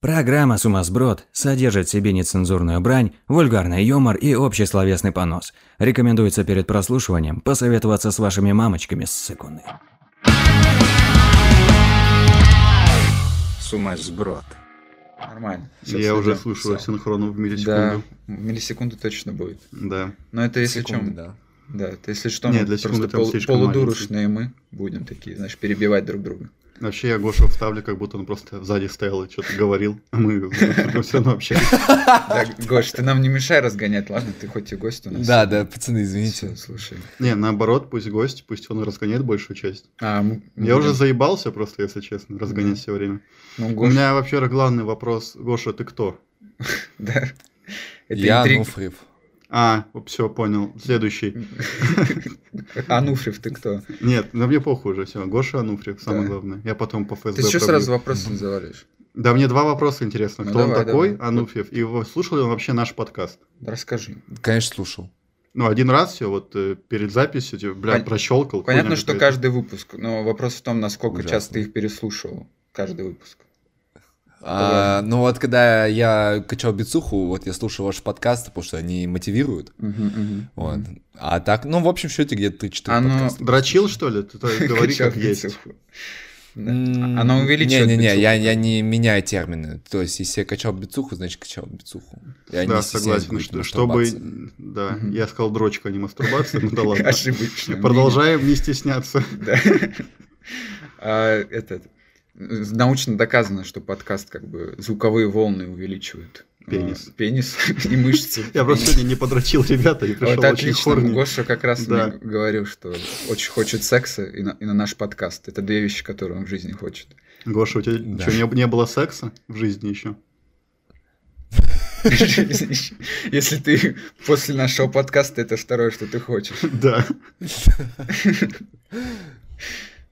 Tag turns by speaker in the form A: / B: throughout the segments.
A: Программа «Сумасброд» содержит в себе нецензурную брань, вульгарный юмор и общий словесный понос. Рекомендуется перед прослушиванием посоветоваться с вашими мамочками с секунды.
B: Сумасброд. Нормально. Всё
C: Я
B: с
C: уже
B: этим.
C: слушал
B: Всё.
C: синхрону в
B: Да,
C: миллисекунду.
B: миллисекунду точно будет.
C: Да.
B: Но это если
D: Секунду,
B: чем...
D: да.
B: Да, это если что,
C: Не,
B: мы
C: для секунды
B: просто
C: там
B: полу-
C: слишком
B: полудурочные мы будем такие, значит, перебивать друг друга.
C: Вообще я Гошу вставлю, как будто он просто сзади стоял и что-то говорил. А мы все равно общались.
B: Да, Гош, ты нам не мешай разгонять, ладно? Ты хоть и гость у нас.
D: Да, да, пацаны,
B: Все,
D: извините.
B: слушай.
C: Не, наоборот, пусть гость, пусть он разгоняет большую часть.
B: А, мы- мы
C: Я уже
B: будем-
C: заебался просто, если честно, разгонять все время.
B: Ну,
C: У
B: Гош,
C: меня вообще главный вопрос, Гоша, ты кто?
B: да. Это
D: Я ну,
B: интриг-
D: Нуфриев.
C: А, все, понял. Следующий.
B: Ануфриев, ты кто?
C: Нет, на мне похуй уже все. Гоша Ануфриев, самое
B: Да.
C: главное. Я потом по ФСБ
B: Ты еще
C: пробью.
B: сразу вопросы завалишь?
C: Да мне два вопроса интересно.
B: Ну,
C: Кто он
B: давай,
C: такой,
B: давай.
C: Ануфриев, и во- слушал ли он вообще наш подкаст?
B: Расскажи.
D: Конечно, слушал.
C: Ну, один раз все, вот э, перед записью, типа, бля,
B: Пон-
C: прощелкал.
B: Понятно,
C: хуйня
B: что
C: какая-то.
B: каждый выпуск, но вопрос в том, насколько
D: Ужасно.
B: часто ты их переслушивал. Каждый выпуск.
D: А, ну вот, когда я качал бицуху, вот я слушал ваши подкасты, потому что они мотивируют. Вот. А так, ну, в общем счете, где-то 3-4
B: А ну,
D: подкаста.
C: Дрочил, что ли? Ты так говори,
B: Качал
C: как есть.
B: бицуху. Да. Она увеличивает
D: Не-не-не,
B: бицуху,
D: я, я не меняю термины. То есть, если я качал бицуху, значит, качал бицуху. Я
C: Да,
D: не стесняюсь
C: согласен.
D: говорить
C: что-
D: мастурбация.
C: Чтобы, да,
B: Мгм.
C: я сказал дрочка, а не мастурбация, ну да ладно.
B: Ошибочное
C: Продолжаем не стесняться.
B: мнение. Да. А, Этот. Научно доказано, что подкаст как бы звуковые волны увеличивают.
C: Пенис.
B: э, Пенис и мышцы.
C: Я просто сегодня не подрочил ребята и
B: Вот
C: пришел очень
B: отлично.
C: хорни.
B: Гоша как раз
C: Да.
B: мне говорил, что очень хочет секса и на, и на наш подкаст. Это две вещи, которые он в жизни хочет.
C: Гоша, у тебя
D: Да.
C: что, не, не было секса в жизни еще?
B: Если ты после нашего подкаста, это второе, что ты хочешь.
C: Да.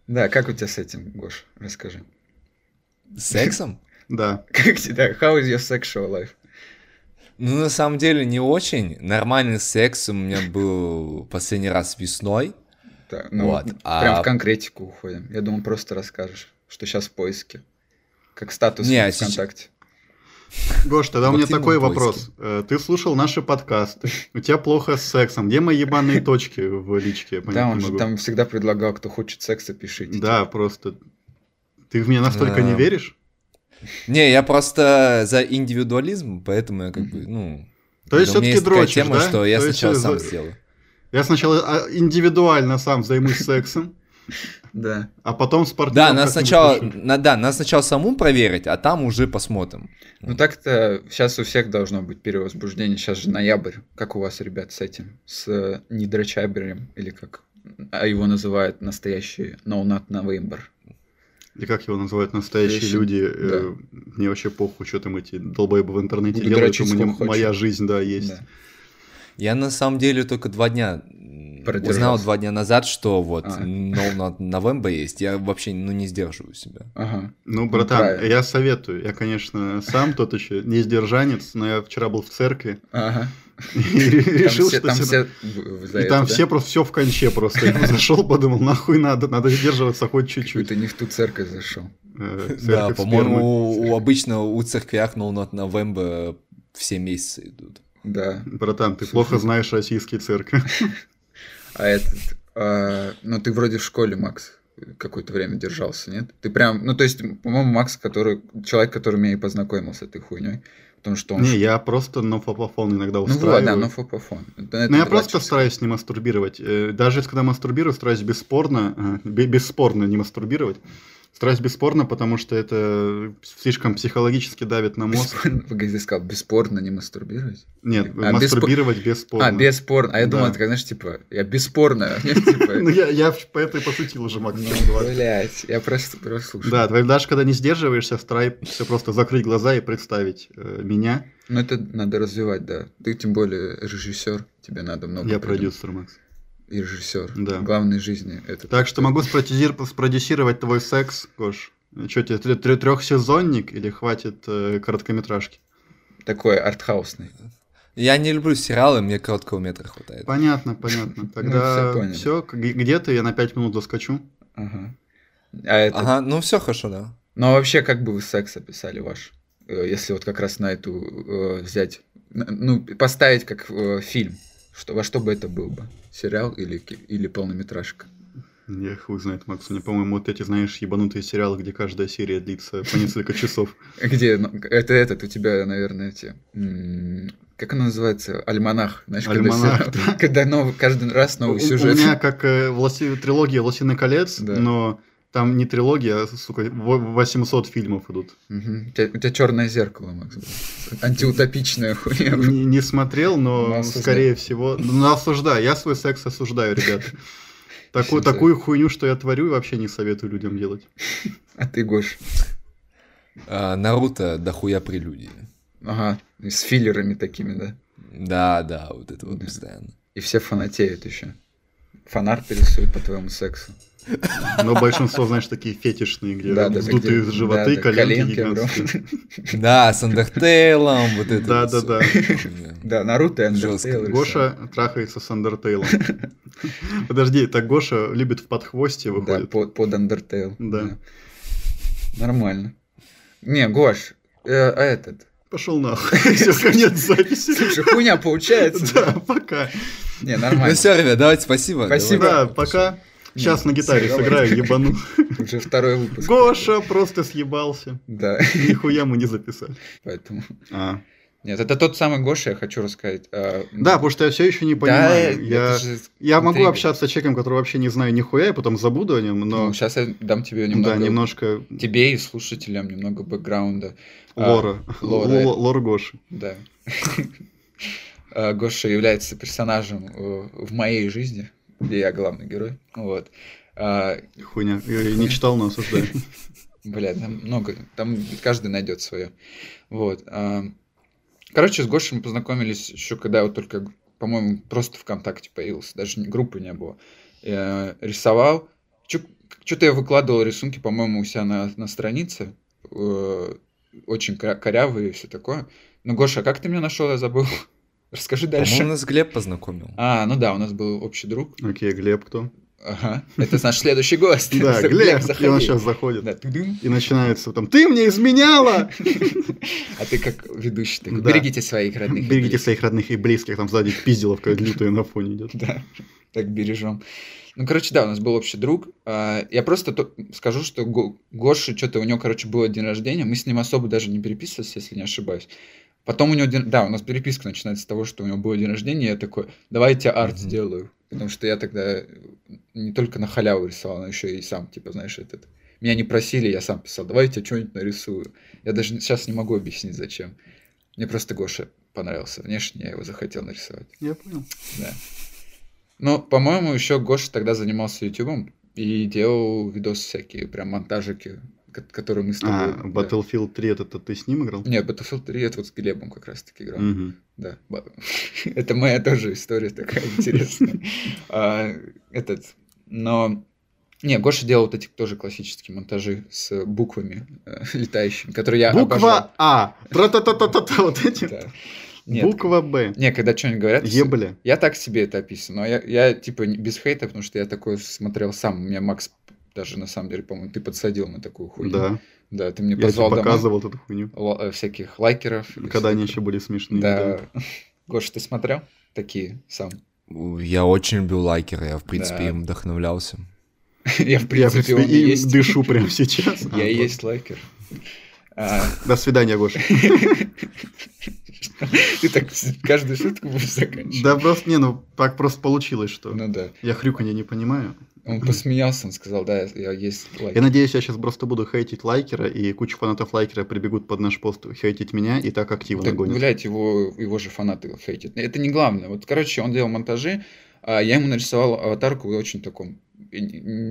B: Да, как у тебя с этим, Гош? Расскажи.
D: С Сексом?
C: Да.
B: Как тебя? How is your sexual life?
D: Ну, на самом деле, не очень. Нормальный секс у меня был последний раз весной.
B: Так, ну,
D: Вот, а-
B: Прям в конкретику уходим. Я думал, просто расскажешь, что сейчас в поиске. Как статус
D: Не, а
B: в ВКонтакте.
C: Гош, тогда у
D: В
C: меня
D: активном
C: такой
D: поиске.
C: вопрос. Э, Ты слушал наши подкасты, у тебя плохо с сексом. Где мои ебаные точки в личке? Я понять
B: Да,
C: не
B: он же
C: могу.
B: там всегда предлагал, кто хочет секса, пишите.
C: Да, просто... Ты в меня настолько не
D: Да.
C: веришь?
D: Не, я просто за индивидуализм, поэтому я как бы, ну...
C: То есть
D: да, у меня
C: всё-таки
D: есть такая
C: дрочишь,
D: тема,
C: да?
D: что я
C: То есть
D: сначала
C: ты
D: сам
C: за-
D: сделаю.
C: Я сначала а, индивидуально сам займусь сексом,
B: Да.
C: а потом с партнером...
D: Да, надо
C: как-нибудь
D: сначала,
C: решим.
D: на- да, надо сначала саму проверить, а там уже посмотрим.
B: Ну так-то сейчас у всех должно быть перевозбуждение. Сейчас же ноябрь. Как у вас, ребят, с этим? С э, недрочаберем или как? А его называют настоящий No Not November.
C: Или как его называют настоящие
B: Женщин,
C: люди? э, Мне вообще похуй, что там эти долбоебы в интернете
B: Буду
C: делают.
B: дрочить
C: у меня
B: сколько
C: моя
B: хочу.
C: жизнь, да, есть.
B: Да.
D: Я на самом деле только два дня м,
B: Продержался.
D: узнал два дня назад, что вот
B: А.
D: No Not November есть. Я вообще ну не сдерживаю себя.
B: Ага.
C: Ну, братан,
B: правильно.
C: я советую. Я, конечно, сам тот еще не сдержанец, но я вчера был в церкви
B: Ага.
C: и
B: Там
C: решил,
B: все-
C: что...
B: там
C: всё-
B: все в- за
C: И
B: это,
C: там
B: да?
C: все просто все в конче просто. Я зашел, подумал, нахуй надо, надо сдерживаться хоть чуть-чуть.
B: Ты не в ту церковь зашел.
C: Э,
D: Да,
C: церковь
D: по-моему,
C: спермы.
D: у, у обычно у церквях No Not November все месяцы идут.
B: Да.
C: Братан, ты плохо знаешь российские церкви.
B: А этот... а, ну, ты вроде в школе, Макс, какое-то время держался, нет? Ты прям... Ну, то есть, по-моему, Макс, который... Человек, который меня и познакомил с этой хуйней. Потому что он...
C: Не, я просто на фопофон иногда
B: ну, вот, да,
C: устраиваю.
B: но фопофон. Да, Ну, это
C: Но я
B: два
C: просто
B: часа.
C: стараюсь не мастурбировать. Э, Даже когда мастурбирую, стараюсь бесспорно, э, бе- бесспорно не мастурбировать. Стараюсь бесспорно, потому что это слишком психологически давит на мозг.
B: Бесспорно- Погоди, ты сказал, бесспорно не мастурбировать?
C: Нет,
B: А, беспо-
C: мастурбировать бесспорно.
B: А, бесспорно. А я
C: Да.
B: думал, это, знаешь, типа, я бесспорно. Нет, типа,
C: Ну, я, я поэтому и пошутил уже, Макс.
B: ну,
C: раз, два.
B: Блядь, я просто прослушал.
C: Да, твой- даже когда не сдерживаешься, старайся просто закрыть глаза и представить э, меня.
B: Ну, это надо развивать, да. Ты, тем более, режиссер, тебе надо много
C: я
B: придумать.
C: продюсер, Макс.
B: И режиссер.
C: Да.
B: Главной жизни это...
C: Так что могу спродюсир- спродюсировать твой секс, Гош. Что тебе, тре- тре- трехсезонник или хватит э, короткометражки?
B: Такой артхаусный.
D: Я не люблю сериалы, мне короткого метра хватает.
C: Понятно, понятно.
B: Ну, всё
C: Тогда
B: поняли.
C: все, где ты? Я на пять минут заскочу.
B: Ага. А это...
D: Ага, ну все хорошо, да.
B: Ну, а вообще, как бы вы секс описали ваш? если вот как раз на эту э, взять, ну, поставить как э, фильм, что, во что бы это был бы? Сериал или, или полнометражка?
C: Я хуй знает, Макс. Мне, по-моему, вот эти, знаешь, ебанутые сериалы, где каждая серия длится по несколько часов.
B: Где? ну, Это этот у тебя, наверное, те... м, Как она называется? Альманах. Знаешь, когда
C: Альманах,
B: сериал- Когда новый- каждый раз
C: У у
B: новый Ну, сюжет.
C: меня как э, «Власти- трилогия «Властелин колец»,
B: Да.
C: но там не трилогия, а, сука, во- 800 фильмов идут.
B: Мгм. У тебя, черное зеркало, Макс. Антиутопичная хуйня.
C: Не, не смотрел,
B: Но
C: но
B: осуждаю.
C: скорее всего... Ну, осуждаю. Я свой секс осуждаю, ребят. Такую,
B: Всем
C: такую хуйню, что я творю, вообще не советую людям делать.
B: А ты, Гош.
D: А, Наруто дохуя прелюдии.
B: Ага, и с филлерами такими, да.
D: Да, да, вот это вот
B: Да.
D: постоянно.
B: И все фанатеют еще. Фанарт рисует по твоему сексу.
C: Но большинство, знаешь, такие фетишные, где
B: Да-да-да, где-
C: вдутые животы,
B: да-да, коленки,
C: коленки, гигантские.
D: Да, с Андертейлом, вот это. вот всё. Ну
C: Да-да-да.
B: Да, Наруто и
D: Жёстко.
B: Undertale рисуют.
C: Гоша трахается с Андертейлом. Подожди, так Гоша любит в подхвосте
B: Да,
C: выходит.
B: под, под Undertale.
C: Да.
B: Нормально. Не, Гош, э, а этот.
C: Пошел нахуй. Все, конец записи.
B: Слушай, хуйня получается.
C: Да, пока.
B: Не,
D: Ну
B: нормально.
D: все, ребят, давайте спасибо.
B: Спасибо.
D: Давай.
C: Да, пока. Сейчас на гитаре
B: Типа, всё,
C: сыграю, ебану.
B: Уже второй выпуск.
C: Гоша просто съебался.
B: Да,
C: Нихуя мы не записали.
B: поэтому. Нет, это тот самый Гоша, я хочу рассказать. а,
C: Да, потому что я все еще не
B: Да,
C: понимаю.
B: это
C: Я,
B: же
C: я могу
B: интрига.
C: общаться с человеком, который вообще не знаю нихуя, и потом забуду о нем, но
B: Ну, сейчас я дам тебе
C: да,
B: немного...
C: немножко
B: Тебе и слушателям немного бэкграунда. а,
C: лора.
B: лора.
C: Л- Лор Гоши.
B: Да. Э, Гоша является персонажем э, в моей жизни, где я главный герой. Вот. А,
C: Хуйня. Я я не читал, но осуждаю.
B: Бля, там много, там каждый найдет свое. Вот. а. Короче, с Гошей мы познакомились еще когда вот только, по-моему, просто ВКонтакте появился, даже не- группы не было. Я рисовал. Что-то я выкладывал рисунки, по-моему, у себя на, на странице. э, Очень кря- корявые и все такое. Ну, Гоша, а как ты меня нашел, я забыл. Расскажи
D: По-моему,
B: дальше.
D: нас Глеб познакомил.
B: А, ну да, у нас был общий друг.
C: Окей, Глеб кто?
B: Ага. Это наш следующий гость.
C: Да, Глеб. И он
B: заходи.
C: сейчас заходит.
B: Да, тудым.
C: И начинается там, ты мне изменяла!
B: А ты как ведущий такой,
C: Да.
B: берегите своих родных. и
C: Берегите
B: близких».
C: своих родных и близких, там сзади пизделовка лютая на фоне идет.
B: Да, так бережем. Ну, короче, да, у нас был общий друг. А, Я просто то- скажу, что Го- Гоша, что-то у него, короче, было день рождения. Мы с ним особо даже не переписывались, если не ошибаюсь. Потом у него день... Да, у нас переписка начинается с того, что у него был день рождения. и Я такой, давай я тебе арт
D: Мгм.
B: сделаю. Потому что я тогда не только на халяву рисовал, но еще и сам, типа, знаешь, этот... Меня не просили, я сам писал, давай я тебе что-нибудь нарисую. Я даже сейчас не могу объяснить, зачем. Мне просто Гоша понравился внешне, я его захотел нарисовать.
C: Я понял.
B: Ну, по-моему, еще Гоша тогда занимался Ютубом и делал видосы всякие, прям монтажики, ко- которые мы с тобой...
C: А,
B: да.
C: Battlefield 3 это ты с ним играл?
B: Нет, Battlefield 3 это вот с Глебом как раз-таки играл.
C: Мгм.
B: Да. Ба- Это моя тоже история такая интересная. А, Этот, но... Не, Гоша делал вот эти тоже классические монтажи с буквами э, летающими, которые я обожал.
C: Буква А. Тра-та-та-та-та-та. Вот эти.
B: Да. Нет,
C: Буква Б.
B: Не, когда что-нибудь говорят... всё-
C: Ебля.
B: Я так себе это описываю, но я, я типа не- без хейта, потому что я такое смотрел сам. Меня Макс даже на самом деле, по-моему, ты подсадил на такую хуйню.
C: Да.
B: Да, ты мне
C: Я тебе
B: позвал домой
C: показывал эту хуйню.
B: л- э, всяких лайкеров. или
C: Когда они
B: всё
C: еще были смешные.
B: такое. Да. Гоша, ты смотрел такие сам?
D: Я очень люблю лайкеры, я, в принципе,
B: Да.
D: им вдохновлялся.
B: Я, в
C: Я, в
B: принципе,
C: принципе,
B: он и
C: им
B: есть.
C: дышу прямо сейчас. А,
B: Я и
C: вот.
B: есть лайкер. А,
C: До свидания, Гоша.
B: Ты так каждую шутку будешь заканчивать?
C: Да просто, не, ну так просто получилось, что
B: Ну да.
C: я хрюканье не понимаю.
B: Он посмеялся, он сказал, да, я я есть
C: Я
B: лайкер.
C: надеюсь, я сейчас просто буду хейтить лайкера, и куча фанатов лайкера прибегут под наш пост хейтить меня и так активно
B: Так,
C: нагонят.
B: блядь, его, его же фанаты хейтят. Это не главное. Вот, короче, он делал монтажи, а я ему нарисовал аватарку в очень таком и-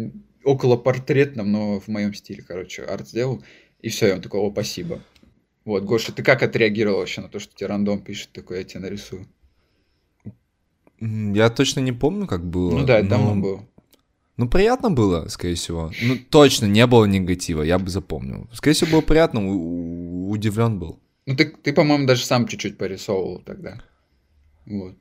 B: и- около портретном, но в моем стиле, короче, арт сделал. И все, и он такой, о, спасибо. Вот, Гоша, ты как отреагировал вообще на то, что тебе рандом пишет, такой, я тебе нарисую?
D: М, Я точно не помню, как было.
B: Ну да, это
D: но-
B: давно было.
D: Ну, приятно было, скорее всего. Ну, точно не было негатива, я бы запомнил. Скорее всего, было приятно, удивлен был.
B: Ну ты, ты по-моему, даже сам чуть-чуть порисовывал тогда. Вот.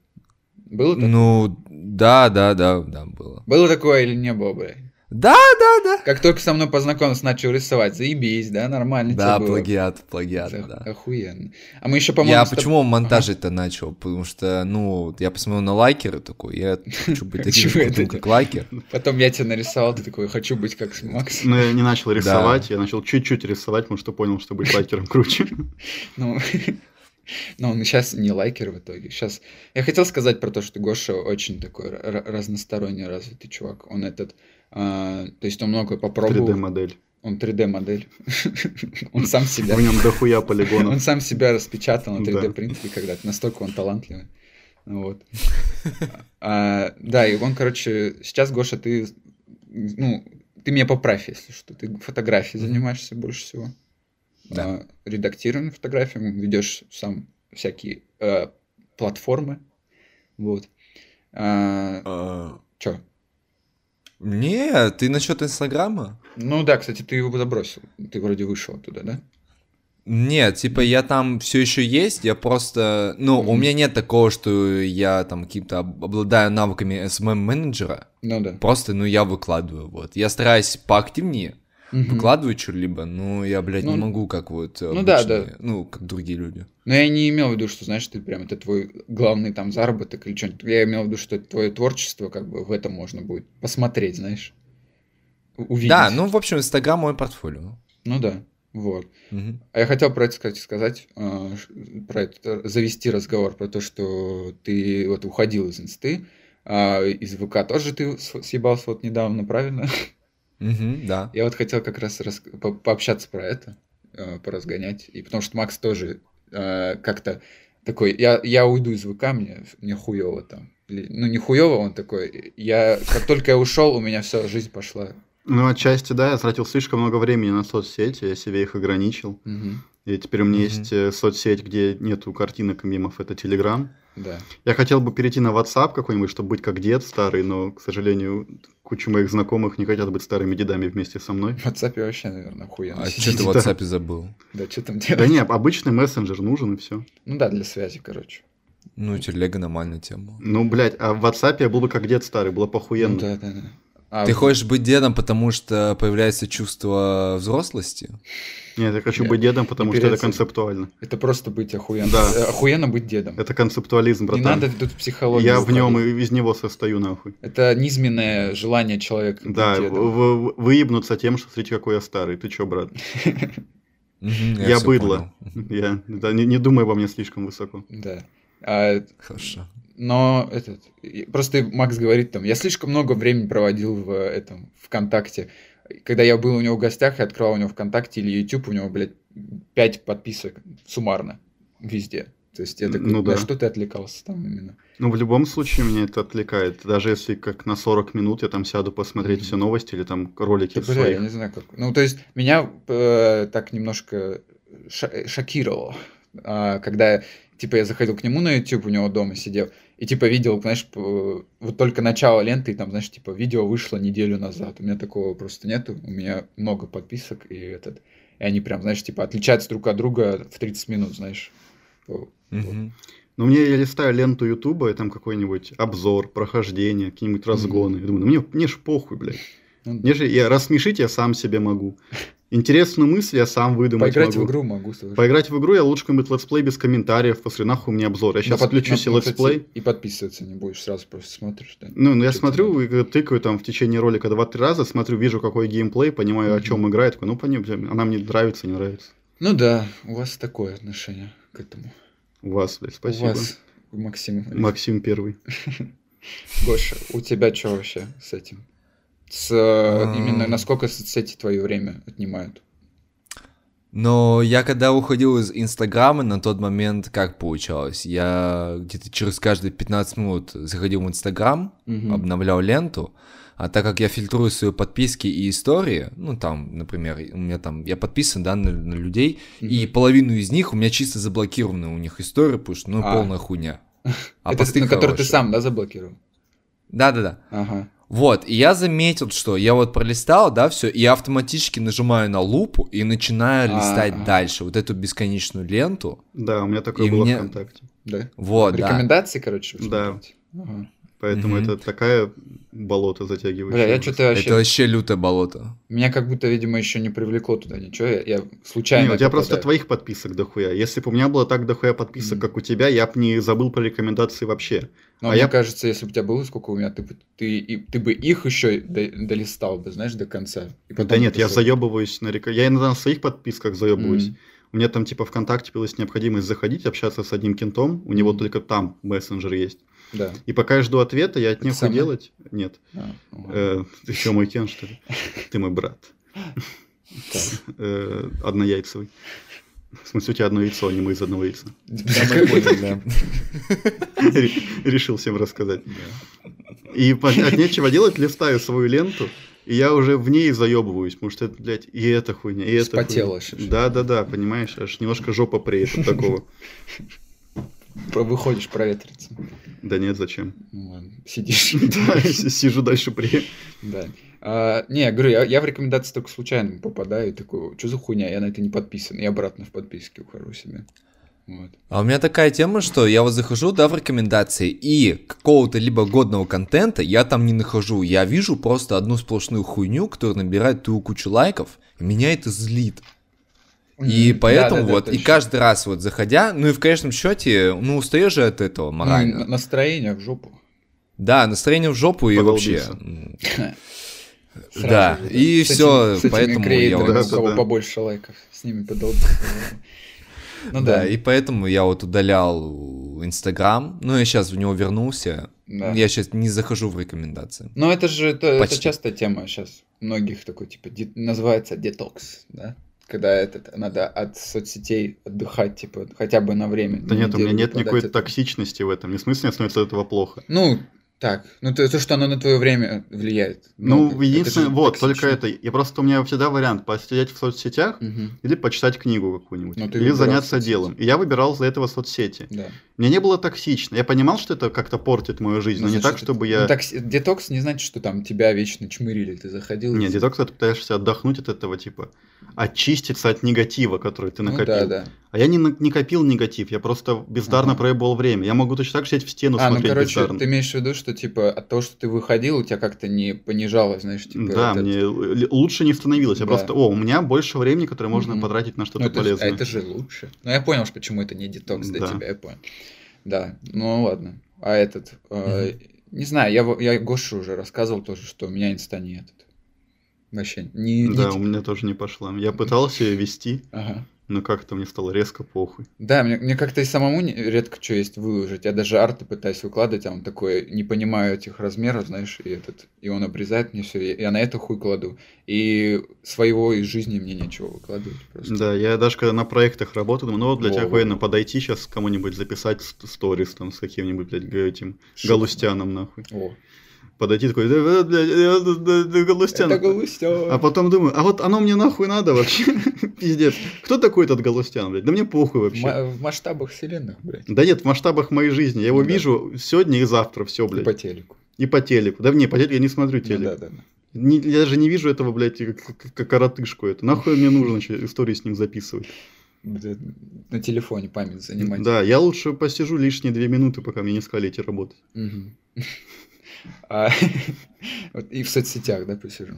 B: Было, так-
D: Ну, да, да, да, да, было.
B: было такое или не было, блядь?
D: Да, да, да.
B: Как только со мной познакомился, начал рисовать. Заебись, да, нормально
D: Да,
B: тебе было.
D: плагиат, плагиат,
B: Это
D: да.
B: Охуенно. А мы еще, типа, по-моему,
D: Я
B: с тоб-
D: почему монтажить-то начал? Потому что, ну, вот я посмотрел на лайкеры такой, я хочу быть таким
B: Чего это
D: крутым, как лайкер.
B: Потом я тебя нарисовал, ты такой, хочу быть как Макс.
C: Но я не начал рисовать, я начал чуть-чуть рисовать, потому что понял, что быть лайкером круче.
B: Ну, но он сейчас не лайкер в итоге. Сейчас я хотел сказать про то, что Гоша очень такой ра- ра- разносторонне развитый чувак. Он этот, а, то есть он много попробовал.
C: 3D-модель.
B: Он 3D модель. Он сам себя.
C: В нем дохуя
B: Он
C: полигонов.
B: сам себя распечатал на
C: Да.
B: 3D принтере когда-то. Настолько он талантливый. Ну Вот. А, да, и он, короче, сейчас, Гоша, ты, ну, ты меня поправь, если что. Ты фотографией занимаешься больше всего.
D: Да.
B: А, редактированием фотографиям, ведешь сам всякие э, платформы. Вот. А,
D: А,
B: чё?
D: Не, ты насчет Инстаграма?
B: Ну да, кстати, ты его забросил. Ты вроде вышел оттуда, да?
D: Нет, типа я там все еще есть, я просто, ну, у
B: Мгм.
D: меня нет такого, что я там каким-то об- обладаю навыками SMM-менеджера,
B: Ну да.
D: просто, ну, я выкладываю, вот. Я стараюсь поактивнее,
B: Мгм.
D: выкладывать что-либо, ну, я, блядь,
B: Ну,
D: не могу, как вот
B: ну да,
D: обычные, ну, как другие люди.
B: Но я не имел в виду, что, знаешь, ты прям это твой главный там заработок или что-нибудь. Я имел в виду, что это твое творчество, как бы в этом можно будет посмотреть, знаешь. у- Увидеть.
D: Да, ну, в общем, Инстаграм мой портфолио.
B: Ну да, вот.
D: Мгм.
B: А я хотел про это, кстати, сказать, а, ш- про это, завести разговор, про то, что ты вот уходил из инсты, а, из ВК тоже ты с- съебался вот недавно, правильно?
D: Мгм, да.
B: Я вот хотел как раз рас- по- пообщаться про это, э, поразгонять. И потому что Макс тоже э, как-то такой, я, я уйду из ВК, мне, мне хуёво там. Или- Ну, не хуёво, он такой. Я, как только я ушел, у меня вся жизнь пошла.
C: Ну, отчасти, да, я тратил слишком много времени на соцсети, я себе их ограничил.
B: Мгм.
C: И теперь у меня
D: Мгм.
C: есть э, соцсеть, где нету картинок и мимов, это Telegram.
B: Да.
C: Я хотел бы перейти на WhatsApp какой-нибудь, чтобы быть как дед старый, но, к сожалению, куча моих знакомых не хотят быть старыми дедами вместе со мной.
B: В WhatsApp вообще, наверное, охуенно.
D: А что
B: сидит.
D: ты в
C: Да.
D: WhatsApp забыл?
B: Да, что там
C: Да
B: делать?
C: не, обычный мессенджер нужен и все.
B: Ну да, для связи, короче.
D: Ну, телега нормальная тема.
C: Ну, блядь, а в WhatsApp я был бы как дед старый, было
B: Ну
C: похуенно.
B: да, да, да. А,
D: Ты хочешь быть дедом, потому что появляется чувство взрослости?
C: Нет, я хочу
B: Не,
C: быть дедом, потому что это
B: переоцени-
C: концептуально.
B: Это просто быть охуенно.
C: Да.
B: Э, Охуенно быть дедом.
C: Это концептуализм,
B: Не
C: братан.
B: надо тут психологию.
C: я в нем
B: уходить.
C: и из него состою нахуй.
B: Это низменное желание человека. быть
C: Да,
B: дедом.
C: в- в- выебнуться тем, что смотрите, какой я старый. Ты чё, брат?
D: Мгм,
C: Я
D: всё
C: быдло.
D: понял.
C: Я да, не, не думай обо мне слишком высоко.
B: Да. А,
D: Хорошо.
B: но этот и- просто Макс говорит там, я слишком много времени проводил в э, этом ВКонтакте. Когда я был у него в гостях и открывал у него ВКонтакте или YouTube, у него, блядь, 5 подписок суммарно везде. То есть я такой,
C: Ну
B: на
C: да.
B: что ты отвлекался там именно?
C: Ну, в любом случае, меня это отвлекает. Даже если как на 40 минут я там сяду посмотреть
B: Мгм.
C: все новости или там ролики
B: Да,
C: из
B: бля, Типа, я
C: своих.
B: не знаю как. Ну, то есть меня э, так немножко ша- э, шокировало, а, когда, типа, я заходил к нему на YouTube, у него дома сидел, и, типа, видел, знаешь, п- вот только начало ленты, и там, знаешь, типа, видео вышло неделю назад. У меня такого просто нету, у меня много подписок, и этот... И они прям, знаешь, типа, отличаются друг от друга в 30 минут, знаешь. То-
D: Мгм.
C: Ну, мне я листаю ленту Ютуба, и там какой-нибудь обзор, прохождение, какие-нибудь разгоны. Я думаю, ну, мне, мне ж похуй, блядь.
B: ну,
C: Мне же, я рассмешить я сам себе могу. Интересную мысль я сам выдумать
B: поиграть
C: могу.
B: в игру могу. слушай.
C: Поиграть в игру я лучше какой-нибудь летсплей без комментариев, после нахуй мне обзор. Я
B: Но
C: сейчас
B: под-
C: отключу
B: но-
C: себе
B: но, кстати,
C: летсплей.
B: И подписываться не будешь, сразу просто смотришь. да.
C: Ну, ну я
B: Чё-то
C: смотрю,
B: надо.
C: и тыкаю там в течение ролика 2-3 раза, смотрю, вижу, какой геймплей, понимаю, о
B: Мгм.
C: чем играет. Такой, ну, понятно, она мне нравится, не нравится.
B: Ну да, у вас такое отношение к этому.
C: У вас, блядь, спасибо.
B: У вас, Максим.
C: Максим Первый.
B: Гоша, у тебя что вообще с этим? С
C: А.
B: э, именно
D: Эм.
B: насколько соцсети твое время отнимают?
D: Но я когда уходил из Инстаграма, на тот момент как получалось? Я где-то через каждые 15 минут заходил в Инстаграм, обновлял ленту, а так как я фильтрую свои подписки и истории, ну там, например, у меня там, я подписан, да, на, на людей, и половину из них у меня чисто заблокированы у них истории, потому что, ну,
B: А.
D: полная хуйня. А
B: Это
D: посты
B: на который ты
D: хорошие.
B: сам, да, заблокировал?
D: Да-да-да.
B: Ага.
D: Вот, и я заметил, что я вот пролистал, да, все, и я автоматически нажимаю на лупу и начинаю
B: А,
D: листать
B: а.
D: дальше, вот эту бесконечную ленту.
C: Да, у меня такое
D: И
C: было
D: мне-
C: ВКонтакте.
B: Да.
D: Вот, да.
B: Рекомендации, короче, вы
C: Да.
B: смотрите? Ага.
C: Поэтому
D: Мгм.
C: это такая болото затягивающая.
B: Бля, я
C: ужас.
B: что-то вообще...
D: Это вообще лютое болото.
B: Меня как будто, видимо, еще не привлекло туда ничего. Я, я
C: Не,
B: случайно
C: у тебя просто
B: попадаю.
C: твоих подписок дохуя. Если бы у меня было так дохуя подписок,
B: Мгм.
C: как у тебя, я бы не забыл про рекомендации вообще.
B: Но
C: а
B: мне
C: я-
B: кажется, если бы у тебя было сколько у меня, ты бы, ты, и, ты бы их еще до- долистал бы, знаешь, до конца. И потом
C: да нет, я
B: записал.
C: заебываюсь на река. Я иногда на своих подписках заебываюсь.
B: Мгм.
C: У меня там типа ВКонтакте появилась необходимость заходить, общаться с одним кентом. У него
B: Мгм.
C: только там мессенджер есть.
B: Да.
C: И пока я жду ответа, я от
B: Это
C: них
B: самое?
C: делать. Нет.
B: А, ну,
C: Э, ты что, мой кен, что ли? Ты мой брат.
B: так.
C: Э, однояйцевый. В смысле, у тебя одно яйцо, а не мы из одного яйца.
D: Да, мы поняли, да.
C: Ре- Решил всем рассказать. И по- от нечего делать листаю свою ленту, и я уже в ней заебываюсь, потому что, это, блядь, и эта хуйня, и это
B: Вспотела аж.
C: Да-да-да, понимаешь, аж немножко жопа преет от такого.
B: Про- Выходишь проветриться.
C: Да нет, зачем?
B: Ну, ладно, сидишь.
C: Да, с- сижу дальше при...
B: Да. А, не, я говорю, я, я в рекомендации только случайно попадаю и такой, что за хуйня, я на это не подписан, и обратно в подписке ухожу себе. Вот.
D: А у меня такая тема, что я вот захожу, да, в рекомендации, и какого-то либо годного контента я там не нахожу. Я вижу просто одну сплошную хуйню, которая набирает ту кучу лайков, и меня это злит. И
B: М,
D: поэтому
B: да-да-да,
D: вот, и
B: точно.
D: каждый раз вот заходя, ну и в конечном счете, ну устаешь же от этого
B: Ну,
D: морально.
B: на- настроение в жопу.
D: Да, настроение в жопу и вообще.
C: Подолбился.
D: м,
B: Сразу
D: Да,
B: же,
D: и
B: С этими-
D: всё,
B: с этими
D: поэтому я
B: креаторами,
C: вот-
B: у кого
C: Да-да-да.
B: побольше лайков, с ними подолбиться.
D: да,
B: Ну да,
D: и поэтому я вот удалял Инстаграм, ну я сейчас в него вернулся.
B: да.
D: Я сейчас не захожу в рекомендации.
B: Но это же это, это
D: Почти.
B: частая тема сейчас. Многих такой, типа, де- называется детокс, да? Когда этот, надо от соцсетей отдыхать, типа, хотя бы на время.
C: Да
B: на
C: нет, у меня
B: неделю
C: нет
B: подать
C: никакой
B: это.
C: токсичности в этом. Не в смысле, мне становится от этого плохо.
B: Ну, так. Ну, то, то, что оно на твое время влияет.
C: Ну,
B: это
C: единственное,
B: же
C: вот, только
B: токсично.
C: это. Я просто, у меня всегда вариант посидеть в соцсетях
B: Мгм,
C: или почитать книгу какую-нибудь,
B: Ну, ты
C: или
B: выбирал
C: заняться
B: соцсети.
C: делом. И я выбирал для этого соцсети.
B: Да.
C: Мне не было токсично. Я понимал, что это как-то портит мою жизнь, но не
B: значит,
C: так,
B: это-
C: чтобы
B: Ну,
C: я...
B: токс- Детокс не значит, что там тебя вечно чмырили, ты заходил.
C: Не,
B: и-
C: детокс это ты пытаешься отдохнуть от этого, типа, очиститься от негатива, который ты
B: Ну
C: накопил.
B: да, да.
C: А я не, на- не копил негатив, я просто бездарно
B: Ага.
C: проебал время. Я могу точно так же сидеть в стену
B: а, ну,
C: смотреть
B: короче,
C: бездарно.
B: ты имеешь в виду, что, типа, от того, что ты выходил, у тебя как-то не понижало, знаешь, типа...
C: да,
B: этот-
C: мне л- лучше не становилось. Я
B: Да.
C: просто, о, у меня больше времени, которое можно
B: Мгм.
C: потратить на
B: Ну,
C: что-то
B: это, ж-
C: полезное.
B: а это же лучше. Ну, я понял, ж, почему это не детокс для
C: Да.
B: тебя, я понял. Да, ну ладно. А этот... э, Не знаю, я, во- я Гоше уже рассказывал тоже, что у меня инста не этот. Вообще, не... не
C: Да,
B: т-
C: у меня тоже не пошло. Я пытался ее вести,
B: Ага.
C: но как-то мне стало резко похуй.
B: Да, мне, мне как-то и самому не- редко что есть выложить. Я даже арты пытаюсь выкладывать, а он такой, не понимаю этих размеров, знаешь, и этот. И он обрезает мне все, я на это хуй кладу. И своего из жизни мне нечего выкладывать просто.
C: Да, я даже когда на проектах работал, думаю, ну вот, блядь,
B: Во-во-во.
C: охуенно подойти сейчас кому-нибудь записать ст- сторис там с каким-нибудь, блядь, г- этим,
B: Шикарно.
C: галустяном, нахуй.
B: О,
C: Подойти такой, да, да, блядь, э, да, да, да, Галустян.
B: это Галустян.
C: А потом думаю, а вот оно мне нахуй надо вообще, пиздец. Кто такой этот Галустян, блядь? Да мне похуй
B: В
C: вообще.
B: ма- в масштабах вселенных, блядь.
C: Да нет, в масштабах моей жизни. Я его
B: Да.
C: вижу сегодня и завтра, все,
B: И
C: блядь.
B: Типа по телеку.
C: И по телеку. Да не, по телеку я не смотрю телек.
B: Да, да, да.
C: Не- я же не вижу этого, блядь, как, как коротышку это. Нахуй мне нужно еще истории с ним записывать.
B: Бля, На телефоне память занимать.
C: Да, я лучше посижу лишние две минуты, пока мне не сказали идти работать.
B: Мгм. А, вот И в соцсетях, да, посижу.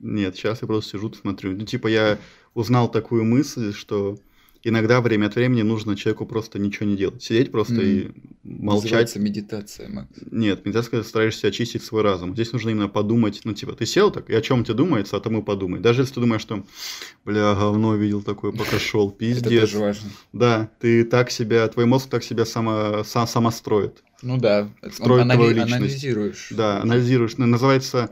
C: Нет, сейчас я просто сижу, смотрю. Ну, типа, я узнал такую мысль, что иногда время от времени нужно человеку просто ничего не делать. Сидеть просто и молчать.
B: Называется медитация, Макс.
C: Нет, нельзя сказать, стараешься очистить свой разум. Здесь нужно именно подумать, ну, типа, ты сел так, и о чем тебе думается, о том и подумай. Даже если ты думаешь, что, бля, говно видел такое, пока шел,
B: Это
C: пиздец.
B: тоже важно.
C: Да, ты так себя, твой мозг так себя само, са- самостроит.
B: Ну да,
C: Строит
B: он
C: твою
B: анали-
C: личность.
B: анализируешь.
C: Да, анализируешь. Ну, Называется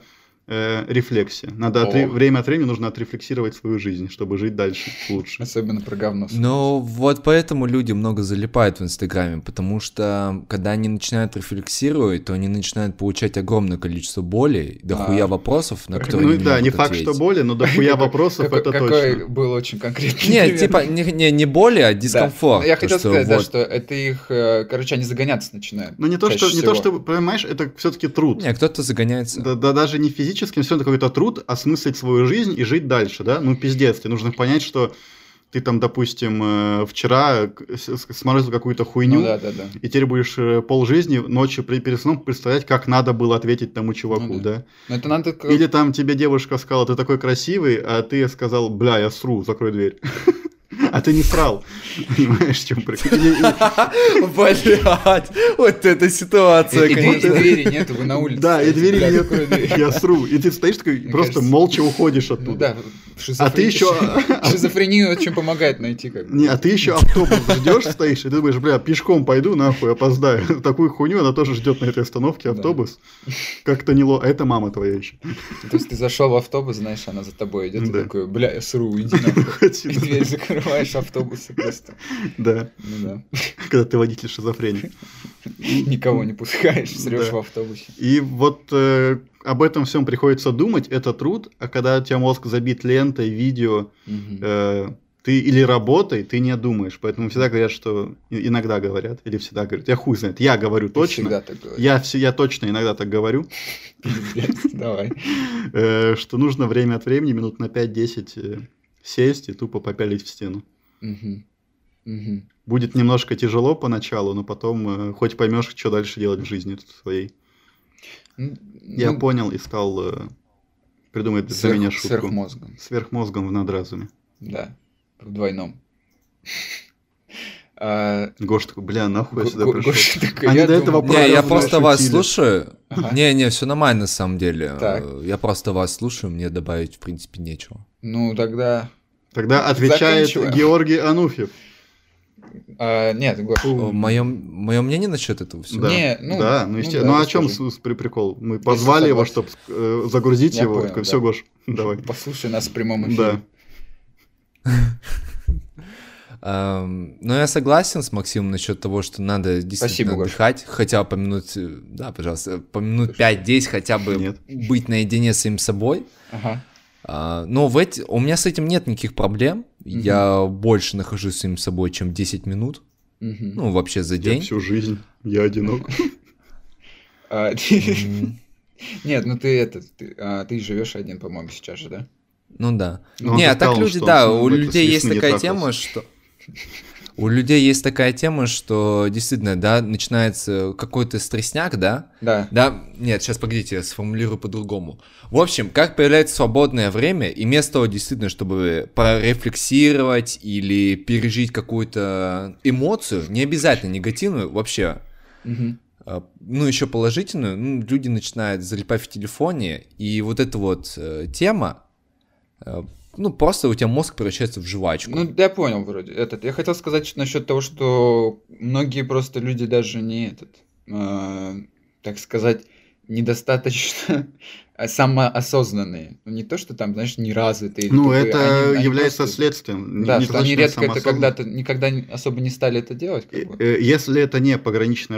C: э, рефлексия. Надо отре-
B: О.
C: время от времени нужно отрефлексировать свою жизнь, чтобы жить дальше лучше.
B: Особенно про говно.
D: Ну, вот поэтому люди много залипают в Инстаграме, потому что когда они начинают рефлексировать, то они начинают получать огромное количество боли, дохуя
B: А.
D: вопросов, на которые
C: Ну и
D: они
C: да,
D: могут
C: не факт, что
D: ответить.
C: боли, но дохуя вопросов
B: Какой-
C: это
B: какой
C: точно.
B: был очень конкретный
D: Не,
B: пример.
D: типа, не, не, не боли, а
B: Да. Ну,
D: дискомфорт.
B: Я
D: то,
B: хотел
D: что
B: сказать, да,
D: вот-
B: что это их, э, короче, они загоняться начинают.
C: Но не то, что,
B: чаще
C: не то,
B: всего.
C: что, понимаешь, это все-таки труд.
D: Не, кто-то загоняется.
C: Да, да даже не физически, все равно какой-то труд осмыслить свою жизнь и жить дальше, да? Ну, пиздец, тебе нужно понять, что ты там, допустим, э, вчера к- с- сморозил какую-то хуйню,
B: Ну да, да, да.
C: и теперь будешь э, полжизни ночью при, перед сном представлять, как надо было ответить тому чуваку,
B: Ну
C: да?
B: Но это надо э, как-
C: Или там тебе девушка сказала, ты такой красивый, а ты сказал, бля, я сру, закрой дверь. А ты не срал. Понимаешь, в чем прикол? Или- или-
D: Блять, вот эта
B: И,
D: ситуация,
B: и двери,
D: конечно.
B: двери нету, вы на улице.
C: Да, и
B: стоите,
C: двери
B: бля,
C: нет,
B: открой дверь.
C: я сру. И ты стоишь такой,
B: Мне
C: просто
B: кажется.
C: молча уходишь
B: Ну
C: оттуда.
B: да, шизофрен-
C: А ты ещё-
B: Шизофрению очень помогает найти как бы.
C: Не, а ты еще автобус ждешь, стоишь, и ты думаешь, бля, пешком пойду, нахуй, опоздаю. Такую хуйню она тоже ждет на этой остановке
B: Да.
C: автобус. Как-то не ло... А это мама твоя еще.
B: То есть ты зашел в автобус, знаешь, она за тобой идет, и
C: Да.
B: такой, бля, я сру, иди нахуй. И дверь закрываешь автобуса просто.
C: Да,
B: Ну да.
C: когда ты водитель шизофреник.
B: Никого не пускаешь, срешь
C: Да.
B: в автобусе.
C: И вот э, об этом всем приходится думать, это труд, а когда у тебя мозг забит лентой, видео,
B: Мгм.
C: э, ты или работай, ты не думаешь. Поэтому всегда говорят, что и- иногда говорят, или всегда говорят, я хуй знает, я говорю
B: Ты
C: точно.
B: Всегда так говоришь.
C: Я, все, я точно иногда так говорю,
B: Пиздец, Давай.
C: э, что нужно время от времени, минут на 5-10 э, сесть и тупо попялить в стену.
B: Мгм. Мгм.
C: Будет немножко тяжело поначалу, но потом э, хоть поймешь, что дальше делать в жизни тут своей.
B: Ну,
C: Я
B: ну,
C: понял и стал э, придумать для
B: сверх-
C: меня шутку.
B: Сверхмозгом,
C: Сверхмозгом в надразуме.
B: да. В двойном. А,
C: Гош такой, бля, нахуй я
B: Го-
C: сюда
B: Го-
C: пришел.
B: Гоша такой,
C: Они
B: я
C: до
B: думал,
D: Не,
C: этого
D: я
C: Правильно
D: просто вас
C: шутили.
D: слушаю.
B: Ага.
D: Не, не, все нормально на самом деле.
B: Так.
D: Э, Я просто вас слушаю, мне добавить в принципе нечего.
B: Ну, тогда...
C: Тогда отвечает
B: Заканчиваем.
C: Георгий Ануфьев.
B: а, нет, Гош,
D: Мое, мое мнение насчет этого всего.
C: Да.
B: Не, ну,
C: да, ну,
B: ну
C: естественно.
B: да,
C: Ну, о чем
B: расскажи.
C: с- при- прикол? Мы позвали его, чтобы
B: согласен.
C: загрузить
B: Я
C: его.
B: понял,
C: Все,
B: да.
C: Гош, давай.
B: послушай нас в прямом эфире.
C: Да.
D: Эм, Но я согласен с Максимом насчет того, что надо действительно
B: Спасибо, Гоша.
D: отдыхать, хотя бы по минут, э, да, пожалуйста, по минут 5-10 хотя бы
C: Нет.
D: быть наедине с самим собой.
B: Ага.
D: А, Но в эти... у меня с этим нет никаких проблем. Я больше нахожусь с самим собой, чем 10 минут.
B: Мгм.
D: Ну, вообще за
C: Я
D: день.
C: всю жизнь, я одинок.
B: А,
D: М,
B: Нет, ну ты это, ты, а, ты живешь один, по-моему, сейчас же, да?
D: Ну да.
C: Ну, он
D: не, а
C: сказал,
D: так люди,
C: что
D: да,
C: он
D: у
C: в это
D: людей
C: с
D: есть
C: весны не
D: такая
C: трахался.
D: тема, что... У людей есть такая тема, что действительно, да, начинается какой-то стрессняк, да?
B: Да.
D: Да, нет, сейчас погодите, я сформулирую по-другому. В общем, как появляется свободное время, и вместо того, действительно, чтобы прорефлексировать или пережить какую-то эмоцию, не обязательно негативную, вообще,
B: Мгм.
D: а, ну, еще положительную, ну, люди начинают залипать в телефоне, и вот эта вот э, тема, э, ну, просто у тебя мозг превращается в жвачку.
B: Ну, я понял вроде. Этот, я хотел сказать насчет того, что многие просто люди даже не этот, а, так сказать, недостаточно а, самоосознанные. Ну, Не то, что там, знаешь, неразвитые. или
C: Ну,
B: тупые,
C: это
B: они- они
C: является
B: просто-
C: следствием.
B: Да, что они
C: недостаточная
B: редко это
C: самоосознанность.
B: когда-то, никогда не- особо не стали это делать. как
C: Э,
B: бы.
C: э, Если это не пограничное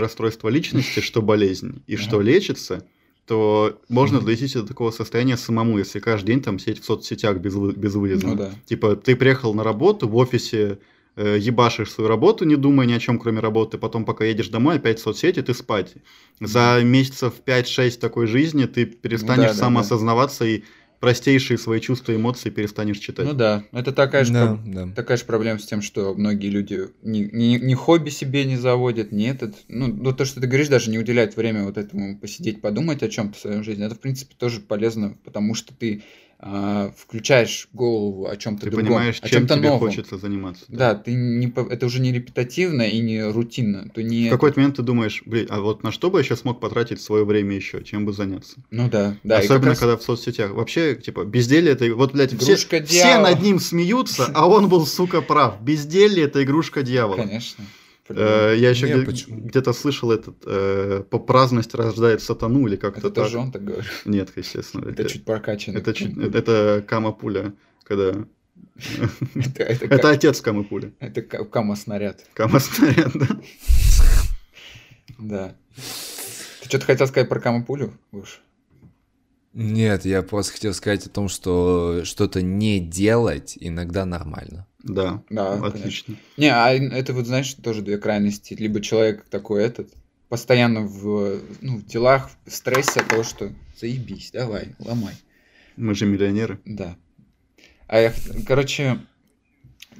C: расстройство личности, что болезнь, и
B: Ага.
C: что лечится, то можно
B: Мгм.
C: дойти до такого состояния самому, если каждый день там сидеть в соцсетях без, вы- без выезда.
B: Ну да.
C: Типа, ты приехал на работу, в офисе э, ебашишь свою работу, не думая ни о чем, кроме работы, потом, пока едешь домой, опять в соцсети, ты спать. За месяцев 5-6 такой жизни ты перестанешь
B: да, да.
C: самоосознаваться и простейшие свои чувства и эмоции перестанешь читать.
B: Ну да, это такая же
D: Да,
B: проб-
D: да.
B: Такая же проблема с тем, что многие люди ни, ни- ни хобби себе не заводят, ни этот. Ну, ну, то, что ты говоришь, даже не уделять время вот этому посидеть, подумать о чем-то в своем жизни, это, в принципе, тоже полезно, потому что ты а, включаешь голову о чем-то
C: ты
B: другом,
C: понимаешь,
B: о
C: чем
B: А чем-то
C: тебе
B: новом.
C: хочется заниматься.
B: Да, ты не, по- это уже не репетативно и не рутинно. Ты не...
C: В какой-то момент ты думаешь, блин, а вот на что бы я сейчас мог потратить свое время еще, чем бы заняться?
B: Ну да, да. и как
C: Особенно,
B: раз-
C: когда в соцсетях. Вообще, типа, безделье это... Вот, блядь, все,
B: Игрушка
C: все
B: дьявола.
C: над ним смеются, а он был, сука, прав. Безделье это игрушка дьявола.
B: Конечно.
C: Э, Я еще
D: Не,
C: где-
D: почему?
C: где-то слышал этот э, по праздность рождает сатану или как-то
B: Это
C: так.
B: тоже он так говорит.
C: Нет, естественно.
B: Это чуть прокачанный.
C: это, чуть- это Кама Пуля, когда...
B: Это- это ка-
C: Это отец Камы Пули.
B: Это ка- кама-снаряд.
C: Кама снаряд, да.
B: Да. Ты что-то хотел сказать про камапулю, Гош?
D: Нет, я просто хотел сказать о том, что что-то не делать иногда нормально.
C: Да,
B: Да, конечно.
C: Ну, отлично.
B: Не, а это вот, знаешь, тоже две крайности. Либо человек такой этот, постоянно в, ну, в делах, в стрессе от того, что заебись, давай, ломай.
C: Мы же миллионеры.
B: Да. А я, х- короче,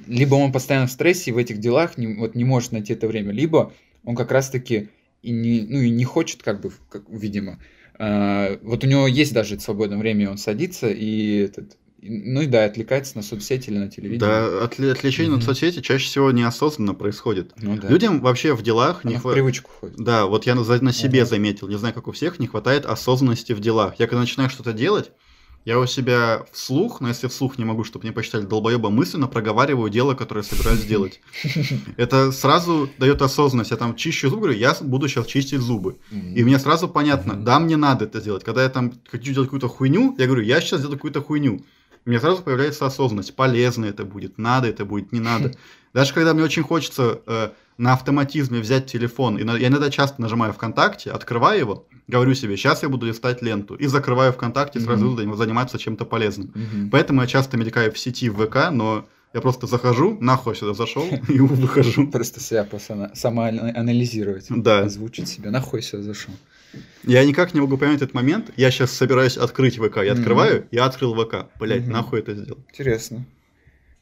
B: либо он постоянно в стрессе и в этих делах не, вот не может найти это время, либо он как раз-таки и не, ну, и не хочет, как бы, как, видимо. А, вот у него есть даже это свободное время, он садится и этот, и- ну и да, отвлекается на соцсети или на телевидение.
C: Да, отле- отвлечение
B: Мгм.
C: от соцсети чаще всего неосознанно происходит.
B: Ну да.
C: Людям вообще в делах
B: Оно
C: не
B: в
C: хва-
B: привычку ходит.
C: Да, вот я на за- на себе
B: Мгм.
C: заметил, не знаю, как у всех, не хватает осознанности в делах. Я когда начинаю что-то делать, я у себя вслух, но если вслух не могу, чтобы не посчитали долбоеба, мысленно проговариваю дело, которое собираюсь сделать. Это сразу дает осознанность. Я там чищу зубы, говорю, я буду сейчас чистить зубы. И мне сразу понятно,
D: Мгм.
C: да, мне надо это делать. Когда я там хочу делать какую-то хуйню, я говорю, я сейчас сделаю какую-то хуйню. У меня сразу появляется осознанность, полезно это будет, надо это будет, не надо. Даже когда мне очень хочется э, на автоматизме взять телефон, и на- я иногда часто нажимаю ВКонтакте, открываю его, говорю себе, сейчас я буду листать ленту, и закрываю ВКонтакте, сразу
B: Мгм.
C: иду заниматься чем-то полезным.
B: Мгм.
C: Поэтому я часто мелькаю в сети в ВК, но я просто захожу, нахуй сюда зашел и выхожу.
B: Просто себя посана- самоанализировать.
C: Да.
B: Озвучить себя. Нахуй себя зашел.
C: Я никак не могу понять этот момент. Я сейчас собираюсь открыть ВК. Я
B: Мгм.
C: открываю, я открыл ВК. Блять,
B: Мгм.
C: нахуй это сделал.
B: Интересно.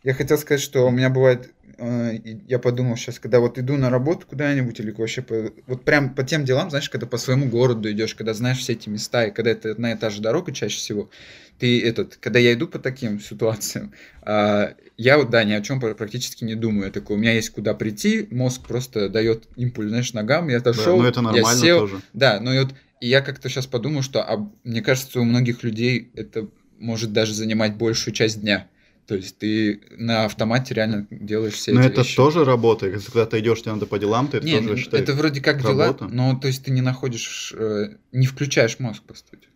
B: Я хотел сказать, что у меня бывает, э, и я подумал сейчас, когда вот иду на работу куда-нибудь или вообще по- вот прям по тем делам, знаешь, когда по своему городу идешь, когда знаешь все эти места, и когда это одна и та же дорога чаще всего, ты этот, когда я иду по таким ситуациям, а, я вот, да, ни о чем практически не думаю. Я такой, у меня есть куда прийти, мозг просто дает импульс, знаешь, ногам, я
C: Да,
B: отошел,
C: но это
B: я
C: нормально
B: сел,
C: тоже.
B: да, ну и вот и я как-то сейчас подумал, что а, мне кажется, у многих людей это может даже занимать большую часть дня. То есть ты на автомате реально делаешь все
C: Но
B: эти
C: Ну это
B: вещи.
C: тоже работает. Если когда ты идешь, тебе надо по делам, ты это
B: Не,
C: тоже
B: н-
C: считаешь.
B: это вроде как
C: работа.
B: дела, но то есть ты не находишь, э, не включаешь мозг, по сути.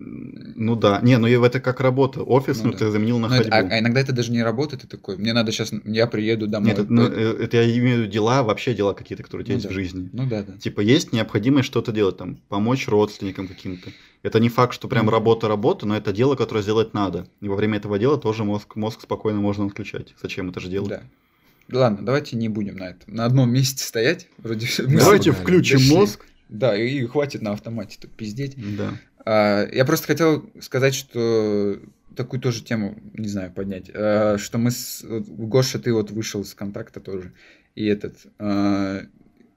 C: Ну да. Не, ну и это как работа. Офис,
B: Ну
C: ну,
B: да.
C: ты заменил на
B: Ну, это-
C: ходьбу.
B: а, а иногда это даже не работает, ты такой, мне надо сейчас, я приеду домой.
C: Нет, это, ну, э, это я имею в виду дела, вообще дела какие-то, которые у тебя
B: Ну
C: есть
B: да.
C: в жизни.
B: Ну да, да.
C: Типа есть необходимость что-то делать, там, помочь родственникам каким-то. Это не факт, что прям
B: Мгм.
C: работа-работа, но это дело, которое сделать надо. И во время этого дела тоже мозг, мозг спокойно можно отключать. Зачем это же делать?
B: да. Ладно, давайте не будем на этом. На одном месте стоять. Вроде всё, мы
C: Давайте
B: с-
D: погнали.
C: включим
B: Дошли.
C: мозг.
B: Да, и, и хватит на автомате тут пиздеть.
C: Да.
B: А, Я просто хотел сказать, что такую тоже тему, не знаю, поднять, а, что мы с... вот, Гоша, ты вот вышел из контакта тоже, и этот... а,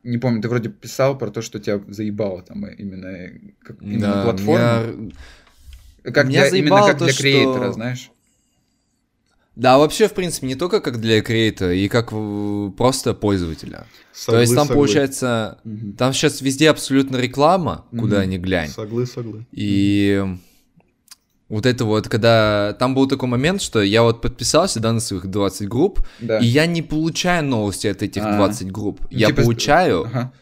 B: Не помню, ты вроде писал про то, что тебя заебало там именно, э, как, именно
D: Да,
B: платформа.
D: меня-
B: Как
D: меня
B: для, именно
D: заебало
B: как
D: то,
B: для
D: что-
B: креатора, знаешь.
D: Да, вообще, в принципе, не только как для креатора, и как э, просто пользователя. То есть там,
C: Соглы, соглы.
D: получается, там сейчас везде абсолютно реклама,
B: Мгм.
D: куда ни глянь.
C: Соглы, соглы.
D: И вот это вот, когда... Там был такой момент, что я вот подписался, да, на своих 20 групп,
B: Да.
D: и я не получаю новости от этих
B: А.
D: 20 групп.
B: Ну,
D: я
B: типа,
D: получаю
B: Ага.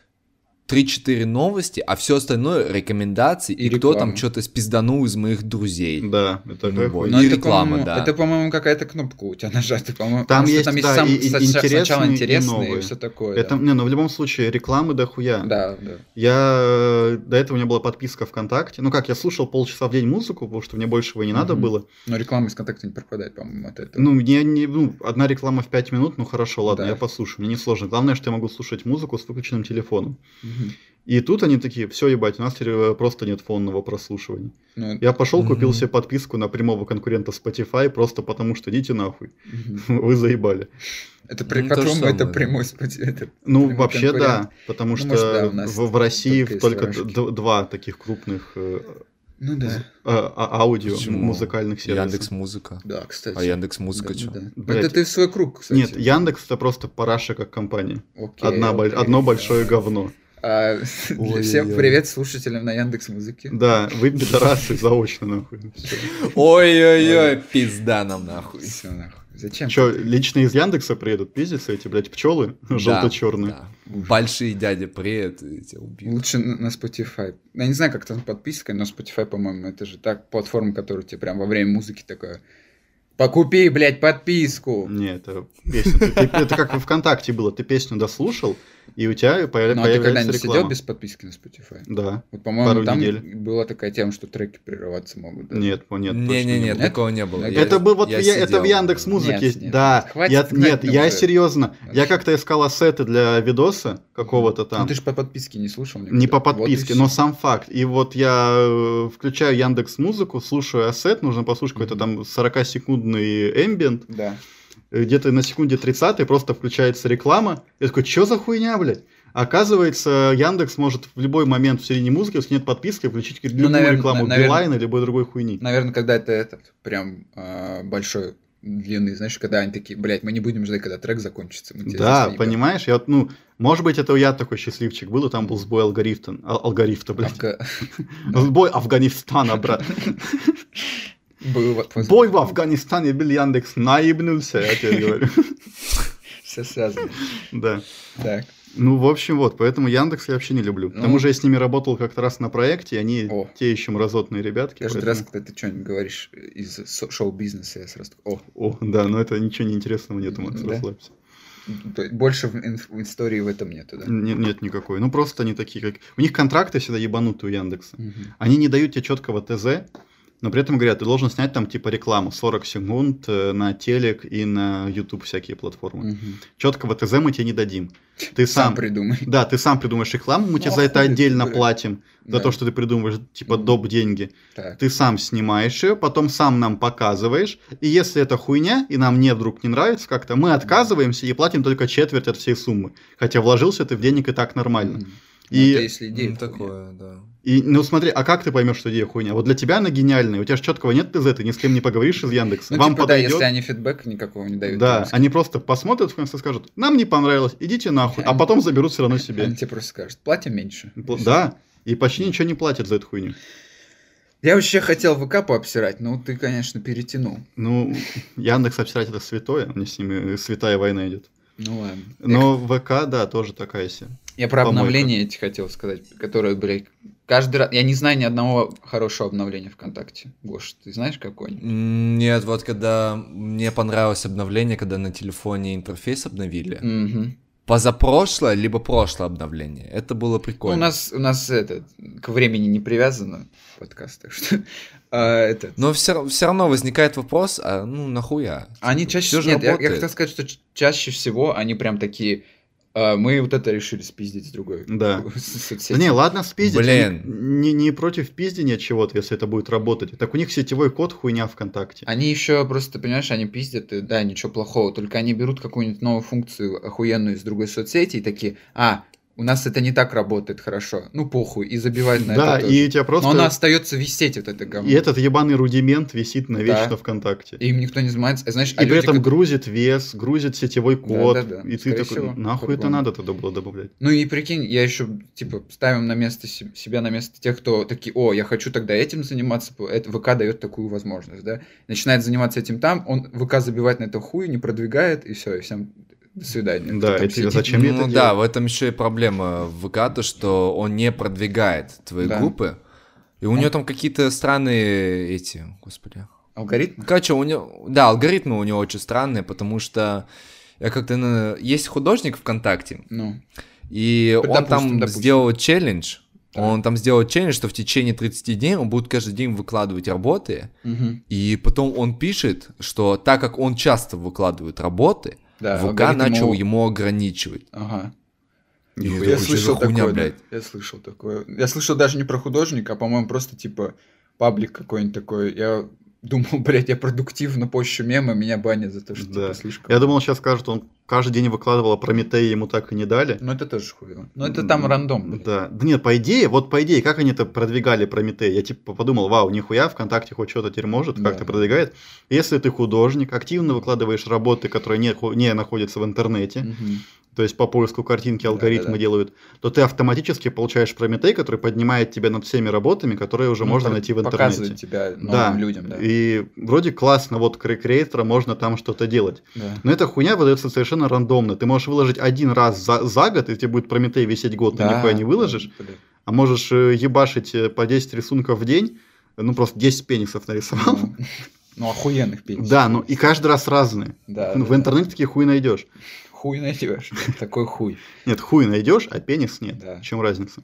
D: 3-4 новости, а все остальное рекомендации, и,
B: И
D: кто там
B: реклама.
D: что-то спизданул из моих друзей.
C: Да,
D: Ну
C: это такая
D: вот.
C: хуйня.
D: Ну, и
B: это,
D: реклама,
B: по-моему,
D: да.
B: Это, по-моему, какая-то кнопка у тебя нажата, по-моему.
C: Там
B: потому что
C: есть,
B: там есть
C: да,
B: сам,
C: и- и
B: сач- сначала
C: интересные, и
B: интересные и,
C: новые.
B: все
D: типа,
B: такое.
C: Это, не, ну в любом случае, рекламы дохуя.
B: да. Да, да.
C: Я э, до этого у меня была подписка ВКонтакте. Ну как, я слушал полчаса в день музыку, потому что мне большего и не надо
B: Мгм.
C: было.
B: Но реклама из контакта не пропадает, по-моему, от этого.
C: Ну, мне не, ну, одна реклама в 5 минут, ну хорошо, ладно,
B: Да.
C: я послушаю. Мне не сложно. Главное, что я могу слушать музыку с выключенным телефоном.
B: Мгм.
C: И тут они такие, все, ебать, у нас теперь, э, просто нет фонного прослушивания.
B: Ну,
C: Я пошел, купил
D: Мгм.
C: себе подписку на прямого конкурента Spotify, просто потому что идите нахуй.
B: мгм.
C: Вы заебали.
B: Это при
D: Ну, то же
B: которому это
D: самое, да.
B: прямой спот- это
C: Ну,
B: прямой
C: вообще
B: конкурент.
C: да, потому
B: Ну,
C: что
B: может, да, у нас
C: в, в России
B: только
C: в- только,
B: СВРшки.
C: д- два таких крупных э,
B: Ну
C: з-
B: да.
C: а- а- аудио
D: Почему?
C: музыкальных сервисов.
D: Яндекс Музыка.
B: Да, кстати.
D: А Яндекс Музыка
B: Да,
D: что?
B: да, да. Ну,
C: Блядь.
B: Это ты в свой круг, кстати.
C: Нет, Яндекс это просто параша как компания.
B: Окей,
C: Одна боль-
B: окей,
C: Одно
B: да.
C: большое говно.
B: А, для всем
D: Ой-ой-ой.
B: привет слушателям на Яндекс Музыке.
C: Да, вы пидорасы заочно нахуй.
D: Ой-ой-ой, пизда нам нахуй.
B: Все нахуй. Зачем?
C: Че, лично из Яндекса приедут пиздиться эти, блядь, пчелы желто-черные.
D: Да, да. Большие дяди привет, я тебя убью.
B: Лучше на на Spotify. Я не знаю, как там подписка, но Spotify, по-моему, это же так платформа, которая тебе прям во время музыки такая. Покупи, блядь, подписку.
C: Не, это песня. Ты- ты- Это как ВКонтакте было. Ты песню дослушал, и у тебя появля-
B: Ну, а ты
C: появляется
B: когда-нибудь сидел
C: реклама.
B: без подписки на Spotify?
C: Да.
B: Вот, по-моему,
C: Пару
B: там
C: недель.
B: была такая тема, что треки прерываться могут. да?
C: Нет, о, нет. точно
D: Не-не-не,
C: было.
D: такого не было.
B: Это
D: Я-
C: Это бы вот
D: я
C: я- это
D: сидел.
C: в Яндекс Музыке
B: Нет,
C: есть.
B: нет.
C: да.
B: Хватит
C: я,
B: гнать
C: нет,
B: на
C: я
B: уже.
C: серьезно. Я
B: Вообще.
C: как-то искал ассеты для видоса какого-то там.
B: Ну, ты же по подписке не слушал никогда.
C: Не по
B: Вот и
C: подписке,
B: всё.
C: но сам факт. И вот я э, включаю а Яндекс Музыку, слушаю ассет, нужно послушать какой-то там 40-секундный эмбиент,
B: Да.
C: э, где-то на секунде 30 просто включается реклама. Я такой, что за хуйня, блядь? Оказывается, Яндекс может в любой момент в середине музыки, если нет подписки, включить
B: Ну,
C: любую
B: наверно,
C: рекламу
B: наверно.
C: Билайна или любой другой хуйни.
B: Наверное, когда это этот прям э, большой, длинный, знаешь, когда они такие, блядь, мы не будем ждать, когда трек закончится. мы тебя
C: Да,
B: здесь не
C: понимаешь, я вот, ну, может быть, это я такой счастливчик был, и там был сбой алгоритм, ал- алгоритма,
B: будем».
C: блядь.
B: Афга-
C: Сбой Афганистана, брат.
B: Бой в Аф-
C: Бой в Афганистане, бил Яндекс, наебнулся, я тебе говорю.
B: Все связано.
C: Да.
B: Так,
C: Ну, в общем, вот, поэтому Яндекс я вообще не люблю. К тому
B: Ну.
C: же я с ними работал как-то раз на проекте, и они
B: О.
C: те еще мразотные ребятки.
B: каждый раз,
C: поэтому-
B: когда ты что-нибудь говоришь из со- шоу-бизнеса, я сразу такой, о,
C: О, да, но это ничего неинтересного нету, Макс,
B: Да.
C: расслабься.
B: то- больше в инф- в истории в этом нету, да?
C: Нет, нет никакой. Ну, просто они такие, как... У них контракты всегда ебанутые у Яндекса.
B: Мгм.
C: Они не дают тебе четкого ТЗ, но при этом говорят, ты должен снять там типа рекламу 40 секунд э, на телек и на YouTube всякие платформы.
B: Мгм.
C: Четкого ТЗ мы тебе не дадим. Ты
B: Сам
C: сам...
B: придумай.
C: Да, ты сам придумаешь рекламу, мы тебе
B: Ну,
C: за это
B: охуеть,
C: отдельно
B: бля.
C: платим, за
B: Да.
C: то, что ты придумываешь, типа,
B: Мгм.
C: доп. деньги.
B: Так.
C: Ты сам снимаешь ее, потом сам нам показываешь, и если это хуйня, и нам не вдруг не нравится как-то, мы отказываемся и платим только четверть от всей суммы. Хотя вложился ты в денег и так нормально.
B: Мгм.
C: И-
B: Ну, это если идея
D: Ну,
B: хуйня.
D: такое, да.
C: И, ну смотри, а как ты поймешь, что идея хуйня? Вот для тебя она гениальная, у тебя же четкого нет ТЗ, ты ни с кем не поговоришь из Яндекса.
B: Ну,
C: Вам
B: типа, да,
C: подойдет.
B: если они фидбэка никакого не дают.
C: Да,
B: там,
C: они просто посмотрят в конце скажут, нам не понравилось, идите нахуй, а
B: Они-
C: потом заберут все равно себе.
B: Они тебе просто скажут, платим меньше.
C: Пл- Да, и почти ничего не платят за эту хуйню.
B: Я вообще хотел ВК пообсирать, но ты, конечно, перетянул.
C: Ну, Яндекс обсирать это святое, мне с ними э, святая война идет.
B: Ну ладно.
C: Но ВК, да, тоже такая себе.
B: Я про
C: Помойка.
B: обновления эти хотел сказать, которые, блядь, каждый раз... Я не знаю ни одного хорошего обновления ВКонтакте. Гош, ты знаешь какой-нибудь?
D: М, Нет, вот когда мне понравилось обновление, когда на телефоне интерфейс обновили.
B: Мгм.
D: Позапрошлое, либо прошлое обновление. Это было
B: Ну,
D: прикольно.
B: у нас, у нас это, к времени не привязано подкаст, так что... а, это,
C: Ну,
D: Но все, равно возникает вопрос, а ну нахуя?
B: Они
D: Типа,
B: чаще...
D: всё же
B: Нет, я, я
D: работает.
B: хотел сказать, что ч- чаще всего они прям такие... «А, мы вот это решили спиздить с другой.
C: Да.
B: с- соцсети».
C: Да не, ладно, спиздить.
D: Блин.
C: они Не, не против пиздения чего-то, если это будет работать. Так у них сетевой код хуйня ВКонтакте.
B: Они еще просто, понимаешь, они пиздят, и, да, ничего плохого, только они берут какую-нибудь новую функцию охуенную из другой соцсети и такие, а, у нас это не так работает хорошо, ну похуй, и забивают на
C: да,
B: ну, это тоже.
C: и у тебя просто...
B: Но она остается висеть, вот это говно.
C: И этот ебаный рудимент висит навечно
B: Да.
C: ВКонтакте. И,
B: Им никто не занимается. А Знаешь, а
C: при
B: люди,
C: этом
B: как-
C: грузит вес, грузит сетевой код.
B: Да-да-да,
C: И ты
B: скорее
C: такой,
B: всего,
C: нахуй это
B: по-любому.
C: надо тогда было добавлять?
B: Ну и прикинь, я еще, типа, ставим на место се- себя на место тех, кто такие, о, я хочу тогда этим заниматься, п- это, ВК дает такую возможность, да. Начинает заниматься этим там, он ВК забивает на это хуй, не продвигает, и все, и всем до свидания. Кто
C: Да,
B: там
C: и ты-
B: сидит,
C: зачем мне это
D: Ну
C: делать?
D: да, в этом еще и проблема в ВК, то что он не продвигает твои
B: Да.
D: группы. И у
B: Он-
D: него там какие-то странные эти, господи.
B: Алгоритм?
D: Короче, у него, да, алгоритмы у него очень странные, потому что я как-то на- есть художник ВКонтакте,
B: Ну,
D: И
B: Допустим,
D: он там
B: допустим.
D: сделал челлендж.
B: Так.
D: Он там сделал челлендж, что в течение 30 дней он будет каждый день выкладывать работы.
B: мгм.
D: И потом он пишет, что так как он часто выкладывает работы,
B: Да,
D: ВК
B: алгоритм
D: начал
B: у-
D: ему ограничивать.
B: Ага.
D: И
C: Нихуя
D: я
C: себе.
D: такой, слышал. за хуйня,
B: такое, да.
D: блядь?
B: Я слышал такое. Я слышал даже не про художника, а, по-моему, просто типа паблик какой-нибудь такой. Я думал, блядь, я продуктивно пощу мемы, меня банят за то, что
C: Да.
B: типа, слишком.
C: Я думал, сейчас скажут, он каждый день выкладывал, а Прометея ему так и не дали.
B: Ну это тоже хуево. Но это там рандом. блядь.
C: Да. Да нет, по идее, вот по идее, как они это продвигали Прометей? Я типа подумал, вау, нихуя, ВКонтакте хоть что-то теперь может,
B: Да.
C: как-то продвигает. Если ты художник, активно выкладываешь работы, которые не, ху- не находятся в интернете,
B: Мгм.
C: то есть по поиску картинки
B: Да,
C: алгоритмы
B: да, да.
C: делают, то ты автоматически получаешь Прометей, который поднимает тебя над всеми работами, которые уже
B: Ну,
C: можно
B: про-
C: найти в интернете.
B: Показывает тебя новым
C: Да.
B: людям, да.
C: И вроде классно, вот к рекреатора можно там что-то делать.
B: Да.
C: Но эта хуйня выдается совершенно рандомно. Ты можешь выложить один раз за, за год, и тебе будет Прометей висеть год, ты
B: Да,
C: нихуя не
B: да,
C: выложишь.
B: блядь.
C: А можешь э, ебашить э, по 10 рисунков в день, э, ну просто 10 пенисов нарисовал.
B: Ну, Ну, охуенных пенисов.
C: Да, ну и каждый раз разные.
B: Да,
C: Ну,
B: да,
C: В
B: да.
C: интернете такие хуй найдешь.
B: Хуй найдешь. блядь, Такой хуй.
C: Нет, хуй найдешь, а пенис нет.
B: Да.
C: В чем разница?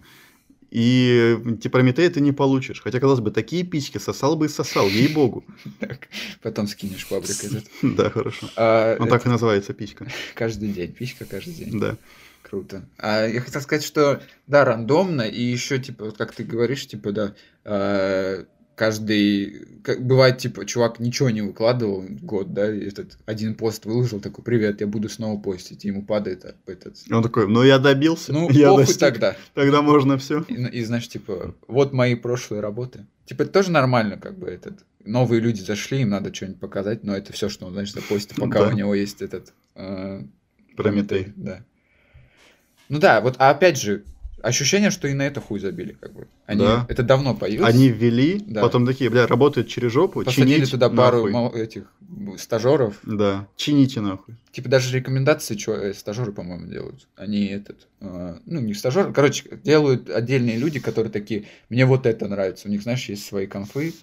C: И э, типа Прометея ты не получишь. Хотя, казалось бы, такие письки сосал бы и сосал, ей-богу.
B: Так, Потом скинешь паблик этот.
C: Да, хорошо.
B: А,
C: Он так и называется, писька.
B: Каждый день, писька каждый день.
C: Да.
B: Круто. А я хотел сказать, что да, рандомно, и еще, типа, вот как ты говоришь, типа, да, э, каждый... как- бывает, типа, чувак ничего не выкладывал год, да, и этот один пост выложил, такой, привет, я буду снова постить, и ему падает а, этот...
C: И Он такой, ну я добился.
B: Ну,
C: я
B: похуй
C: достиг.
B: тогда.
C: Тогда можно все.
B: И, и, знаешь, типа, вот мои прошлые работы. Типа, это тоже нормально, как бы, этот... Новые люди зашли, им надо что-нибудь показать, но это все, что он, значит, запостит, пока
C: Да.
B: у него есть этот... э,
C: Прометей.
B: Да. Ну да, вот, а опять же, ощущение, что и на это хуй забили, как бы. Они,
C: Да.
B: Это давно появилось.
C: Они ввели,
B: Да.
C: потом такие, бля, работает через жопу,
B: Посадили
C: чините
B: туда пару
C: нахуй.
B: мал- этих м, стажеров.
C: Да, чините нахуй.
B: Типа даже рекомендации чё, э, стажеры, по-моему, делают. Они этот, э, ну не стажеры, короче, делают отдельные люди, которые такие, мне вот это нравится. У них, знаешь, есть свои конфы,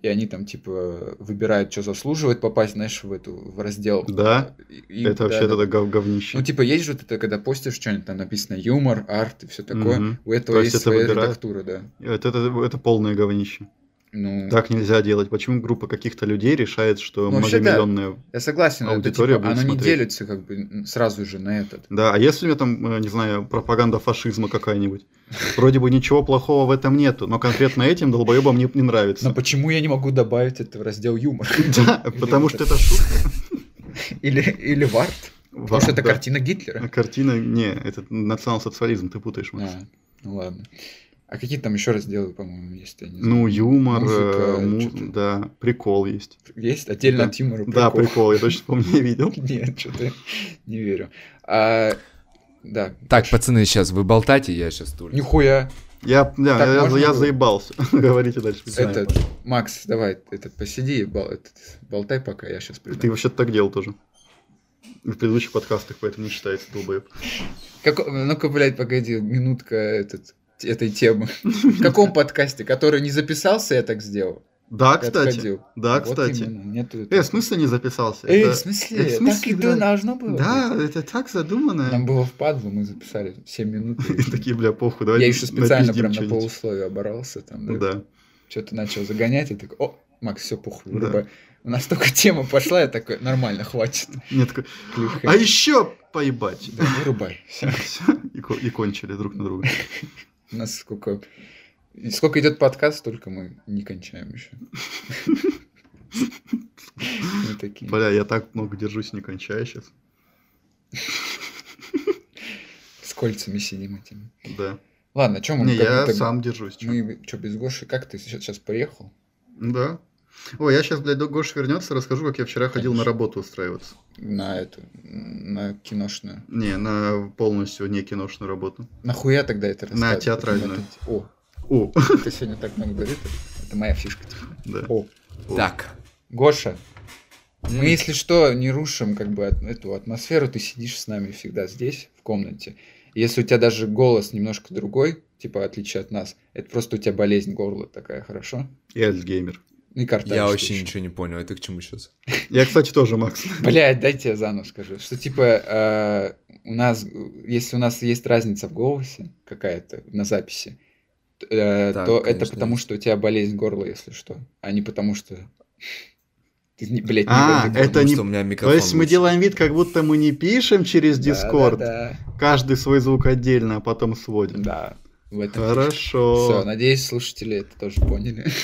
B: и они там типа выбирают, что заслуживает попасть, знаешь, в эту в раздел.
C: Да?
B: И- и-
C: это вообще
B: да, да.
C: тогда гов- говнище.
B: Ну, типа, есть же вот это, когда постишь что-нибудь, там написано юмор, арт и все такое.
C: Мгм.
B: У этого
C: То
B: есть,
C: есть это
B: своя
C: выбирают?
B: редактура, да.
C: это, это, это полное говнище.
B: Ну,
C: Так нельзя делать. Почему группа каких-то людей решает, что
B: Ну, вообще, да.
C: многомиллионная
B: я согласен, это, типа,
C: аудитория будет
B: оно не
C: смотреть.
B: делится как бы н- сразу же на этот.
C: Да, а если у меня там, э, не знаю, пропаганда фашизма какая-нибудь? Вроде бы ничего плохого в этом нету, но конкретно этим долбоебам не, не
B: Но
C: нравится.
B: почему я не могу добавить это в раздел юмор?
C: Да,
B: Или
C: потому
B: вот
C: что это шутка.
B: Или, или в арт? Потому что это
C: Да. Ну,
B: картина Гитлера.
C: Картина, не, это национал-социализм, ты путаешь, Макс.
B: А, ну ладно. А какие там еще разделы, по-моему, есть? Я не знаю.
C: Ну, юмор, э,
B: Музыка,
C: му-
B: чё-то.
C: да, прикол есть.
B: Есть отдельно
C: да.
B: от юмора
C: Да, прикол, я точно помню, я видел.
B: Нет, что-то не верю. А, да.
D: Так, пацаны, сейчас вы болтайте, я сейчас тут.
B: Нихуя.
C: Я, да,
B: Так
C: я-
B: можно
C: я
B: было?
C: заебался. Говорите дальше.
B: Это- Макс, давай, этот, посиди, и бол- этот, болтай пока, я сейчас приду.
C: Ты вообще так делал тоже. В предыдущих подкастах, поэтому не считается долбоеб.
B: Како- Ну-ка, блядь, погоди, минутка этот, этой темы. В каком подкасте, который не записался, я так сделал?
C: Да,
B: Я
C: кстати.
B: отходил.
C: Да,
B: Вот
C: кстати.
B: именно, нету этого.
C: Э, в смысле не записался?
B: Эй,
C: Это-
B: в смысле?
C: э, в
B: так
C: смысле,
B: и
C: да.
B: должно было.
C: Да, это так задумано.
B: Нам было впадло, мы записали 7 минут. и-
C: И такие, бля, похуй, давай
B: Я еще специально
C: напиздим
B: прям на
C: чё-нибудь.
B: полусловие оборвался там. Да.
C: Да.
B: Что-то начал загонять, и такой, о, Макс, все похуй,
C: Да.
B: вырубай». У нас только тема пошла, я такой, нормально, хватит.
C: Мне такой,
B: Кликхэ.
C: а еще поебать.
B: Да, вырубай. Всё.
C: Всё, и ко- И кончили друг на друга.
B: У нас сколько... и Сколько идет подкаст, только мы не кончаем еще. Мы такие.
C: Бля, я так много держусь, не кончаю сейчас.
B: С кольцами сидим этими.
C: Да.
B: Ладно, чем мы?
C: Не,
B: как
C: я
B: будто
C: сам держусь. чё.
B: Мы что, без Гоши? Как ты сейчас приехал?
C: Да. Ой, я сейчас, блядь, до Гоша вернется, расскажу, как я вчера ходил на
B: Конечно.
C: работу устраиваться.
B: На эту, на киношную.
C: Не, на полностью не киношную работу.
B: Нахуя тогда это
C: На
B: рассказывать?
C: театральную.
B: О,
C: О,
B: ты сегодня так много говоришь. Это моя фишка. типа.
C: да.
B: О,
D: Так.
B: Гоша,
C: Ну,
B: мы, если что, не рушим как бы от- эту атмосферу. Ты сидишь с нами всегда здесь, в комнате. Если у тебя даже голос немножко другой, типа, в отличие от нас, это просто у тебя болезнь горла такая, хорошо?
C: И Альцгеймер.
B: И карта.
D: Я вообще ничего не понял, это к чему сейчас?
C: Я, кстати, тоже, Макс.
B: Блять, дайте я заново скажу. Что типа э, у нас, если у нас есть разница в голосе какая-то на записи, т- э,
D: Так,
B: то это
D: конечно,
B: потому,
D: есть.
B: что у тебя болезнь горла, если что, а не потому, что ты не, блядь, не
C: А,
B: валидный.
C: это
D: Потому
C: не-
D: что у меня микрофон
C: То есть мы
D: лучше.
C: делаем вид, как будто мы не пишем через Дискорд.
B: Да,
C: Каждый свой звук отдельно, а потом
B: да,
C: сводим.
B: да. Да, в этом. Все,
C: Хорошо.
B: надеюсь, слушатели это тоже поняли.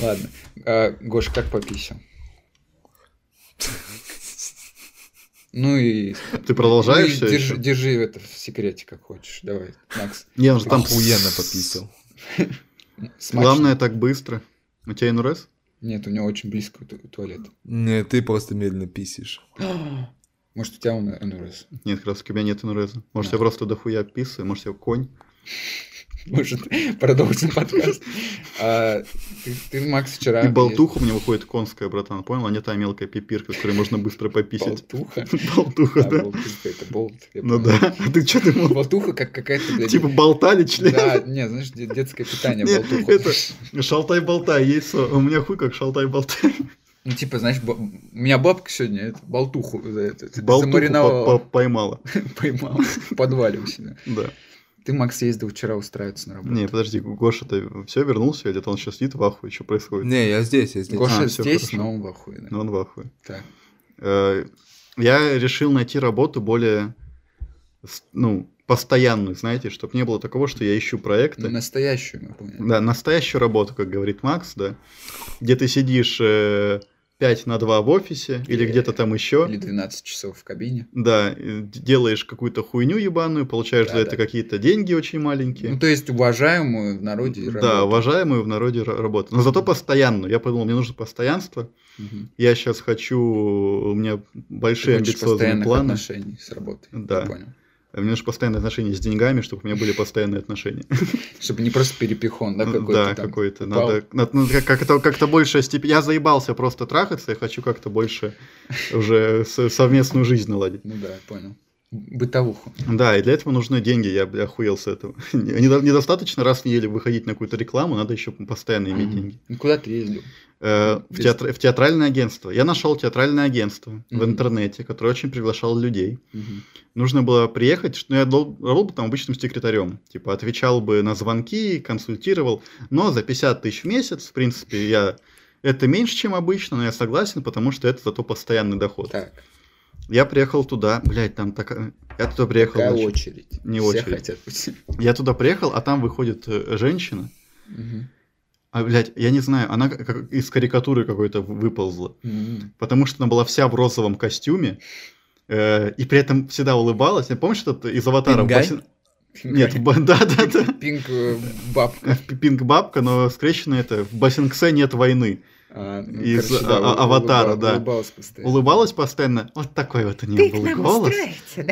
B: Ладно. А, Гош, как пописал? Ну и
C: Ты продолжаешь
B: Ну
C: все
B: и держи, держи это в секрете, как хочешь. Давай, Макс.
C: Не, он же там
D: Охуенно пописал.
B: смачно.
C: Главное, так быстро. У тебя НРС?
B: Нет, у него очень близко ту- туалет.
D: Не, ты просто медленно писишь.
B: Может, у тебя он НРС?
C: Нет, как раз у тебя нет НРС. Может,
B: Да.
C: я просто дохуя писаю, может, я конь.
B: Может, продолжим подкаст. А, ты, ты, Макс, вчера...
C: И болтуха у меня выходит конская, братан, понял? А не та мелкая пипирка, которую можно быстро
B: есть-
C: пописать.
B: Болтуха.
C: Болтуха,
B: А,
C: да.
B: болтушка, это болт. я
C: Ну
B: понял.
C: да. А ты что думал?
B: Болтуха как какая-то... блядь,
C: Типа болтали член?
B: Да, не, знаешь, де- детское питание,
C: Не,
B: болтуха.
C: это- Шалтай-болтай, есть со- У меня хуй как шалтай-болтай.
B: Ну, типа, знаешь, бо- у меня бабка сегодня это, болтуху за это,
C: Болтуху по-
B: замариновала,
C: по- поймала.
B: поймала в подвале у себя.
C: Да.
B: Ты, Макс, ездил вчера устраиваться на работу.
C: Не, подожди, Гоша, ты все вернулся или это он сейчас сидит в ахуе, что происходит?
D: Не, я здесь, я здесь.
B: Гоша
C: А, всё
B: здесь,
C: хорошо.
B: но он в ахуе, да.
C: Ну, он в ахуе.
B: Так.
C: Э, я решил найти работу более, с- ну, постоянную, знаете, чтобы не было такого, что я ищу проекты.
B: ну, Настоящую, мы поняли.
C: Да, настоящую работу, как говорит Макс, да. Где ты сидишь э, 5 на 2 в офисе или
B: Или-
C: где-то там еще.
B: Или 12 часов в кабине.
C: Да, э, д- делаешь какую-то хуйню ебаную, получаешь
B: Да,
C: за это
B: да.
C: какие-то деньги очень маленькие.
B: Ну, то есть уважаемую в народе
C: да,
B: работу.
C: уважаемую в народе ра- работу. Но зато постоянно. Я подумал, мне нужно постоянство.
B: Мгм.
C: Я сейчас хочу, у меня
B: Ты
C: большие
B: хочешь
C: амбициозные
B: постоянных
C: планы.
B: отношений с работой.
C: Да.
B: Я понял.
C: Мне нужно постоянные отношения с деньгами, чтобы у меня были постоянные отношения.
B: Чтобы не просто перепихон, да, какой-то
C: Да,
B: там.
C: какой-то.
B: упал.
C: Надо, надо- надо как- как-то как-то больше степень. Я заебался просто трахаться, я хочу как-то больше уже со- совместную жизнь наладить.
B: Ну да, понял. Бытовуху.
C: Да, и для этого нужны деньги, я бля, охуел с этого. Недо- Недостаточно раз в неделю выходить на какую-то рекламу, надо еще постоянно иметь деньги.
B: Ну, куда ты ездил?
C: Э, в,
B: Без-
C: театр- в театральное агентство. Я нашел театральное агентство в
B: Мгм.
C: интернете, которое очень приглашало людей.
B: Мгм.
C: Нужно было приехать, что я дол- работал бы там обычным секретарем. Типа отвечал бы на звонки, консультировал. Но за 50 тысяч в месяц, в принципе, я... Это меньше, чем обычно, но я согласен, потому что это зато постоянный доход.
B: Так,
C: Я приехал туда, блядь, там такая... Я туда приехал,
B: какая
C: значит,
B: очередь?
C: не
B: Все
C: очередь.
B: хотят быть.
C: я туда приехал, а там выходит э, женщина.
B: Мгм.
C: А, блядь, я не знаю, она как- как из карикатуры какой-то выползла.
B: Мгм.
C: потому что она была вся в розовом костюме, э, и при этом всегда улыбалась. Я помнишь, этот из аватара?
D: Пингай?
C: Баси- Нет, да-да-да.
B: Пинг э, бабка.
C: Пинг-бабка, но скрещено это. В Басингсе нет войны.
B: А, ну,
C: Из,
B: короче,
C: а-
B: да,
C: а- «Аватара», да.
B: Улыбалась постоянно.
C: Улыбалась постоянно. Вот такой вот у нее был голос.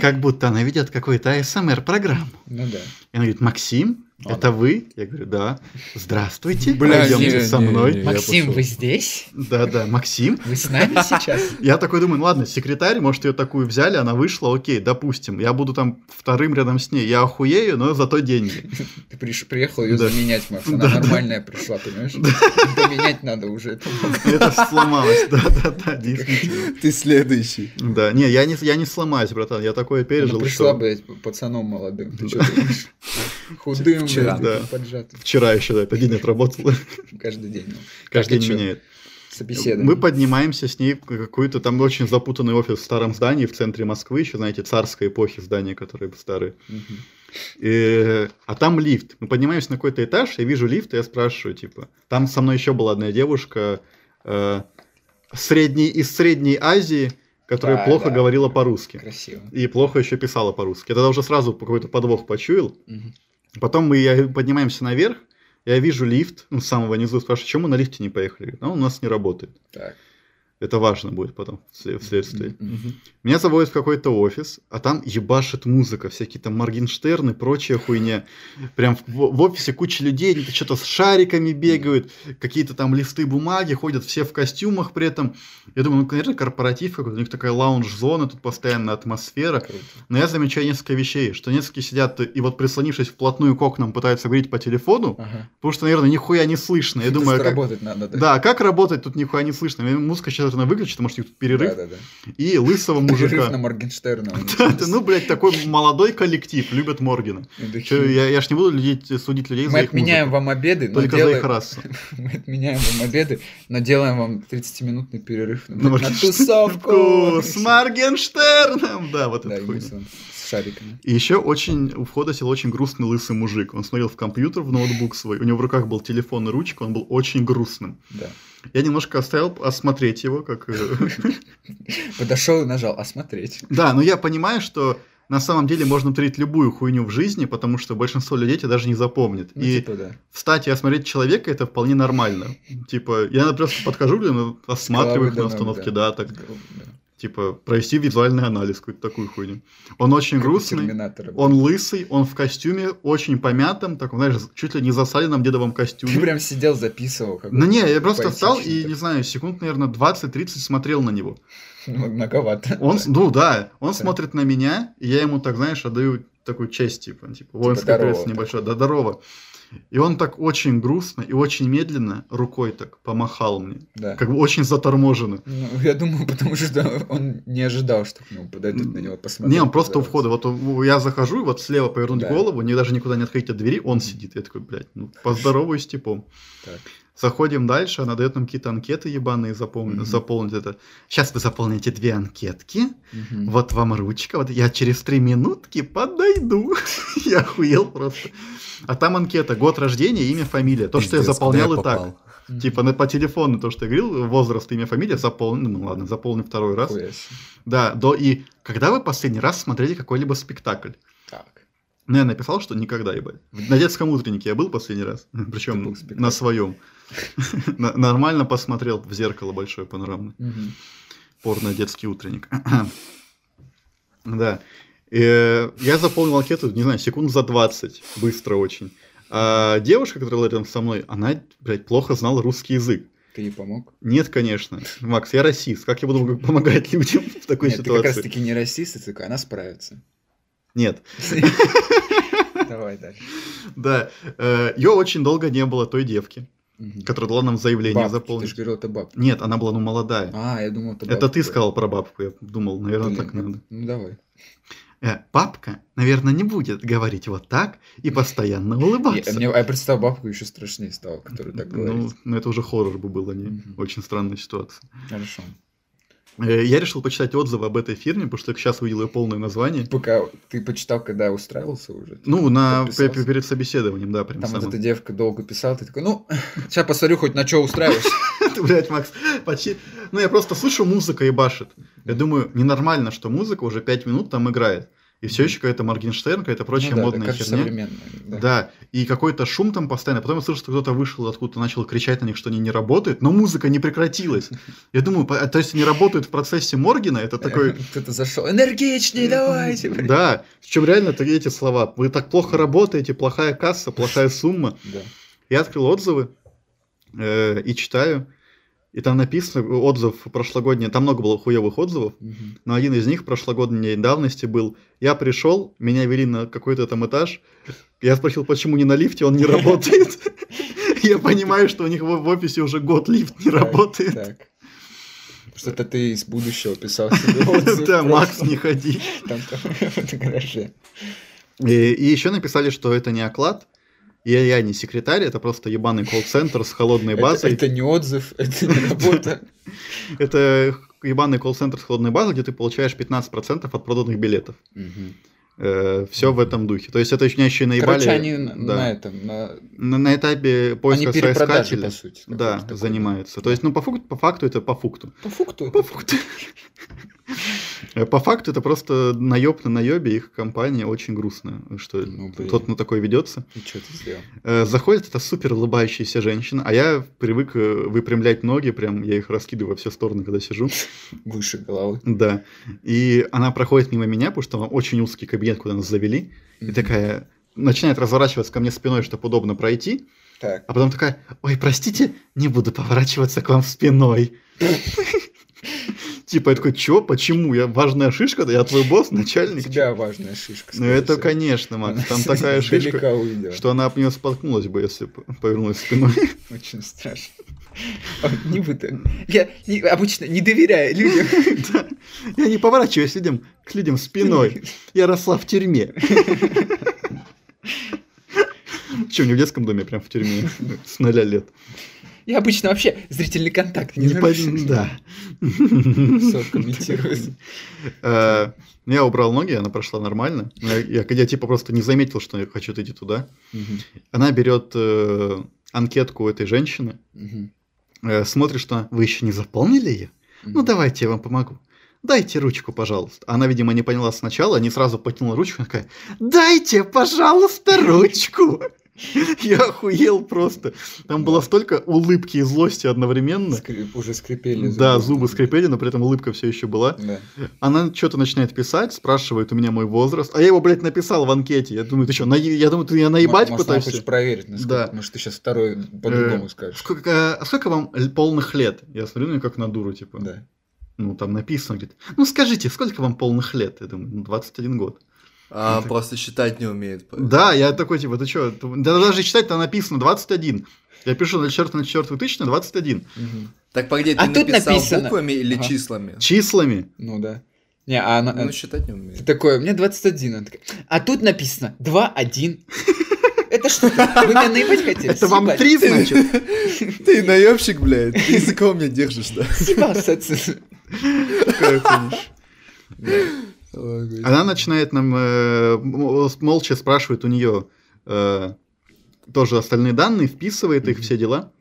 C: Как будто она ведет какую-то АСМР-программу.
B: Ну да.
C: И она говорит, Максим,
B: Она.
C: это вы? Я говорю, да. Здравствуйте,
D: Бля,
C: пойдемте
D: не,
C: со
D: не, не,
C: мной.
D: Я пошел.
B: здесь?
C: Да-да, Максим,
B: Вы с нами сейчас?
C: Я такой думаю, ну ладно, секретарь, может, ее такую взяли, она вышла, окей, допустим, я буду там вторым рядом с ней, я охуею, но зато деньги.
B: Ты приш- приехал ее
C: Да.
B: заменять, Макс. Она
C: Да, да.
B: нормальная пришла, понимаешь? Поменять надо уже. это.
C: И Это сломалось, да-да-да, действительно.
D: Ты следующий.
C: Да, не, я не, я не сломаюсь, братан, я такое
B: Она
C: пережил,
B: пришла,
C: что
B: блядь, пацаном молодым. Ты что думаешь? Худым,
D: Вчера.
B: блядь,
C: Да.
B: таким поджатым.
C: вчера еще, да, этот день отработал,
B: Каждый день. ну,
C: каждый
B: и
C: день
B: чё?
C: меняет.
B: Собеседование.
C: Мы поднимаемся с ней в какой-то там очень запутанный офис в старом здании в центре Москвы, еще, знаете, царской эпохи здания, которые старые.
B: Мгм.
C: И- а там лифт. Мы поднимаемся на какой-то этаж, я вижу лифт, и я спрашиваю, типа, там со мной еще была одна девушка э, средней, из Средней Азии, которая
B: Да,
C: плохо
B: да.
C: говорила по-русски.
B: Красиво.
C: И плохо еще писала по-русски. Я тогда уже сразу какой-то подвох почуял.
B: Мгм.
C: Потом мы я- поднимаемся наверх, я вижу лифт, ну, с самого низу, спрашиваю, чем мы на лифте не поехали? Говорит, «А он у нас не работает.
B: Так.
C: Это важно будет потом, всле- вследствие.
B: Мгм.
C: Меня заводят в какой-то офис, а там ебашит музыка, всякие там Моргенштерны, прочая хуйня. Прям в, в офисе куча людей, они что-то с шариками бегают, какие-то там листы бумаги, ходят все в костюмах при этом. Я думаю, ну, конечно, корпоратив какой-то, у них такая лаунж-зона, тут постоянная атмосфера.
B: Круто.
C: Но я замечаю несколько вещей, что несколько сидят и вот прислонившись вплотную к окнам пытаются говорить по телефону,
B: Ага.
C: потому что, наверное, нихуя не слышно. Я
B: Тут
C: думаю, а как...
B: работать надо,
C: Да, а как работать тут нихуя не слышно? Музыка сейчас, наверное, выключит, потому что у них тут перерыв.
B: Да, да, да.
C: И лысого
B: Перерыв
C: мужика.
B: на Моргенштерна.
C: Да, да, ну, блядь, такой молодой коллектив, любят Моргена. Чё,
B: Мы
C: я, я ж не буду людей, судить людей за их
B: отменяем
C: музыку,
B: вам обеды, но
C: только за их
B: делаем...
C: расу.
B: Мы отменяем вам обеды, но делаем вам 30-минутный перерыв на, на
C: Ну,
B: тусовку.
C: С Моргенштерном! Да, вот
B: Да,
C: это
B: и мы
C: хуйня.
B: с вами с шариками.
C: И еще очень у входа сидел очень грустный лысый мужик. Он смотрел в компьютер, в ноутбук свой. У него в руках был телефон и ручка, он был очень грустным.
B: Да.
C: Я немножко оставил осмотреть его, как... э,
B: Подошел и нажал «Осмотреть».
C: Да, но я понимаю, что на самом деле можно творить любую хуйню в жизни, потому что большинство людей тебя даже не запомнит.
B: Ну,
C: И
B: типа, да.
C: встать и осмотреть человека, это вполне нормально. Типа, я просто подхожу, блин, ну, осматриваю их
B: головы
C: на
B: до ног,
C: остановке, да,
B: да.
C: так,
B: Да.
C: типа, провести визуальный анализ, какую-то такую хуйню. Он очень
B: Как у
C: грустный,
B: Терминатора.
C: он лысый, он в костюме, очень помятом, таком, знаешь, чуть ли не засаленном дедовом
B: Ты
C: костюме.
B: прям сидел, записывал. как
C: Ну
B: бы,
C: не, я просто встал и,
B: поэтично
C: не знаю, секунд, наверное, 20-30 смотрел на него.
B: так. Ну, Многовато.
C: Он, с- ну да, он
B: Да.
C: смотрит на меня, и я ему так, знаешь, отдаю такую честь, типа, типа, воинская
B: здорово,
C: пресса
B: так.
C: небольшая, да, здорово. И он так очень грустно и очень медленно рукой так помахал мне,
B: Да.
C: как бы очень заторможенно.
B: Ну, я думаю, потому что он не ожидал, что к нему подойдут на него посмотреть.
C: Не, он просто у
B: поздороваться.
C: входа, вот у- я захожу, и вот слева повернуть
B: Да.
C: голову, не даже никуда не отходить от двери, он сидит. Я такой, блядь, ну, поздороваюсь с типом.
B: Так.
C: Заходим дальше, она дает нам какие-то анкеты ебаные запомни-
B: Мгм.
C: заполнить это. Сейчас вы заполните две анкетки,
B: Мгм.
C: вот вам ручка, вот я через три минутки подойду. Я охуел просто. А там анкета, год рождения, имя, фамилия. То, что я
D: Пиздец,
C: заполнял
D: куда я
C: и так.
D: попал?
B: Мгм.
C: Типа на, по телефону то, что я говорил, возраст, имя, фамилия, заполнил, ну ладно, заполнил второй раз.
B: Хуя себе.
C: Да, до и когда вы последний раз смотрели какой-либо спектакль?
B: Так.
C: Ну, я написал, что никогда, ебать. В- На детском утреннике я был последний раз, причем
B: был спектакль.
C: на своем. На- Нормально посмотрел в зеркало большое панорамное.
B: Мгм.
C: Порно детский утренник. Да. Э, Я заполнил анкету, не знаю, секунд за 20, быстро очень. А девушка, которая была рядом со мной, она, блядь, плохо знала русский язык.
B: Ты ей помог?
C: Нет, конечно. Макс, я расист. Как я буду помогать людям в такой
B: Нет, ты как раз
C: ситуации?
B: таки не расист, и ты такой, она справится.
C: Нет.
B: Давай дальше.
C: Да. Ее очень долго не было, той девки,
B: Мгм.
C: которая дала нам заявление
B: Бабки, Ты же
C: заполнить.
B: говорил, это бабка.
C: Нет, она была, ну, молодая.
B: А, я думал, это бабка.
C: Это ты сказал про бабку, я думал, наверное,
B: Блин,
C: так
B: ну-
C: надо.
B: Ну давай.
C: Э, Бабка, наверное, не будет говорить вот так и постоянно
B: Я,
C: улыбаться.
B: мне, а я представил бабку еще страшнее стало, которая так
C: Ну,
B: говорит.
C: ну, это уже хоррор бы было, не?
B: Мгм.
C: Очень странная ситуация.
B: Хорошо.
C: Э, Я решил почитать отзывы об этой фирме, потому что я сейчас увидел ее полное название.
B: Пока ты почитал, когда устраивался уже.
C: Ну, на, пе-
B: Подписался.
C: пе- перед собеседованием, да, прям
B: Там вот
C: самое.
B: эта девка долго писала, ты такой, ну, сейчас посмотрю хоть на что устраиваешься.
C: Ты, блядь, Макс, почти... Ну, я просто слышу, музыка ебашит. Я думаю, ненормально, что музыка уже 5 минут там играет. И все еще какая-то Моргенштерн, какая-то прочая
B: Ну да,
C: модная
B: так, короче,
C: херня.
B: современная,
C: Да.
B: да.
C: и какой-то шум там постоянно. Потом я слышу, что кто-то вышел откуда-то, начал кричать на них, что они не работают, но музыка не прекратилась. Я думаю, по- то есть они работают в процессе Моргена, это такой...
B: Кто-то зашел, энергичнее, давайте. блин».
C: Да, в чем реально это эти слова. Вы так плохо работаете, плохая касса, плохая сумма.
B: Да.
C: Я открыл отзывы э, и читаю. И там написано э, отзыв прошлогодний. Там много было хуевых отзывов,
B: Мгм.
C: но один из них прошлогодней давности был. Я пришел, меня вели на какой-то там этаж. Я спросил, почему не на лифте, он не работает. Я понимаю, что у них в в офисе уже год лифт не
B: Так,
C: работает.
B: Так. Что-то ты из будущего писал себе отзыв
C: Да,
B: в
C: Макс,
B: прошлом.
C: не ходи.
B: Там в гараже.
C: И, еще написали, что это не оклад, и я не секретарь, это просто ебаный колл-центр с холодной
B: Это-
C: базой.
B: Это не отзыв, это не работа.
C: Это ебаный колл-центр с холодной базы, где ты получаешь 15% от проданных билетов. все в этом духе. То есть это еще меня еще и наебали.
B: Короче, они на-
C: да.
B: на этом, на-
C: на, на этапе поиска
B: они перепродажи,
C: соискателя
B: по сути.
C: да,
B: какой-то такой.
C: занимаются. То есть, ну, по, фук- по факту это по фукту.
B: По фукту. это
C: По фукту. Э, По факту это просто наеб на наебе, их компания очень грустная, что
B: Ну, блин.
C: тот на такой ведется.
B: И что ты сделал?
C: Э, Заходит эта супер улыбающаяся женщина, а я привык э, выпрямлять ноги, прям я их раскидываю во все стороны, когда сижу.
B: Выше головы.
C: Да. И она проходит мимо меня, потому что там очень узкий кабинет, куда нас завели. И
B: Мгм.
C: такая начинает разворачиваться ко мне спиной, чтобы удобно пройти.
B: Так.
C: А потом такая, ой, простите, не буду поворачиваться к вам спиной. Типа, я такой, чё, почему? Я важная шишка, да я твой босс,
B: У
C: начальник.
B: тебя важная шишка.
C: Ну это, конечно, Макс, там такая шишка,
B: уйдет.
C: что она об нее споткнулась бы, если бы повернулась спиной.
B: Очень страшно. А, Не выдо- Я не- обычно не доверяю людям.
C: Да. Я не поворачиваюсь людям, к людям спиной. Я росла в тюрьме. Че, не в детском доме, а прям в тюрьме. С нуля лет.
B: Я обычно вообще зрительный контакт не
C: Не по-
B: нарушаю.
C: Да.
B: Всё комментирует.
C: Э, Я убрал ноги, она прошла нормально. Но Я, я- я типа просто не заметил, что я хочу идти туда.
B: Мгм.
C: Она берет э, анкетку этой женщины,
B: Мгм.
C: э, смотрит, что она, вы еще не заполнили ее? Ну
B: Мгм.
C: давайте я вам помогу. Дайте ручку, пожалуйста. Она, видимо, не поняла сначала, не сразу потянула ручку, она такая, дайте, пожалуйста, ручку. Я охуел просто. Там было столько улыбки и злости одновременно.
B: Скрип- Уже скрипели.
C: Да, зубы скрипели, но при этом улыбка все еще была.
B: Да.
C: Она что-то начинает писать, спрашивает у меня мой возраст. А я его, блядь, написал в анкете. Я думаю, ты что, я думаю, ты меня наебать
B: М- может, она хочет
C: пытаешься?
B: проверить, насколько.
C: Да. Э,
B: Может, ты сейчас второй по-другому скажешь.
C: Сколько, а сколько вам л- полных лет? Я смотрю на нее как на дуру, типа.
B: Да.
C: Ну, там написано, говорит, ну скажите, сколько вам полных лет? Я думаю, «Ну, 21 год.
D: А, просто считать не умеет. поэтому.
C: Да, я такой, типа, ты что? Да даже читать-то написано 21. Я пишу 0,4 на 4 тысяч на 21.
B: Мгм.
D: Так погоди, ты
B: А тут
D: написал
B: написано.
D: буквами или
B: Ага.
D: числами?
C: Числами.
B: Ну да. Не, а она...
C: Ну
D: Ну, считать не умеет.
B: Ты такой, мне 21. Она такая, а тут написано 2-1. Это это что? Вы меня наебать хотели?
C: Это вам
B: Съебать.
C: три, значит?
D: Ты наебщик, блядь, ты языком меня держишь, да?
B: Съебался отсюда.
D: Ой, блядь.
C: Она начинает нам э, м- молча спрашивает у нее э, тоже остальные данные, вписывает их, все дела.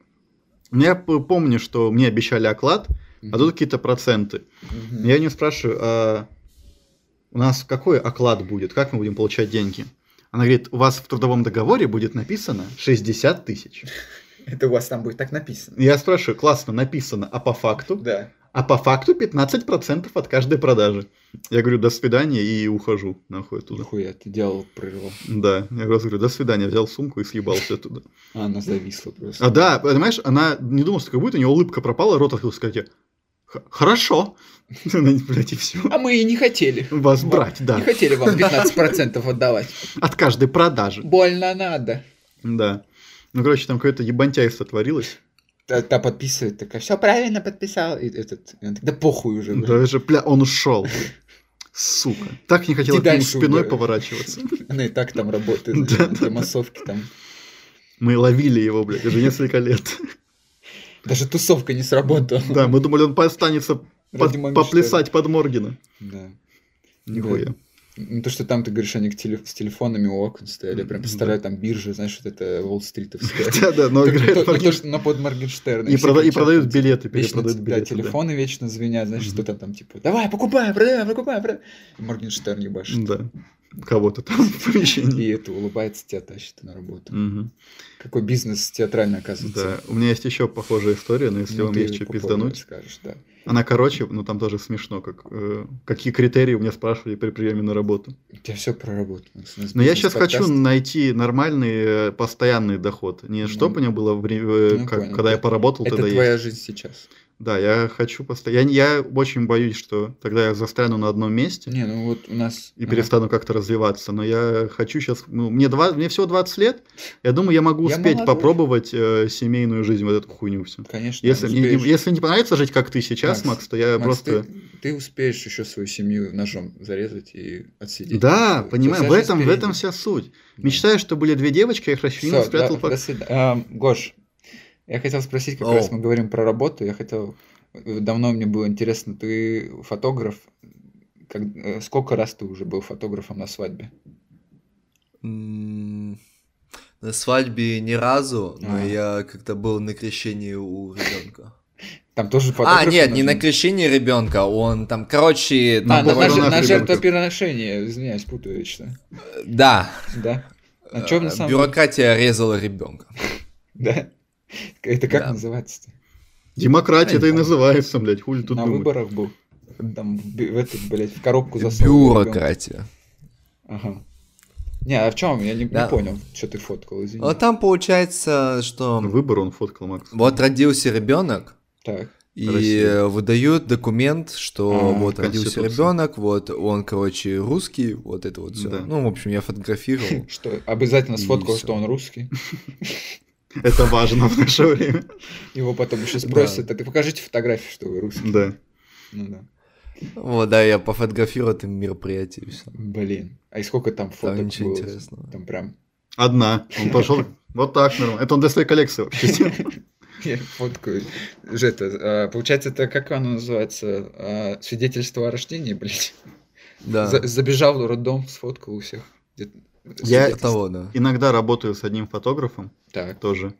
C: Но Я п- помню, что мне обещали оклад, а тут какие-то проценты.
B: Мгм.
C: Я не спрашиваю, а у нас какой оклад будет, как мы будем получать деньги? Она говорит, у вас в трудовом договоре будет написано 60 тысяч.
B: Это у вас там будет так написано.
C: Я спрашиваю, классно написано, а по факту?
B: Да.
C: А по факту 15% от каждой продажи. Я говорю, до свидания и ухожу нахуй оттуда.
B: Нихуя, ты делал прорывал.
C: Да, я просто говорю, до свидания, взял сумку и съебался оттуда.
B: А она зависла просто.
C: А да, понимаешь, она не думала, что такое будет, у нее улыбка пропала, рот открылся, как я, «Х- хорошо. Она, блядь, и все.
B: А мы и не хотели.
C: Вас
B: Вот.
C: брать,
B: Не
C: да,
B: хотели вам 15% отдавать.
C: от каждой продажи.
B: Больно надо.
C: Да. Ну, короче, там какое-то ебантяйство творилось.
B: Та, та подписывает, такая, все правильно подписал. И этот, и она такая, да похуй уже. блин».
C: Даже, бля, он ушел. Сука. Так не хотела
B: Иди
C: к нему
B: дальше,
C: спиной
B: да.
C: поворачиваться.
B: Она и так там работает,
C: Да, да,
B: для массовки там.
C: Мы ловили его, блядь, уже несколько лет.
B: Даже тусовка не сработала.
C: Да, мы думали, он останется под-
B: Ради Мангштейна.
C: поплясать под Моргина.
B: Да.
C: Нихуя.
B: Ну, то, что там, ты говоришь, они к теле- с телефонами у окон стояли. Я прям
C: М,
B: представляю, там биржа, знаешь, вот это Уолл-стритовская.
C: Да, да, но
B: Только-
C: Ну, играет
B: то-
C: Моргенштерн.
B: то, что- Но под Моргенштерна.
C: И,
B: все
C: прода- и
B: кричат,
C: продают
B: там,
C: билеты,
B: Вечно,
C: перепродают
B: да,
C: билеты. да.
B: телефоны вечно звенят, знаешь, что
C: Мгм.
B: там, там, типа, давай, покупай, продай, покупай, продай. И Моргенштерн ебашит.
C: Да. Кого-то там в помещении.
B: И это улыбается, тебя тащит на работу.
C: Мгм.
B: Какой бизнес театральный оказывается?
C: Да, у меня есть еще похожая история, но если
B: Ну,
C: вам
B: ты
C: есть что
B: попозже
C: пиздануть.
B: Скажешь, да.
C: Она короче, но там тоже смешно, как, э, какие критерии у меня спрашивали при приеме на работу.
B: У тебя все про работу. Макс. У нас
C: Но я сейчас
B: бизнес-подкаст.
C: хочу найти нормальный э, постоянный доход. Не
B: Ну,
C: чтобы у меня было время, э,
B: ну,
C: как-
B: понял,
C: когда я
B: да.
C: поработал,
B: Это
C: тогда
B: твоя
C: есть.
B: жизнь сейчас.
C: Да, я хочу постоянно. Я очень боюсь, что тогда я застряну на одном месте.
B: Не, ну вот у нас...
C: и
B: ага.
C: перестану как-то развиваться. Но я хочу сейчас, ну, мне, два, мне всего 20 лет, я думаю, я могу
B: Я
C: успеть
B: молодой.
C: попробовать э, семейную жизнь, вот эту хуйню всю.
B: Конечно.
C: Если, не-
B: успеешь.
C: если не понравится жить, как ты
B: Макс,
C: сейчас, Макс, то я
B: Макс,
C: просто...
B: Ты, ты успеешь еще свою семью ножом зарезать и отсидеть. Твоя
C: Да, понимаю, в
B: жизнь
C: этом, в
B: впереди.
C: этом вся суть.
B: Да.
C: Мечтаю, что были две девочки, я их расчленил,
B: Всё,
C: спрятал
B: да,
C: под...
B: до свида- Ам, Гош, я хотел спросить, как
D: Оу.
B: раз мы говорим про работу, я хотел... э, Давно мне было интересно, ты фотограф, как, э, сколько раз ты уже был фотографом на свадьбе?
D: М, На свадьбе ни разу, но
B: А.
D: я как-то был на крещении у ребенка.
B: Там тоже
D: А,
B: фотографы
D: нет, не на
B: нужны?
D: крещении ребенка, он там, короче,
B: А,
D: там
B: на,
C: Давай
D: довольно-
B: на, же-
C: на
B: на
C: ребенка.
B: жертвоприношение, извиняюсь, путаю вечно.
D: Да.
B: Да? На чем на
D: Э,
B: самом деле?
D: Бюрократия резала ребенка.
B: Да? Это как
D: Да.
B: называется-то?
C: Демократия
D: Я
C: это
D: не
C: и
D: помню.
C: называется, блядь, хули тут
B: на
C: думать.
B: выборах был. Там в, бю- в эту, блядь, в коробку засунул. ребёнка.
D: Бюрократия.
B: Ага. Не, а в чем? Я не, не
D: Да.
B: понял, что ты фоткал, извини.
D: Вот там получается, что
C: Выбор он фоткал, Макс.
D: вот родился ребенок,
B: Так.
D: И
C: Россия.
D: э, выдают документ, что
B: А,
D: вот родился
C: Конституция.
D: ребенок, вот он, короче, русский, вот это вот все.
C: Да.
D: Ну, в общем, я фотографировал.
B: Что обязательно
D: И
B: сфоткал,
D: всё.
B: что он русский.
C: Это важно в наше время.
B: Его потом еще спросят, а ты покажите фотографию, что вы русский.
C: Да.
B: Ну да.
D: Вот, да, я пофотографировал это мероприятие и все.
B: Блин. А и сколько там
D: Там
B: фоток
D: ничего
B: было?
D: интересного.
B: Там прям
C: Одна. Он пошел вот так нормально. Это он для своей коллекции вообще сделал.
B: я фоткаю. Же это, а, получается, это как оно называется? А, Свидетельство о рождении, блядь.
D: Да.
B: За- Забежал в роддом, сфоткал у всех. Где-то-
C: Я-
D: Типа того, да.
C: Иногда работаю с одним фотографом,
B: Так,
C: тоже.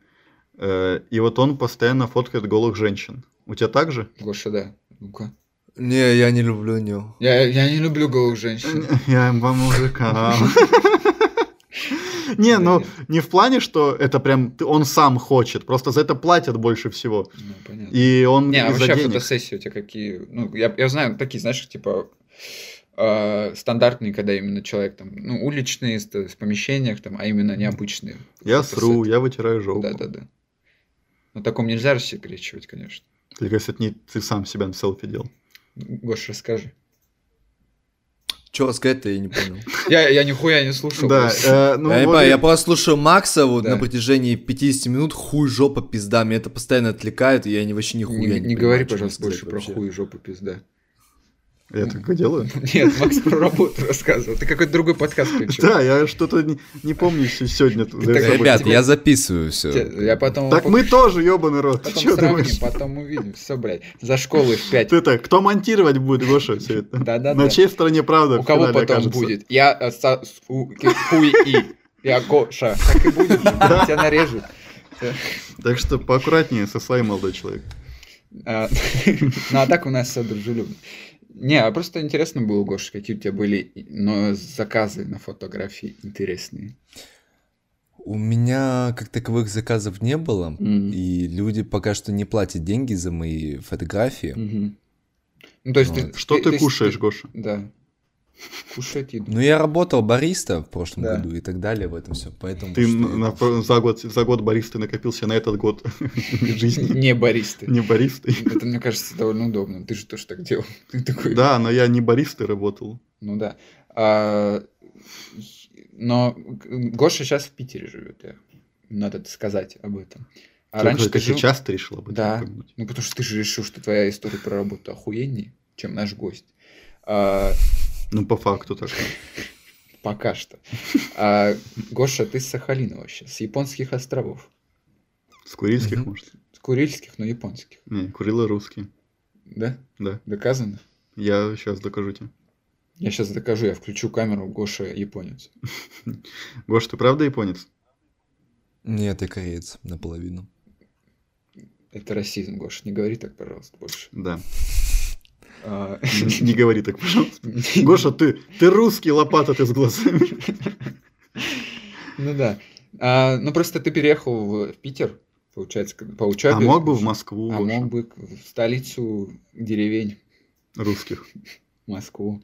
C: Э, И вот он постоянно фоткает голых женщин. У тебя так же?
B: Гоша, да. Ну-ка.
D: Не, я не люблю ню.
B: Я, я не люблю голых женщин.
C: Я вам мужика. Не, ну, не в плане, что это прям ты- он сам хочет, просто за это платят больше всего.
B: Ну, понятно.
C: И он
B: Не, а
C: из-за
B: вообще
C: денег.
B: фотосессии у тебя какие? Ну, я, я знаю такие, знаешь, типа э, стандартные, когда именно человек там, ну, уличные с- в помещениях там, а именно необычные.
C: Я
B: фотосеты.
C: сру, я вытираю жопу.
B: Да-да-да. На таком нельзя рассекречивать, конечно.
C: Только если это не ты сам себя на селфи делал.
B: Гош, расскажи.
D: Че рассказать-то я не понял.
B: Я, я нихуя не слушал.
C: Да,
B: просто.
C: э, ну
D: я, не
C: вот
D: понимаю,
C: и-
D: я просто слушаю Макса вот
B: Да.
D: на протяжении 50 минут хуй жопа пизда. Меня это постоянно отвлекает, и я не, вообще нихуя
B: не,
D: не,
B: не
D: понимаю,
B: говори,
D: что
B: пожалуйста,
D: сказать
B: больше про
D: вообще.
B: хуй и жопу пизда.
C: Я так и делаю.
B: Нет, Макс про работу рассказывал. Ты какой-то другой подкаст включил.
C: Да, я что-то не, не помню се- сегодня. за
B: Так,
C: собой.
D: Ребят,
B: тебе-
D: я записываю все.
B: Я потом...
C: Так
B: его
C: мы тоже, ебаный рот. Ты
B: Потом
C: что
B: сравним,
C: думаешь?
B: потом увидим. Все, блядь, за школы в 5.
C: Ты так, кто монтировать будет, Гоша, все это?
B: Да-да-да.
C: На чьей стороне правда
B: У
C: в
B: кого
C: финале
B: потом
C: окажется?
B: будет? Я э, са- с- у- ки- хуй и. Я Гоша. Так и будет. блядь, Тебя нарежут.
C: Так что поаккуратнее со своим, молодой человек.
B: А, Ну, а так у нас все дружелюбно. Не, а просто интересно было, Гоша, какие у тебя были и- но заказы на фотографии интересные.
D: У меня как таковых заказов не было,
B: Мгм.
D: и люди пока что не платят деньги за мои фотографии.
B: Мгм. э, Ну, то есть
D: Вот.
C: Что
B: то
C: ты
B: есть
C: кушаешь, Гоша?
B: Да. Кушать иду.
D: Ну, я работал бариста в прошлом
B: Да.
D: году и так далее в этом все,
B: Ну,
D: поэтому...
C: Ты
D: что-
C: на- на- за год, за год барист ты накопился на этот год жизни.
B: Не баристы.
C: Не баристой.
B: Это, мне кажется, довольно удобно. Ты же тоже так делал. Ты такой,
C: Да, но я не баристой работал.
B: Ну да. А, но Гоша сейчас в Питере живет, я- ну, надо сказать об этом. А
C: Ты
B: раньше
C: только
B: ты жил...
C: сейчас ты решил об
B: Да.
C: этом упомянуть.
B: Ну потому что ты же решил, что твоя история про работу охуеннее, чем наш гость. А,
C: Ну, по факту так.
B: пока что. А, Гоша, ты с Сахалина вообще, с японских островов.
C: С курильских,
D: Мгм.
C: может?
B: С Курильских, но японских.
C: Не, Курилы русские.
B: Да?
C: Да.
B: Доказано?
C: Я сейчас докажу тебе.
B: Я сейчас докажу, я включу камеру Гоша японец.
C: Гош, ты правда японец?
D: Нет, я кореец наполовину.
B: Это расизм, Гоша, не говори так, пожалуйста, больше.
C: Да.
B: А,
C: Не не говори так, пожалуйста. Гоша, ты, ты русский, лопата ты с глазами.
B: Ну да. А, ну просто ты переехал в в Питер, получается, к- по учебе.
C: А мог бы в Москву,
B: А
C: Гоша,
B: мог бы к- в столицу деревень,
C: русских.
B: Москву.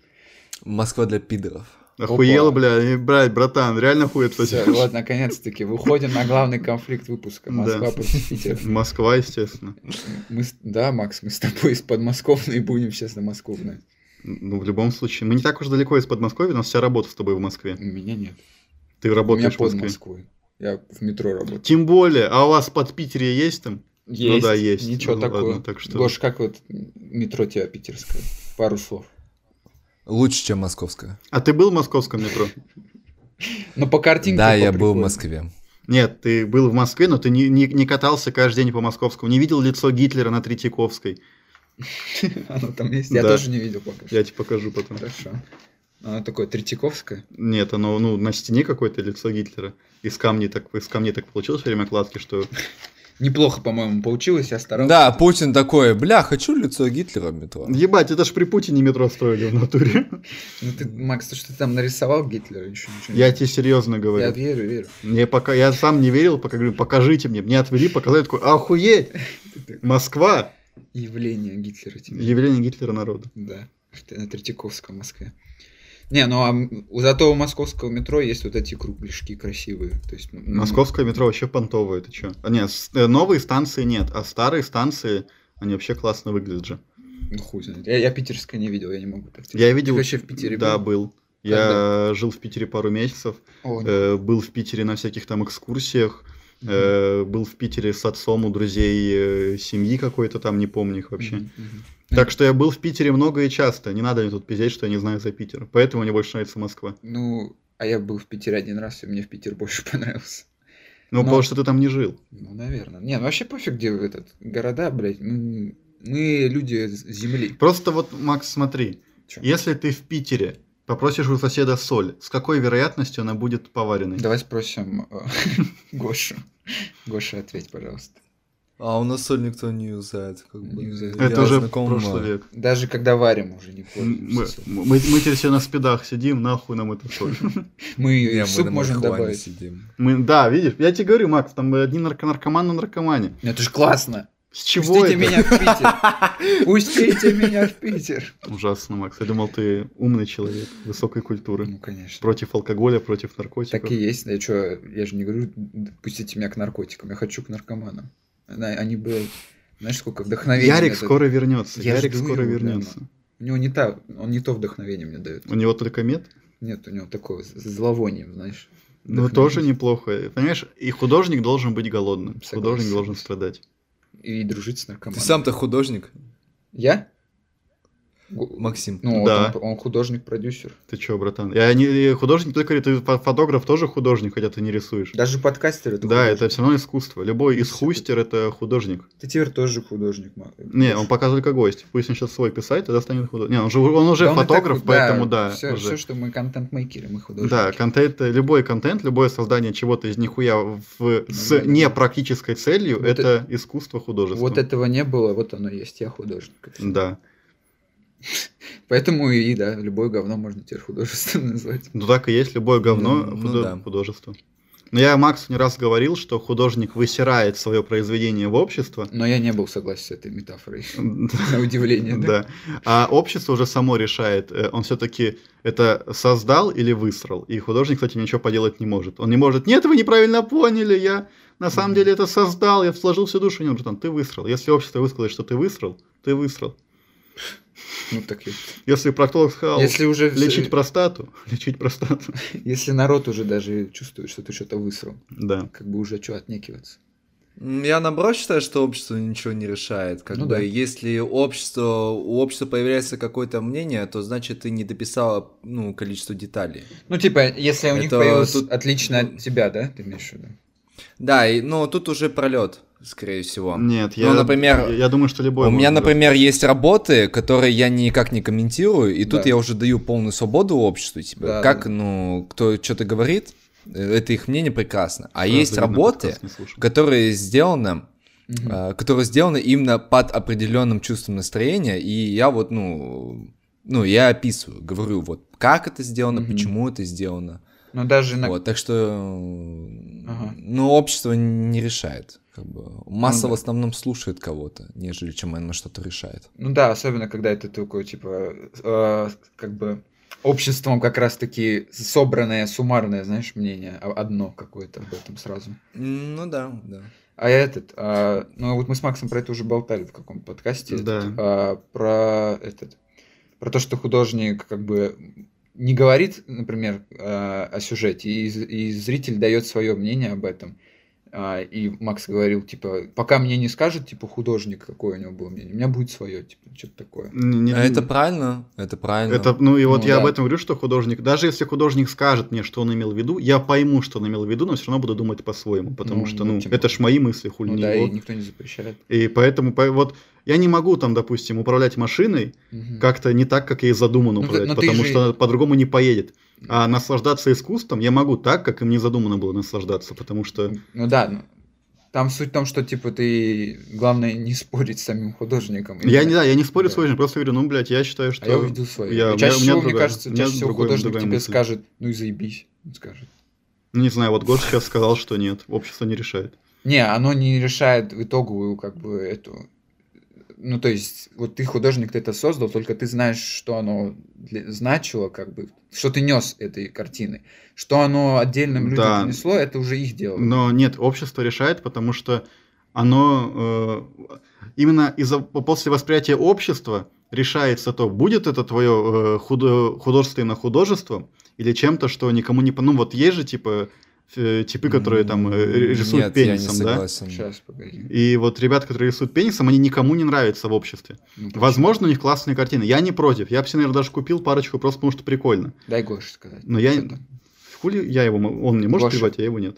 D: Москва для пидоров.
C: Охуел, бля, и, блядь, братан, реально хуй это
B: Всё,
C: делаешь.
B: вот, наконец-таки, выходим на главный конфликт выпуска.
C: Да.
B: Москва против Питера.
C: Москва, естественно.
B: Мы с- Да, Макс, мы с тобой из подмосковной будем сейчас на московной.
C: Ну, в любом случае, мы не так уж далеко из Подмосковья, у нас вся работа с тобой в Москве.
B: У меня нет.
C: Ты
B: У меня
C: работаешь в
B: под
C: Москве.
B: Москвой. Я в метро работаю.
C: Тем более, а у вас под Питере есть там?
B: Есть.
C: да, есть.
B: Ничего
C: Ну
B: такого.
C: ладно, так что-
B: Гош, как вот метро тебя питерское? Пару слов.
D: Лучше, чем московская.
C: А ты был в московском метро?
B: Но Ну, по картинке
D: Да, я был в
B: поприкольнее.
D: Москве.
C: Нет, ты был в Москве, но ты не, не, не катался каждый день по московскому, не видел лицо Гитлера на Третьяковской.
B: Оно там есть. Я
C: Да.
B: тоже не видел пока что.
C: Я тебе покажу потом.
B: Хорошо. Оно такое Третьяковское.
C: Нет, оно ну, на стене какое-то лицо Гитлера. Из камней так, из камней так получилось во время кладки, что
B: Неплохо, по-моему, получилось. Я старался.
D: Да, Путин такой, бля, хочу лицо Гитлера в метро.
C: Ебать, это ж при Путине метро строили в натуре.
B: Ну ты, Макс, ты что ты там нарисовал Гитлера? Еще ничего не-
C: Я тебе серьезно
B: Я
C: говорю.
B: верю, верю.
C: Мне пока, я сам не верил, пока говорю, покажите мне. Мне отвели, показали, такой, охуеть! Москва!
B: Явление Гитлера тебе.
C: Явление Гитлера народа.
B: Да. Ты На Третьяковском в Москве. Не, ну а м- у зато у московского метро есть вот эти кругляшки красивые. То есть, ну, м,
C: Московское метро вообще понтовое, ты чё? А, нет, с- э, новые станции нет, а старые станции, они вообще классно выглядят же.
B: ну, хуй знает. Я, я питерское не видел, я не могу так сказать.
C: Я видел...
B: Ты вообще в Питере
C: Да,
B: был?
C: был. Я жил в Питере пару месяцев,
B: О, не-
C: э, был в Питере на всяких там экскурсиях, э, был в Питере с отцом у друзей э, семьи какой-то там, не помню их вообще.
B: Мгм, мгм.
C: Так что я был в Питере много и часто. Не надо мне тут пиздеть, что я не знаю за Питер. Поэтому мне больше нравится Москва.
B: Ну, а я был в Питере один раз, и мне в Питер больше понравился.
C: Ну,
B: Но-
C: потому что ты там не жил.
B: Ну, наверное. Не, ну вообще пофиг, где этот. Города, блядь, мы, мы люди с земли.
C: Просто вот, Макс, смотри.
B: Чё?
C: Если ты в Питере попросишь у соседа соль, с какой вероятностью она будет поваренной?
B: Давай спросим э, Гошу. Гоша, ответь, пожалуйста.
D: А у нас соль никто не юзает. Как бы.
B: Не юзает.
D: Я
C: Это уже
D: знаком,
C: прошлый
D: э,
C: век.
B: Даже когда варим, уже не
C: М- Мы,
B: пользуемся.
C: мы, мы теперь все на спидах сидим, нахуй нам это соль.
B: Мы
D: не,
B: ее
D: мы
B: в суп
D: на
B: можем
D: марихуане
B: добавить.
D: сидим.
C: Мы, да, видишь, я тебе говорю, Макс, там одни нарко- наркоманы на наркомане.
B: Ну, Это же классно.
C: С чего
B: Пустите
C: это?
B: меня в Питер. Пустите меня в Питер.
C: Ужасно, Макс. Я думал, ты умный человек, высокой культуры.
B: Ну, конечно.
C: Против алкоголя, против наркотиков.
B: Так и есть. Я что, я же не говорю, пустите меня к наркотикам. Я хочу к наркоманам. Она- Они бы... Знаешь, сколько вдохновения.
C: Ярик
B: мне дадут.
C: скоро вернется.
B: Я
C: Ярик
B: жду
C: скоро
B: его
C: вернется.
B: У него не та, он не то вдохновение мне дает.
C: У него только мед.
B: Нет, у него такое с с зловонием, знаешь.
C: Ну,
B: Вдохновение.
C: тоже неплохо. Понимаешь, и художник должен быть голодным.
B: Согласен.
C: Художник должен страдать.
B: И дружить с наркоманом.
D: Ты сам-то художник?
B: Я? Гу-
D: Максим.
B: Ну,
C: Да.
B: вот он, он художник-продюсер.
C: Ты чё, братан? Я не художник только, ты фо- фотограф тоже художник, хотя ты не рисуешь.
B: Даже подкастер это
C: Да,
B: художник.
C: это все равно искусство. Любой
B: Если ты-
C: исхустер это художник.
B: Ты теперь тоже художник. Ма- э,
C: Не, он пока только гость. Пусть он сейчас свой писать, тогда станет художником. Не, он, же, он уже
B: Да, он и так
C: фотограф,
B: худ-
C: поэтому да.
B: Все,
C: уже.
B: всё, что мы контент-мейкеры, мы художники.
C: Да, контент, любой контент, любое создание чего-то из нихуя в,
B: да,
C: с
B: да.
C: непрактической целью,
B: Вот
C: это искусство художества.
B: Вот этого не было, вот оно есть, я художник.
C: Да.
B: Поэтому и, да, любое говно можно теперь художеством назвать.
C: Ну так и есть, любое говно
D: Ну, ну
C: худо-
D: да.
C: художество. Но я Максу не раз говорил, что художник высирает свое произведение в общество.
B: Но я не был согласен с этой метафорой,
C: Да.
B: на удивление, да?
C: Да. А общество уже само решает, э, он все-таки это создал или высрал. И художник, кстати, ничего поделать не может. Он не может, нет, вы неправильно поняли, я на самом
B: Мгм.
C: деле это создал, я вложил всю душу. Нет, братан, ты высрал. Если общество высказало, что ты высрал, ты высрал.
B: Ну, так и-
C: Если проктолог сказал,
B: Если уже... всё-
C: лечить простату, лечить простату.
B: Если народ уже даже чувствует, что ты что-то высрал,
C: Да.
B: как бы уже что отнекиваться.
D: М, Я наоборот считаю, что общество ничего не решает. Как
B: Ну
D: бы,
B: да.
D: если общество, у общества появляется какое-то мнение, то значит ты не дописала ну, количество деталей.
B: Ну, типа, если у них
D: Это
B: появилось
D: тут-
B: отлично от тебя, да, ты имеешь в виду?
D: Да, и, ну тут уже пролет, скорее всего.
C: Нет, я,
D: Ну, например,
C: я, я думаю, что любой...
D: У меня,
C: можно, да.
D: например, есть работы, которые я никак не комментирую, и тут
B: Да.
D: я уже даю полную свободу обществу, типа,
B: Да,
D: как,
B: да.
D: ну, кто что-то говорит, э, это их мнение прекрасно. А
C: Правда,
D: есть
C: видно,
D: работы,
C: подкаст не слушал.
D: которые сделаны,
B: Мгм.
D: э, которые сделаны именно под определенным чувством настроения, и я вот, ну, ну, я описываю, говорю, вот, как это сделано,
B: Мгм.
D: почему это сделано,
B: Ну, даже на...
D: вот, так что, э,
B: Ага.
D: ну, общество не решает, как бы, масса
B: Ну да.
D: в основном слушает кого-то, нежели чем оно что-то решает.
B: Ну да, особенно когда это такое, типа, э, как бы обществом как раз-таки собранное, суммарное, знаешь, мнение, а- одно какое-то об этом сразу.
D: М, Ну да, да.
B: А этот, а, ну вот мы с Максом про это уже болтали в каком-то подкасте, этот,
C: Да.
D: типа.
B: а, про этот, про то, что художник как бы не говорит, например, а, о сюжете, и, з- и зритель дает свое мнение об этом. А, и Макс говорил, типа, пока мне не скажет, типа, художник, какое у него было мнение, у меня будет свое, типа, что-то такое.
C: Н- не-
D: А это правильно, это правильно.
C: Это, ну и вот
B: Ну,
C: я
B: да.
C: об этом говорю, что художник, даже если художник скажет мне, что он имел в виду, я пойму, что он имел в виду, но все равно буду думать по-своему, потому
B: Ну,
C: что,
B: ну,
C: ну,
B: тем
C: это ж мои мысли, хули
B: Ну
C: не
B: да,
C: его.
B: и никто не запрещает.
C: И поэтому, по- вот, я не могу там, допустим, управлять машиной
B: Мгм.
C: как-то не так, как я и задумано
B: Ну, ты-
C: управлять,
B: но ты
C: потому
B: же-
C: что она по-другому не поедет. А наслаждаться искусством я могу так, как им не задумано было наслаждаться, потому что...
B: Ну да, ну, там суть в том, что, типа, ты, главное, не спорить с самим художником.
C: Я не, да, я не спорю
B: Да.
C: с художником, просто говорю, ну, блядь, я считаю, что...
B: А я увидел свое.
C: я- у
B: И чаще
C: меня- у меня
B: всего, мне
C: другая-
B: кажется,
C: у меня
B: чаще всего
C: другой-
B: художник
C: другая
B: тебе
C: мысль.
B: скажет, ну и заебись, он скажет.
C: Ну, не знаю, вот Гоша сейчас сказал, что нет, общество не решает.
B: Не, оно не решает итоговую, как бы, эту... Ну, то есть, вот ты художник, ты это создал, только ты знаешь, что оно для- значило, как бы, что ты нес этой картины. Что оно отдельным людям
C: Да. Ну,
B: принесло, это уже их дело.
C: Но нет, общество решает, потому что оно э, именно из-за после восприятия общества решается то, будет это твое э, худо- художественно художеством или чем-то, что никому не по. Ну вот есть же типа э, типы, которые там э,
D: М,
C: рисуют
D: Нет,
C: пенисом,
D: я не
C: да?
D: согласен.
B: Сейчас, погоди.
C: И вот ребят, которые рисуют пенисом, они никому не нравятся в обществе.
B: Ну, почему?
C: Возможно, у них классные картины. Я не против. Я бы себе, наверное, даже купил парочку просто потому, что прикольно.
B: Дай Гоше сказать.
C: Но Ну, я-
B: Что там?
C: Хули я его, мо- он мне может
B: Гоша.
C: перебивать, а я его нет.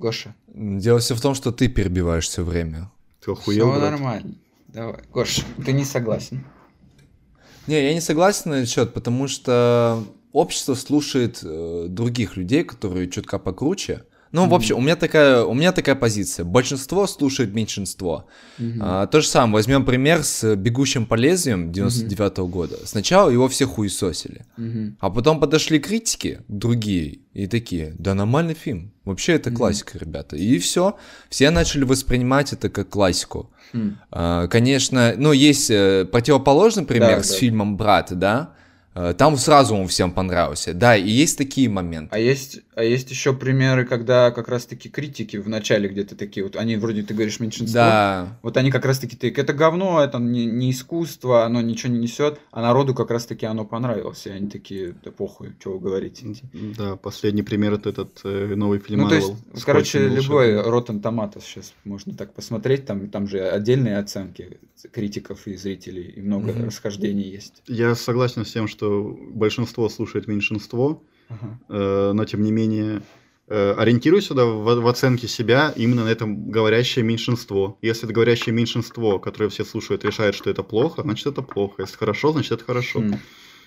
B: Гоша,
D: Дело все в том, что ты перебиваешь все время.
C: Ты охуел,
B: все
C: брат?
B: нормально. Давай. Гоша, ты не согласен.
D: Не, я не согласен на этот счет, потому что общество слушает э, других людей, которые чутка покруче. Ну, в общем, у меня такая, у меня такая позиция. Большинство слушает меньшинство.
B: Мгм.
D: А, то же самое, возьмем пример с э, «Бегущим по лезвиям» 99 года. Сначала его все хуесосили,
B: Мгм.
D: а потом подошли критики другие и такие, да нормальный фильм, вообще это
B: Мгм.
D: классика, ребята. И все, все начали воспринимать это как классику.
B: М.
D: А, конечно, ну есть э, противоположный пример
B: Да,
D: с
B: да.
D: фильмом «Брат», да? э, там сразу он всем понравился. Да, и есть такие моменты.
B: А есть, а есть еще примеры, когда как раз-таки критики в начале где-то такие, вот они вроде, ты говоришь, меньшинство,
D: Да,
B: вот они как раз-таки так, это говно, это не, не искусство, оно ничего не несет, а народу как раз-таки оно понравилось, и они такие, да похуй, что вы говорите.
C: Да, последний пример это этот э, новый фильм
B: Ну, то есть,
C: Marvel, «Скотч
B: короче,
C: и волшебник».
B: любой э, Rotten Tomatoes сейчас можно так посмотреть, там, там же отдельные оценки критиков и зрителей, и много
D: Мгм.
B: расхождений есть.
C: Я согласен с тем, что большинство слушает меньшинство,
B: Ага.
C: э, но тем не менее э, ориентируй сюда в, в оценке себя именно на это говорящее меньшинство. Если это говорящее меньшинство, которое все слушают, решает, что это плохо, значит это плохо. Если хорошо, значит это хорошо.
B: М,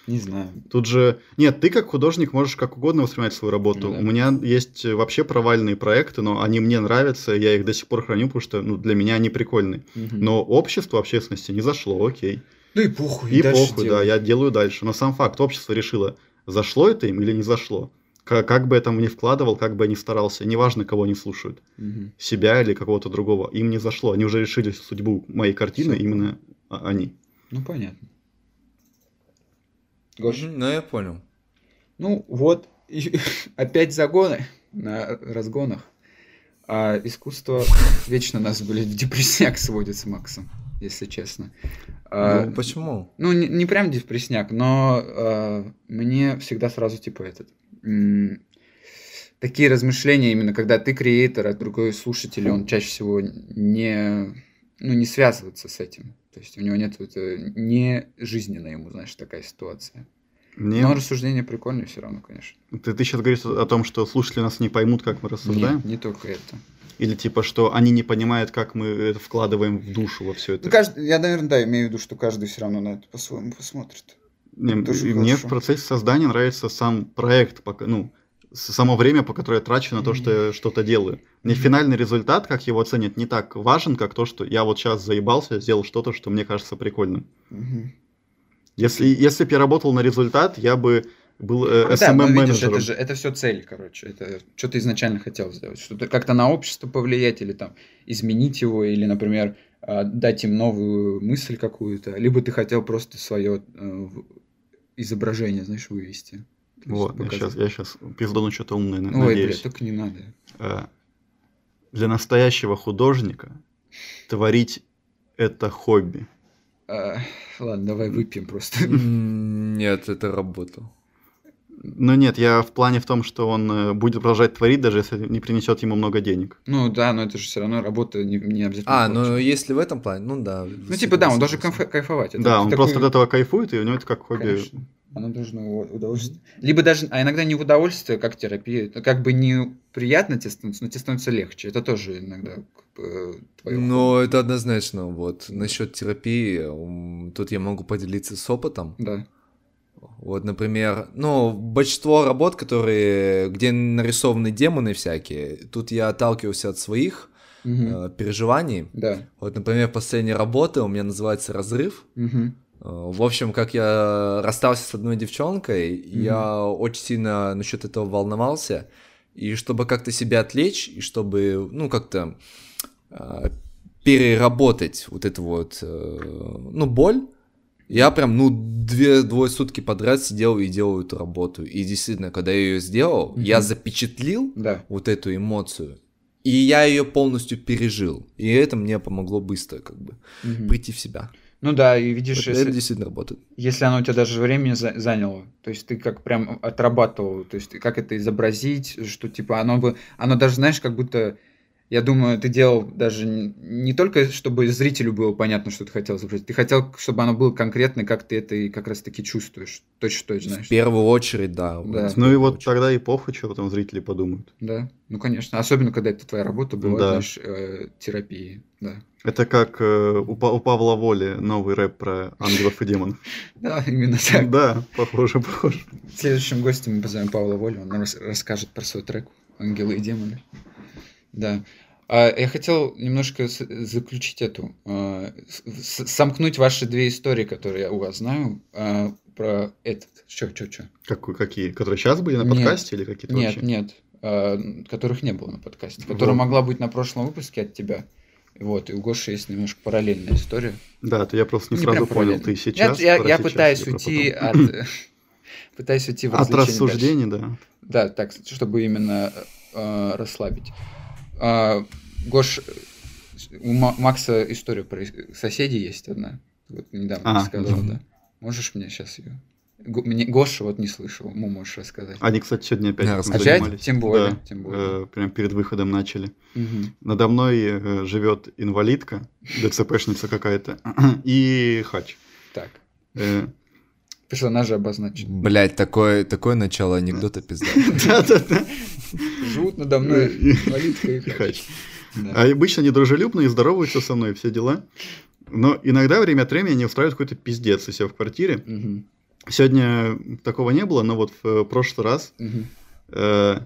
B: Не знаю.
C: Тут же... Нет, ты как художник можешь как угодно воспринимать свою работу.
B: Ну да.
C: У меня есть э, вообще провальные проекты, но они мне нравятся, я их до сих пор храню, потому что ну, для меня они прикольные.
B: Мгм.
C: Но общество общественности не зашло, окей.
B: Ну и похуй.
C: И
B: дальше
C: похуй, да,
B: делай.
C: я делаю дальше. Но сам факт, общество решило, зашло это им или не зашло. К- Как бы я там ни вкладывал, как бы я ни старался, неважно, кого они слушают,
B: Мгм.
C: себя или кого-то другого, им не зашло. Они уже решили судьбу моей картины,
B: Всё.
C: именно а- они.
B: Ну понятно. Гош,
D: Мгм, ну я понял.
B: ну вот, и опять загоны на разгонах. А искусство вечно нас, блядь, в депрессняк сводит с Максом, если честно. А,
D: Ну, почему?
B: Ну, не, не прям депрессняк, но э, мне всегда сразу типа этот. м, такие размышления именно, когда ты креатор, а другой слушатель, он чаще всего не, ну, не связывается с этим. То есть у него нет вот, э, не жизненная ему, знаешь, такая ситуация.
C: Мне...
B: Но рассуждение прикольное все равно, конечно.
C: Ты, ты сейчас говоришь о том, что слушатели нас не поймут, как мы рассуждаем?
B: Не, не только это.
C: Или типа, что они не понимают, как мы это вкладываем в душу во все это?
B: Ну, кажд- Я, наверное, да, имею в виду, что каждый все равно на это по-своему посмотрит.
C: Не, м-
B: Тоже
C: и мне в
B: хорошо.
C: процессе создания нравится сам проект, пока, ну, с- само время, по которое я трачу на то, что я что-то делаю. Мне
B: Мгм.
C: финальный результат, как его оценят, не так важен, как то, что я вот сейчас заебался, сделал что-то, что мне кажется прикольным.
B: Мгм.
C: Если, если бы я работал на результат, я бы был э,
B: Ну да, но видишь,
C: SMM-менеджером.
B: это же это все цель, короче. Это что ты изначально хотел сделать, что-то как-то на общество повлиять или там изменить его, или, например, а, дать им новую мысль какую-то, либо ты хотел просто свое изображение, знаешь, вывести. То есть
C: вот, я
B: показать.
C: сейчас, я сейчас пиздану что-то умное, на-
B: Ой,
C: надеюсь.
B: блядь, только не надо.
C: Э, Для настоящего художника творить это хобби.
B: А, ладно, давай выпьем просто.
D: М, Нет, это работа.
C: Ну нет, я в плане в том, что он э, будет продолжать творить, даже если не принесет ему много денег.
B: Ну да, но это же все равно работа не, не обязательно.
D: А, ну
B: творческая.
D: если в этом плане, ну да.
B: ну типа да, он должен
D: согласен.
B: кайф- кайфовать. Это
C: да, он
B: такой-
C: просто от этого кайфует, и у него это как хобби.
B: Конечно. Оно должно его удовольствие. Либо даже, а иногда не в удовольствие, как терапия, это как бы не приятно тебе становится, но тебе становится легче. Это тоже иногда как бы, твое.
D: Ну, это однозначно, вот. Насчет терапии, м, тут я могу поделиться с опытом.
B: Да.
D: Вот, например, ну, большинство работ, которые, где нарисованы демоны всякие, тут я отталкивался от своих
B: Мгм.
D: э, переживаний.
B: Да.
D: Вот, например, последняя работа у меня называется «Разрыв».
B: Мгм.
D: Э, В общем, как я расстался с одной девчонкой,
B: Мгм.
D: я очень сильно насчет этого волновался. И чтобы как-то себя отвлечь, и чтобы, ну, как-то э, переработать вот эту вот, э, ну, боль, я прям, ну, две, двое сутки подряд сидел и делал эту работу. И действительно, когда я ее сделал,
B: Мгм.
D: я запечатлил
B: Да.
D: вот эту эмоцию, и я ее полностью пережил. И это мне помогло быстро, как бы,
B: Мгм.
D: прийти в себя.
B: Ну да, и
D: Вот
B: видишь,
D: это
B: если,
D: действительно работает.
B: если оно у тебя даже времени за- заняло, то есть ты как прям отрабатывал, то есть ты как это изобразить, что типа оно бы, оно даже, знаешь, как будто, я думаю, ты делал даже не, не только, чтобы зрителю было понятно, что ты хотел изобразить, ты хотел, чтобы оно было конкретно, как ты это и как раз таки чувствуешь, точь-в-точь,
D: В
B: знаешь.
D: первую очередь, да. вот
B: Да.
D: в
C: Ну и
D: первую
C: вот
D: очередь.
C: тогда и похуй, что потом зрители подумают.
B: Да, ну конечно, особенно когда это твоя работа была,
C: Да.
B: знаешь, э, терапии, да.
C: Это как э, у, Па- у Павла Воли новый рэп про ангелов и демонов.
B: Да, именно так.
C: Да, похоже, похоже.
B: Следующим гостем мы позовем Павла Волю, он нам рас- расскажет про свой трек «Ангелы и демоны». Да. А, я хотел немножко с- заключить эту, а, с- с- сомкнуть ваши две истории, которые я у вас знаю, а, про этот, чё, чё, чё?
C: Какой- какие? Которые сейчас были на
B: Нет.
C: подкасте или какие-то
B: Нет,
C: вообще?
B: нет, а, которых не было на подкасте, которая
C: Вот.
B: могла быть на прошлом выпуске от тебя. Вот, и у Гоши есть немножко параллельная история.
C: Да, то я просто не,
B: Не
C: сразу
B: прям
C: понял,
B: параллельно.
C: ты сейчас.
B: Я, я-
C: про
B: я
C: сейчас
B: пытаюсь
C: или про
B: уйти
C: потом?
B: от э, Пытаюсь уйти в
C: От
B: развлечение дальше.
C: рассуждений, да.
B: Да, так, чтобы именно э, расслабить. А, Гош, у Ма- Макса история про ис- соседей есть одна. Вот недавно
C: А,
B: рассказал,
D: мгм.
B: да. Можешь мне сейчас ее? Мне Гоша вот не слышал, ему можешь рассказать.
C: Они, кстати, сегодня опять
D: Да,
C: этим
D: рассказывай.
B: Опять?
C: занимались.
B: Тем более,
C: Да,
B: тем более.
C: э, прям перед выходом начали.
B: Мгм.
C: Надо мной э, живет инвалидка, ДЦПшница какая-то, и хач.
B: Так,
C: Э,
B: персонажи обозначены.
D: Блять, такое, такое начало анекдота пизда.
C: Да-да-да.
B: Живут надо мной
C: И-
B: инвалидка и
C: и
B: хач. Да.
C: А обычно они дружелюбные, здороваются со мной, все дела. Но иногда время от времени они устраивают какой-то пиздец у себя в квартире.
B: Мгм.
C: Сегодня такого не было, но вот в э, прошлый раз,
B: Мгм.
C: э,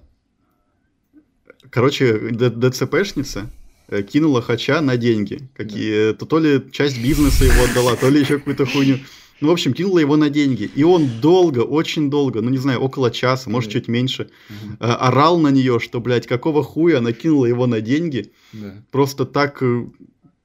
C: короче, Д- ДЦПшница э, кинула хача на деньги. Какие, э, то, то ли часть бизнеса его отдала, то ли еще какую-то хуйню. Ну, в общем, кинула его на деньги. И он долго, очень долго, ну, не знаю, около часа, может,
B: Мгм.
C: чуть меньше,
B: Мгм.
C: э, орал на нее, что, блядь, какого хуя она кинула его на деньги.
B: Да.
C: просто так э,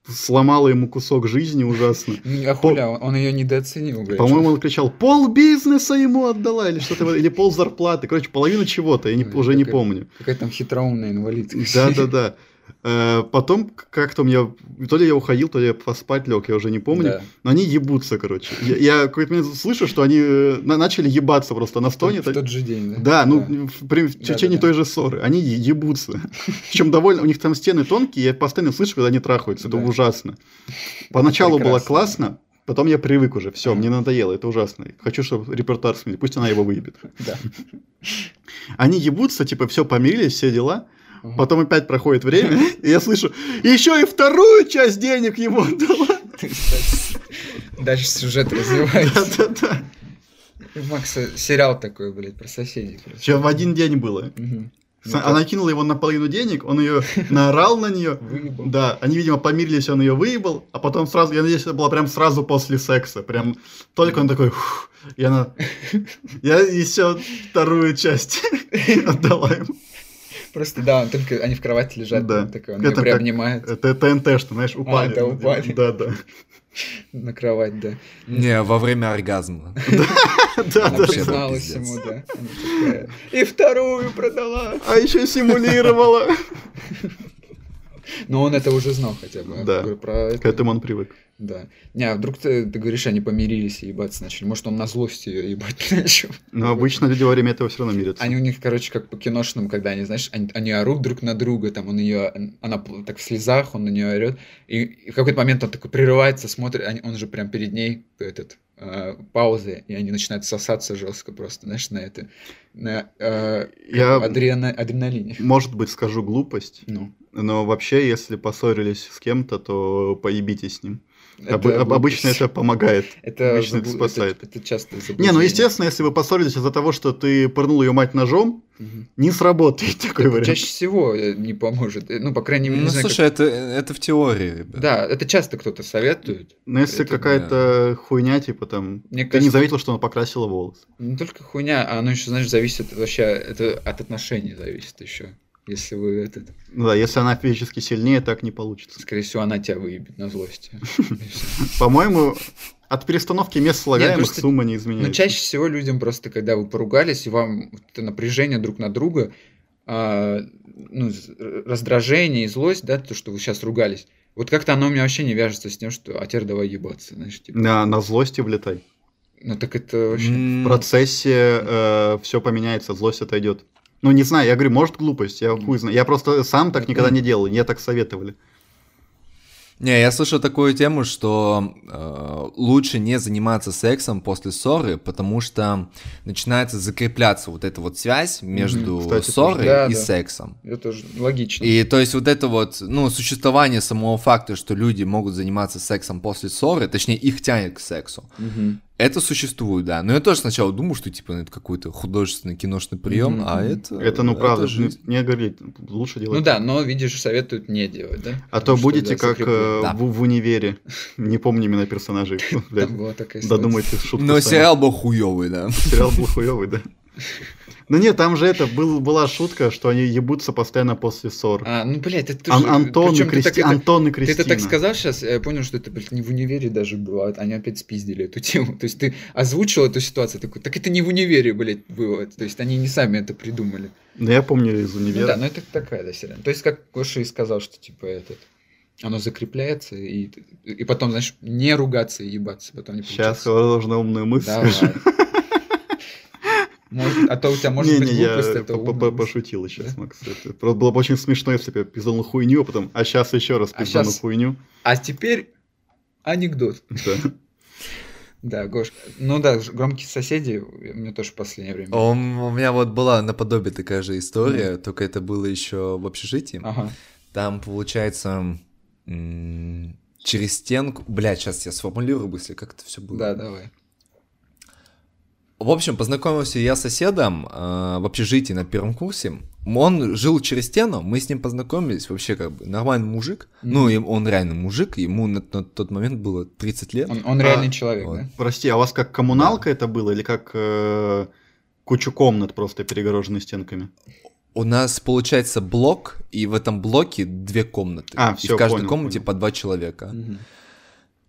C: сломала ему кусок жизни ужасно.
B: Ну, А хуля, он ее недооценил, блядь.
C: По-моему, он кричал, пол бизнеса ему отдала, или что-то, в этом- или пол зарплаты, короче, половину чего-то, я не-
B: Ой,
C: уже не
B: какая-
C: помню.
B: Какая там хитроумная инвалидка.
C: Да-да-да. Э, Потом к- как-то у меня, то ли я уходил, то ли я поспать лег, я уже не помню,
B: Да.
C: но они ебутся, короче. Я- Я в какой-то момент слышу, что они э, на- начали ебаться просто, она
B: В
C: стонет.
B: тот- в тот же день, да?
C: Да, ну в, прям в
B: Да-да-да.
C: течение той же ссоры. Они е- ебутся. Причем довольно, у них там стены тонкие, я постоянно слышу, когда они трахаются. Это
B: Да.
C: ужасно. Поначалу было
B: прекрасно.
C: классно, потом я привык уже. Все,
B: Ага.
C: мне надоело, это ужасно. Хочу, чтобы репортаж сменили. Пусть она его выебет.
B: Да.
C: Они ебутся, типа, все, помирились, все дела.
B: Ага.
C: Потом опять проходит время, и я слышу, еще и вторую часть денег ему отдала.
B: Дальше сюжет развивается.
C: Да-да-да.
B: У Макса сериал такой, блядь, про соседей. просто.
C: Чем в один день было.
B: Мгм.
C: С-
B: Ну,
C: Она кинула его наполовину денег, он ее наорал на нее.
B: Выебал.
C: Да, они, видимо, помирились, он ее выебал, а потом сразу, я надеюсь, это было прям сразу после секса. Прям только он такой, «Фух», и она, я еще вторую часть отдала ему.
B: Просто, да, он только они в кровати лежат,
C: Да.
B: он такой, он её
C: Это как-
B: приобнимает
C: Это ТНТ, что, знаешь, упали.
B: А, это упали.
C: Да, да.
B: на кровать, да.
D: Не, во время оргазма.
C: Да, да.
D: Вообще,
C: да.
B: Призналась
D: пиздец.
B: ему, да. Она такая, И вторую продала.
C: А еще симулировала.
B: Но он это уже знал хотя бы.
C: Да.
B: Говорю, Про это-
C: К этому он привык.
B: Да. Не, а вдруг ты, ты говоришь, они помирились и ебаться начали. Может, он на злость ее ебать начал.
C: Но обычно люди во время этого все равно мирятся.
B: Они у них, короче, как по киношному, когда они, знаешь, они, они орут друг на друга, там он ее, она пл- так в слезах, он на нее орет, и, и в какой-то момент он такой прерывается, смотрит, они- он же прям перед ней этот э, паузы, и они начинают сосаться жестко просто, знаешь, на это, на э,
C: Я,
B: адрена- адреналине.
C: может быть, скажу глупость,
B: Ну,
C: но вообще, если поссорились с кем-то, то поебитесь с ним. Об-
B: это
C: об- Обычно
B: глупость.
C: это помогает.
B: это
C: обычно это
B: заблу-
C: спасает.
B: Это, это часто
C: Не, ну естественно, если вы поссорились из-за того, что ты пырнул ее мать ножом,
B: Мгм.
C: не сработает такой
B: Это
C: вариант.
B: чаще всего э, не поможет, Э, ну, по крайней мере, не
D: Ну,
B: знаю, как-
D: слушай, это, это в теории, ребят.
B: Да, это часто кто-то советует.
C: Но Ну, если
B: это
C: какая-то хуйня, типа там,
B: Мне
C: ты не
B: кажется,
C: заметил, что она покрасила волос.
B: Ну, Не только хуйня, а оно еще, знаешь, зависит вообще, это от отношений зависит еще. Если вы этот,
C: Ну да, если она физически сильнее, так не получится.
B: скорее всего, она тебя выебет на злости. И всё.
C: По-моему, от перестановки мест слагаемых
B: просто-
C: сумма не изменяется.
B: Но Ну, чаще всего людям просто, когда вы поругались, и вам вот это напряжение друг на друга, а, ну, з- р- раздражение и злость, да, то, что вы сейчас ругались, вот как-то оно у меня вообще не вяжется с тем, что «а теперь давай ебаться», знаешь, типа.
C: На, на злости влетай.
B: Ну так это вообще...
D: М,
C: В процессе все поменяется, злость отойдет. Ну, не знаю, я говорю, может, глупость, я хуй знаю. Я просто сам так никогда не делал, мне так советовали.
D: Не, я слышал такую тему, что э, лучше не заниматься сексом после ссоры, потому что начинается закрепляться вот эта вот связь между
C: кстати, тоже.
D: ссорой
B: Да,
D: и
B: да.
D: сексом.
B: Это же логично.
D: И то есть вот это вот, ну, существование самого факта, что люди могут заниматься сексом после ссоры, точнее их тянет к сексу,
B: Мгм.
D: это существует, да. Но я тоже сначала думал, что типа ну, это какой-то художественный киношный прием,
B: Мгм,
D: а
B: мгм.
D: это...
C: Это, ну, правда,
D: жизнь.
C: мне говорили, лучше делать
B: Ну да, но, видишь, советуют не делать, да?
C: А то
B: Потому что,
C: будете
B: да,
C: как
B: закреплено.
C: э,
D: Да.
C: в, в универе. Не помню имена персонажей. кто, блядь,
B: Там была такая история.
D: Ну,
C: Додумайте шутку.
D: Но
C: сами.
D: сериал был хуёвый, да.
C: Сериал был хуёвый, да. Ну нет, там же это был, была шутка, что они ебутся постоянно после ссор.
B: А, ну, блядь, это ты
C: Ан-
B: же-
C: Антон, и
B: причём ты так
C: Кристи-
B: это-
C: Антон и
B: Ты
C: Кристина.
B: это так сказал сейчас, я понял, что это, блядь, не в универе даже было, а они опять спиздили эту тему. То есть ты озвучил эту ситуацию, такой, так это не в универе, блядь, было. То есть они не сами это придумали.
C: Да я помню из
B: Ну да,
C: универа.
B: но это такая, да, серия. То есть, как Гоша и сказал, что, типа, этот, оно закрепляется, и, и потом, знаешь, не ругаться и ебаться, потом не получается.
C: Сейчас должна умную мысль.
B: Давай. Может, а то у тебя может
C: не,
B: быть
C: не, я
B: глупость, это
C: по- по-
B: умная мысль.
C: пошутил сейчас, Макс. Это просто было бы очень смешно, если бы я пиздал на хуйню, а потом, а сейчас еще раз
B: А
C: пиздал на
B: щас-
C: хуйню.
B: А теперь анекдот.
C: Да.
B: Да, Гош. Ну да, ж- громкие соседи мне тоже в последнее время.
D: У м- у меня вот была наподобие такая же история, только это было еще в общежитии.
B: Ага.
D: Там, получается, м, через стенку... Бля, сейчас я сформулирую быстро, как это все было.
B: Да, давай.
D: В общем, познакомился я с соседом э, в общежитии на первом курсе. Он жил через стену, мы с ним познакомились, вообще как бы нормальный мужик.
B: Мгм.
D: Ну, им- он реально мужик, ему на, на тот момент было 30 лет.
B: Он, он
C: А,
B: реальный человек,
D: вот.
B: да?
C: Прости, а у вас как коммуналка это было или как э, кучу комнат просто перегороженные стенками?
D: У нас получается блок, и в этом блоке две комнаты.
C: А,
D: и
C: всё,
D: в каждой
C: понял,
D: комнате
C: понял.
D: по два человека.
B: Мгм.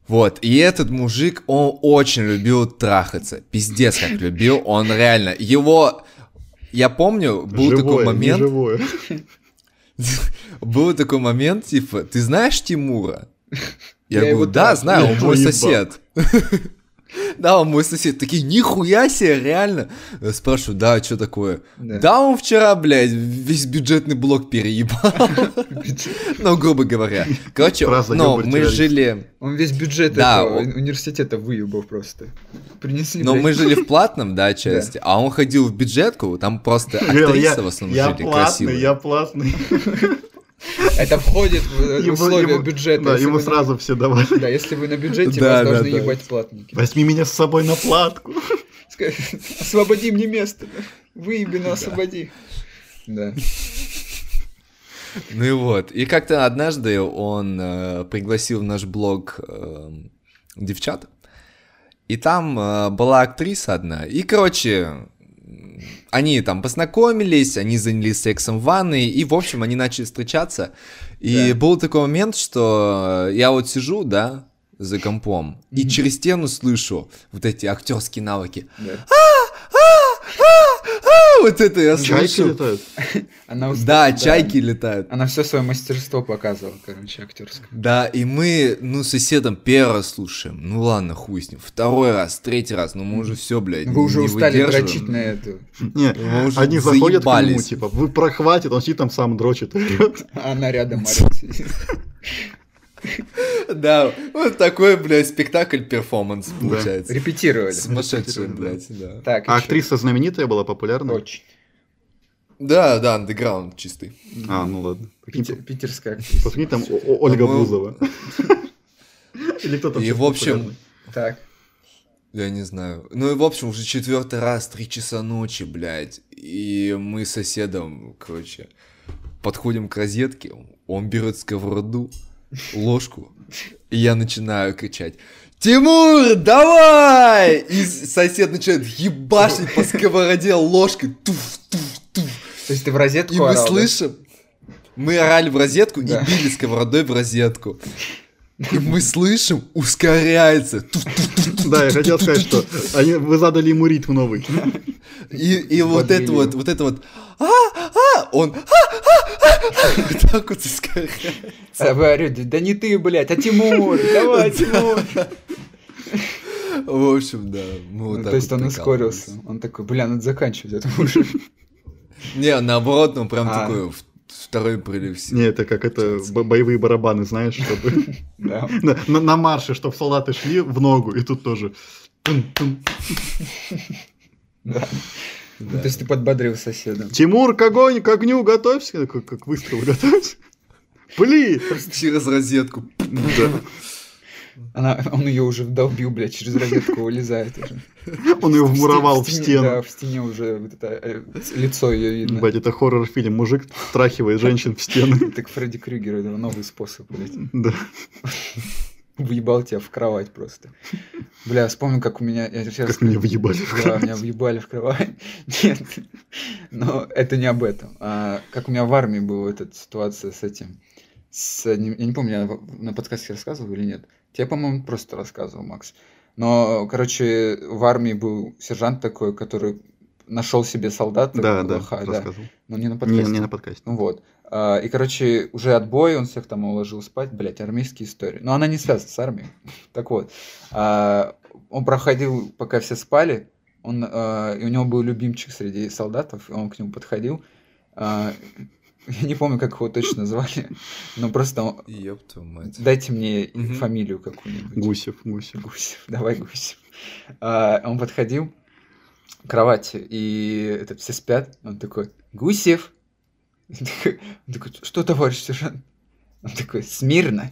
D: Вот, и этот мужик, он очень любил трахаться. Пиздец, как любил, он реально. Его, я помню, был такой момент,
C: Живое.
D: был такой момент, типа, ты знаешь Тимура? Я,
B: Я его
D: говорю, да,
B: трахал».
D: знаю, он
C: Я
D: мой
C: его ебал.
D: сосед. Да, он мой сосед. Такие, нихуя себе, реально. Я Спрашиваю, да, что такое?
B: Да.
D: Да, он вчера, блядь, весь бюджетный блок переебал. Ну, грубо говоря. Короче,
C: Фраза
D: но
C: «ёбарь
D: мы
C: террорист».
D: жили...
B: Он весь бюджет
D: Да,
B: этого
D: он-
B: университета выебал просто. Принесли,
D: Но
B: блядь.
D: мы жили в платном, да, части, а он ходил в бюджетку, там просто
C: Говорил, я,
D: актрисы в основном
C: я
D: жили
C: платный,
D: красивые.
C: я платный.
B: Это входит в э,
C: Ему-
B: условия
C: ему-
B: бюджета.
C: Да,
B: Если
C: ему
B: вы на-
C: сразу все давали.
B: Да, если вы на бюджете,
D: Да, да,
B: вас должны
D: да.
B: ебать платники.
C: Возьми меня с собой на платку.
B: Ска- Освободи мне место. да. Выеби, но освободи. Да.
D: Ну и вот. И как-то однажды он э, пригласил в наш блог э, девчат, и там э, была актриса одна. И, короче, м, они там познакомились, они занялись сексом в ванной, и, в общем, они начали встречаться. И
B: Да.
D: был такой момент, что я вот сижу, да, за компом, и
B: Мгм.
D: через стену слышу вот эти актерские навыки.
B: да.
D: А, вот это я
C: Чайки
D: слышу.
C: летают.
B: Она уст-
D: Да, чайки летают.
B: Она все свое мастерство показывала, короче, актерское.
D: Да, и мы, ну, с соседом первый раз слушаем. Ну ладно, хуй с ним. Второй раз, третий раз, ну мы уже все, блядь,
B: Вы уже
D: не
B: устали
D: выдерживаем.
B: дрочить на эту.
C: Не,
D: Мы уже
C: Одни заходят к нему,
D: заебались.
C: типа, вы прохватит, он сидит там сам дрочит.
B: А Она рядом орёт, сидит.
D: Да, вот такой, блядь, спектакль-перформанс получается.
B: Репетировали.
D: Сумасшедший,
C: Да.
D: блядь, да.
B: Так,
C: А
B: ещё.
C: актриса знаменитая была, популярная?
B: Очень.
D: Да, да, андеграунд чистый.
C: А, ну ладно. Прикинь,
B: Питер- Питерская актриса.
C: Посмотри, там О- О- Ольга
D: Ну,
C: Бузова. Или кто там
D: И,
C: сейчас
D: в общем,
C: популярный?
B: Так.
D: Я не знаю. Ну и в общем, уже четвертый раз, три часа ночи, блядь. И мы с соседом, короче, подходим к розетке, он берет сковороду, ложку, и я начинаю кричать. Тимур, давай! И с- сосед начинает ебашить по сковороде ложкой. Туф, туф, туф.
B: То есть ты в розетку
D: И мы
B: орал, да?
D: слышим, мы орали в розетку
B: Да.
D: и били сковородой в розетку. И мы слышим, ускоряется. Туф, туф, туф, туф,
C: Да, я хотел сказать, что они- вы задали ему ритм новый.
D: И, и вот
B: Подвели
D: это вот,
B: его.
D: вот это вот, «А-а-а!» он «А-а-а-а!» вот так вот искоряет.
B: А вы орёте, да не ты, блядь, а Тимур, давай, Тимур.
D: В общем, да. мы вот
B: Ну,
D: так
B: То есть
D: вот
B: он
D: прикалывались.
B: ускорился. Он такой, бля, надо заканчивать это уже.
D: Не, наоборот, он прям
B: А.
D: такой в- второй прилив сил.
C: Не, это как это бо- боевые барабаны, знаешь, чтобы
B: Да.
C: на- на на марше, чтобы солдаты шли в ногу, и тут тоже. Тун-тун.
B: да.
D: Да.
B: Ну, То есть ты подбодрил соседа.
C: Тимур, к огонь, к огню готовься, как, как выстрел готовься. Пли!
D: Через розетку.
C: Да.
B: Она, он ее уже вдолбил, блядь, через розетку вылезает уже.
C: Он ее
B: В сте-
C: вмуровал в
B: стене-
C: стену.
B: Да, в стене уже вот это, э, лицо ее видно.
C: Блять, это хоррор-фильм. Мужик страхивает женщин в стены.
B: Так Фредди Крюгер, это новый способ, блядь.
C: Да.
B: Въебал тебя в кровать просто. Бля, вспомнил, как у меня... Я сейчас...
C: Как меня въебали.
B: Да, меня въебали в кровать. Нет, но это не об этом. А как у меня в армии была эта ситуация с этим. С одним- Я не помню, я в- на подкасте рассказывал или нет. Тебе, по-моему, просто рассказывал, Макс. Но, короче, в армии был сержант такой, который нашел себе солдата.
C: Да, да,
B: лоха,
C: рассказывал.
B: Но не на
C: Не,
B: подкасте.
C: не на подкасте.
B: Ну Вот. А, И, короче, уже отбой, он всех там уложил спать, блядь, армейские истории. Но она не связана с армией. Так вот, а, он проходил, пока все спали, он, а, и у него был любимчик среди солдатов, и он к нему подходил. А, Я не помню, как его точно звали, но просто он-
D: Ёб твою мать.
B: дайте мне
D: Мгм.
B: фамилию какую-нибудь.
C: Гусев, Гусев.
B: Гусев, давай Гусев. А, он подходил к кровати, и это все спят. Он такой, Гусев. Я такой- Он такой, что, товарищ сержант? Он такой, смирно.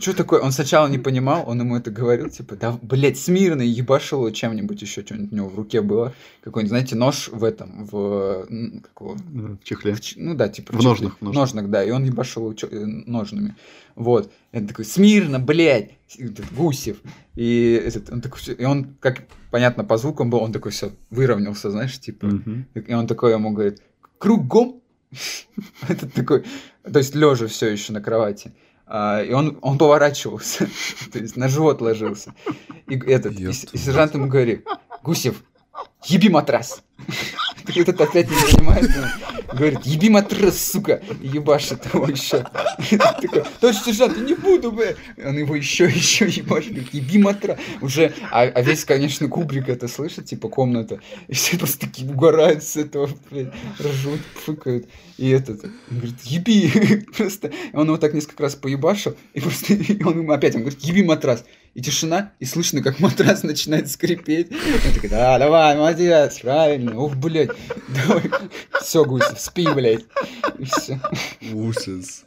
B: Что такое? Он сначала не понимал, он ему это говорил, типа, да, блядь, смирно, и ебашил его чем-нибудь еще, что-нибудь у него в руке было. Какой-нибудь, знаете, нож в этом, в... м, как его?
C: Да, В чехле.
B: В ч- Ну да, типа...
C: В
B: чехле.
C: ножнах, в
B: В
C: ножнах.
B: ножнах, да. И он ебашил его чё- э, ножными. Вот. Я такой, смирно, блядь! И этот Гусев. И, этот, он такой, всё- и он, как понятно, по звукам был, он такой все выровнялся, знаешь, типа.
C: Мгм.
B: И он такой ему говорит, кругом. Этот такой, то есть лежа все еще на кровати. А, И он, он поворачивался, то есть на живот ложился. И этот, и,
D: Ёб
B: с- и
D: твою
B: сержант ему говорит, Гусев, еби матрас. Так этот опять не понимает, он говорит, еби матрас, сука, и ебашит его еще. Этот такой, товарищ сержант, я не буду, бля. И Он его еще, еще ебашит, говорит, еби матрас. Уже, а, а весь, конечно, Кубрик это слышит, типа комната. И все просто такие угорают с этого, блядь, ржут, фыкают. И этот, он говорит, еби. Просто он его так несколько раз поебашил, и просто и он ему опять, он говорит, еби матрас. И тишина, и слышно, как матрас начинает скрипеть. Он такой, да, давай, молодец, правильно, ух, блядь, давай. Все, Гусев, спи, блядь. И все.
D: Ужас.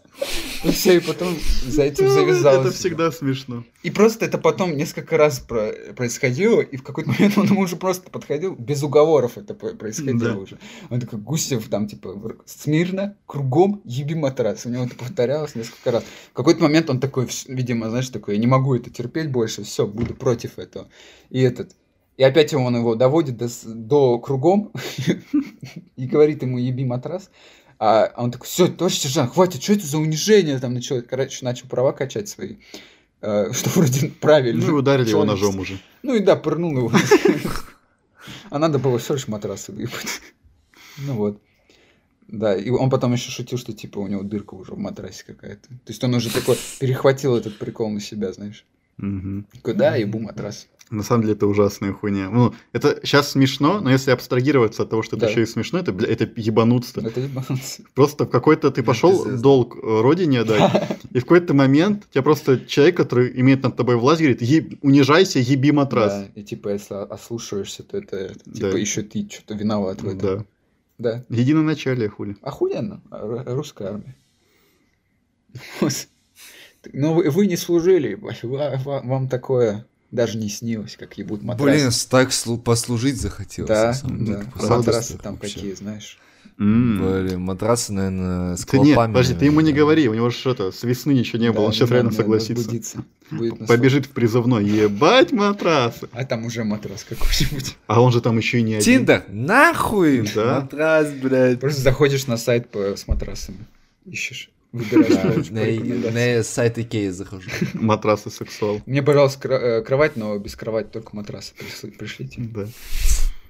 B: И все, и потом за этим завязалось.
C: Ну, Это всегда смешно.
B: И просто это потом несколько раз про- происходило, и в какой-то момент он ему уже просто подходил, без уговоров это по- происходило
C: Да.
B: уже. Он такой, Гусев там, типа, в- смирно, кругом, еби матрас. У него это повторялось несколько раз. В какой-то момент он такой, вс- видимо, знаешь, такой, я не могу это терпеть больше, все, буду против этого. И этот... И опять он его доводит до, с- до кругом и говорит ему, еби матрас. А он такой, все, товарищ сержант, хватит, что это за унижение там начал, короче, начал права качать свои, э, что вроде правильно.
C: Ну и ударили
B: Чё
C: его
B: он-
C: ножом уже.
B: Ну и да, пырнул его. А надо было все лишь матрасы выебать. Ну вот. Да, и он потом еще шутил, что типа у него дырка уже в матрасе какая-то. То есть он уже такой перехватил этот прикол на себя, знаешь.
C: Мгм.
B: Куда ебу матрас?
C: На самом деле это ужасная хуйня. Ну, это сейчас смешно, но если абстрагироваться от того, что это
B: Да.
C: еще и смешно, это, бля, это ебанутство.
B: Это ебануться.
C: Просто в какой-то ты
D: Да,
C: пошел
D: пиздец.
C: долг э, родине отдать, и в какой-то момент тебя просто человек, который имеет над тобой власть, говорит, «Еб- унижайся, еби матрас.
B: Да, и типа если ослушаешься, то это
C: Да.
B: типа еще ты что-то виноват в этом.
C: Да.
B: Да.
C: Единоначалие, хули.
B: Охуенно. А ру- Русская армия. Вот. Но вы, вы не служили, ебать. Ва- ва- вам такое даже не снилось, как ебут матрасы.
D: Блин, так слу- послужить захотелось. на
B: да,
D: самом деле, типа,
B: да.
D: после
B: Матрасы
D: этого
B: там
D: вообще.
B: какие, знаешь.
C: М.
D: Блин, матрасы, наверное, с
C: Ты не,
D: клопами,
C: подожди, ты ему не
D: наверное.
C: говори, у него же это, с весны ничего не было, он сейчас реально согласится.
B: Будет, будет
C: Побежит в призывной, ебать матрасы.
B: А там уже матрас какой-нибудь.
C: А он же там еще и не один.
D: Тиндер, нахуй!
C: Да.
D: Матрас, блядь.
B: Просто заходишь на сайт по- с матрасами. Ищешь. Выбираешь
D: Да,
B: короче, по
D: на,
B: рекомендации.
D: на сайт Икеи захожу.
C: Матрасы сексуал.
B: Мне, пожалуйста, кра- э, кровать, но без кровати только матрасы пришли- пришлите.
C: Да.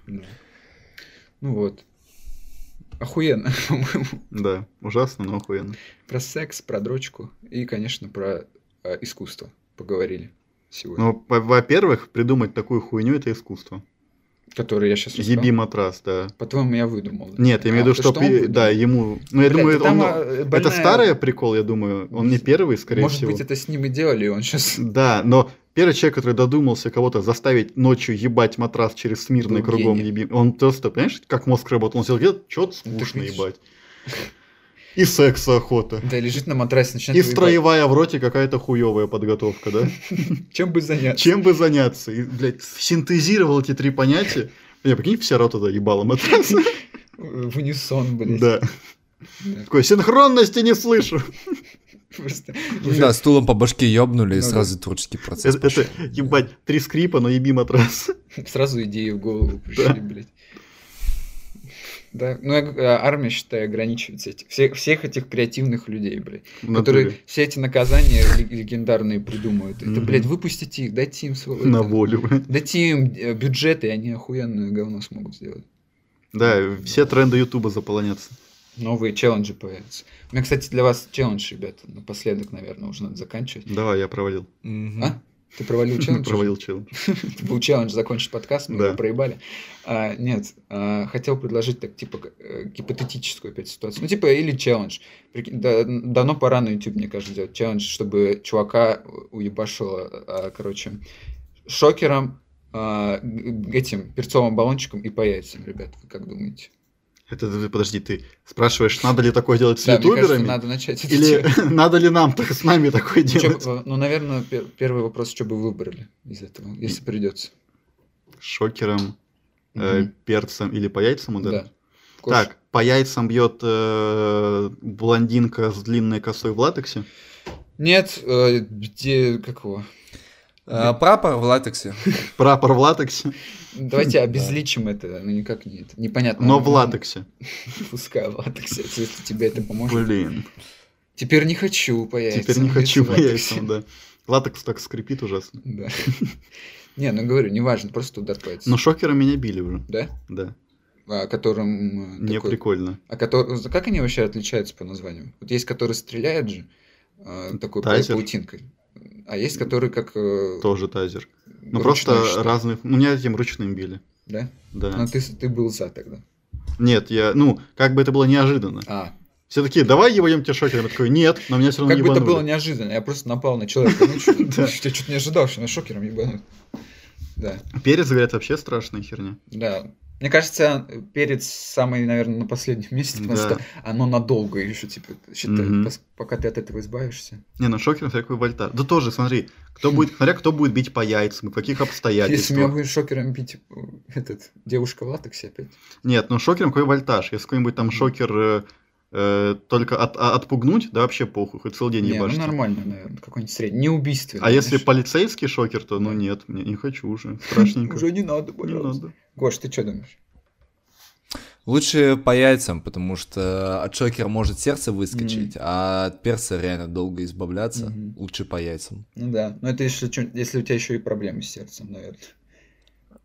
B: Да. Ну вот. Охуенно, по-моему.
C: Да, ужасно, но охуенно.
B: Про секс, про дрочку и, конечно, про э, искусство поговорили сегодня.
C: Ну, во- во-первых, придумать такую хуйню это искусство.
B: Которое я сейчас
C: Еби матрас, да.
B: По-твоему, я выдумал. А,
C: Нет, я имею в виду, что,
B: он
C: пи-
B: выдумал?
C: да, ему. Ну, я
B: Бля,
C: думаю,
B: да там,
C: он-
B: а,
C: это
B: больная-
C: старый прикол, я думаю. Он не первый, скорее
B: Может
C: всего.
B: быть, это с ним и делали, и он сейчас...
C: Да, но первый человек, который додумался кого-то заставить ночью ебать матрас через смирный
B: Был
C: кругом
B: гений.
C: еби. Он просто, понимаешь, как мозг работал, он сидел где-то, что-то
B: Ну, ты
C: скучно
B: видишь.
C: ебать. И секса охота.
B: Да, лежит на матрасе, начинает...
C: И
B: выебать.
C: строевая в роте какая-то хуевая подготовка, да?
B: Чем бы заняться?
C: Чем бы заняться? И, блядь, синтезировал эти три понятия. Я прикинь, вся рота да ебала матрас.
B: В унисон, блядь.
C: Да. Такой, синхронности не слышу.
B: Просто
D: Ну Да, стулом по башке ёбнули, и
B: Ну да.
D: сразу творческий процесс.
C: Это, это, ебать, три скрипа, но ебим от раз.
B: сразу идеи в голову пришли, блядь. Да, ну я г- а, армия, считай, ограничивается этих, всех, всех этих креативных людей, блядь,
C: В
B: которые
C: натуре.
B: все эти наказания ле- легендарные придумают. Это,
C: Мгм.
B: блядь, выпустите их, дайте им свободу.
C: На волю. блядь.
B: Дайте им э, бюджет, и они охуенное говно смогут сделать.
C: Да, все тренды Ютуба заполонятся.
B: Новые челленджи появятся. У меня, кстати, для вас челлендж, ребят, напоследок, наверное, уже надо заканчивать.
C: Давай, я провалил.
D: Мгм.
B: А? Ты провалил челлендж? уже?
C: Провалил челлендж.
B: Это был челлендж закончить подкаст, мы
C: Да.
B: его проебали. А, нет, а, хотел предложить так, типа, г- э, гипотетическую опять ситуацию. Ну, типа, или челлендж. Прикинь, да- давно пора на YouTube, мне кажется, делать челлендж, чтобы чувака у- уебашило, а, короче, шокером, а, г- г- этим перцовым баллончиком и по яйцам, ребят, вы как думаете?
C: Это, ты- подожди, ты спрашиваешь, надо ли такое делать с
B: Да, мне кажется,
C: ютуберами?
B: надо начать это
C: Или
B: делать.
C: надо ли нам так с нами такое
B: Чё
C: делать?
B: бы- ну, наверное, пер- первый вопрос, что бы вы выбрали из этого, если придется.
C: Шокером, э,
B: Мгм.
C: перцем или по яйцам ударить?
B: Да. Кош-
C: Так, по яйцам бьет э, блондинка с длинной косой в латексе.
B: Нет, э, где, как его?
D: А, Прапор в латексе.
C: Прапор в латексе,
B: Давайте обезличим это, ну никак не это. Непонятно.
C: Хм, но
B: Ну,
C: в латексе.
B: Пускай в латексе, если тебе это поможет.
C: Блин,
B: Теперь не хочу по яйцам.
C: теперь не хочу по
B: Латексе.
C: яйцам, да. Латекс так скрипит ужасно.
B: Да. Не, ну говорю, неважно, просто удар по яйцам.
C: Но шокером меня били уже,
B: Да? А,
C: да.
B: О котором... э,
C: Не
B: такой-
C: прикольно.
B: А который... за- Как они вообще отличаются по названию? Вот есть, который стреляет же, э, такой па-
C: Тазер.
B: паутинкой. А есть, который как... э,
C: Тоже тазер. Ну
B: ручной, что
C: просто
B: ли,
C: разных... Ну меня этим ручным били,
B: Да?
C: да.
B: Ну ты, ты был за тогда.
C: Нет, я... Ну, как бы это было неожиданно.
B: А,
C: Все такие, давай его ем тебе шокером. Я такой, нет, но меня все равно
B: Как бы это
C: ебанули.
B: было неожиданно, я просто напал на человека ночью. Ну,
C: Да.
B: Я что-то не ожидал, что на шокером ебанут. Да,
C: Перец, говорят, вообще страшная херня.
B: да. Мне кажется, перец самый, наверное, на последнем месте, потому
C: Да.
B: что оно надолго еще, типа, считай,
C: Мгм.
B: пос- пока ты от этого избавишься.
C: Не, ну шокером всякую вольта. Да тоже, смотри, кто будет, смотря кто будет бить по яйцам, и в каких
B: Если меня
C: обстоятельствах.
B: будет шокером бить э, этот девушка в латексе опять.
C: Нет, ну шокером какой вольтаж? Если какой-нибудь там шокер э, э, только от- а- отпугнуть, да вообще похуй, хоть целый день
B: Не, ну
C: ебашьте.
B: нормально, наверное, какой-нибудь средний. Не убийственный.
C: а если
B: знаешь.
C: полицейский шокер, то ну
B: Да.
C: нет, не, не хочу уже, страшненько.
B: Уже не надо,
C: Не
B: пожалуйста.
C: надо.
B: Гош, ты что думаешь?
D: Лучше по яйцам, потому что от шокера может сердце выскочить, а от перца реально долго избавляться.
B: Мгм.
D: Лучше по яйцам.
B: Ну да, но это если, чё- если у тебя еще и проблемы с сердцем, наверное.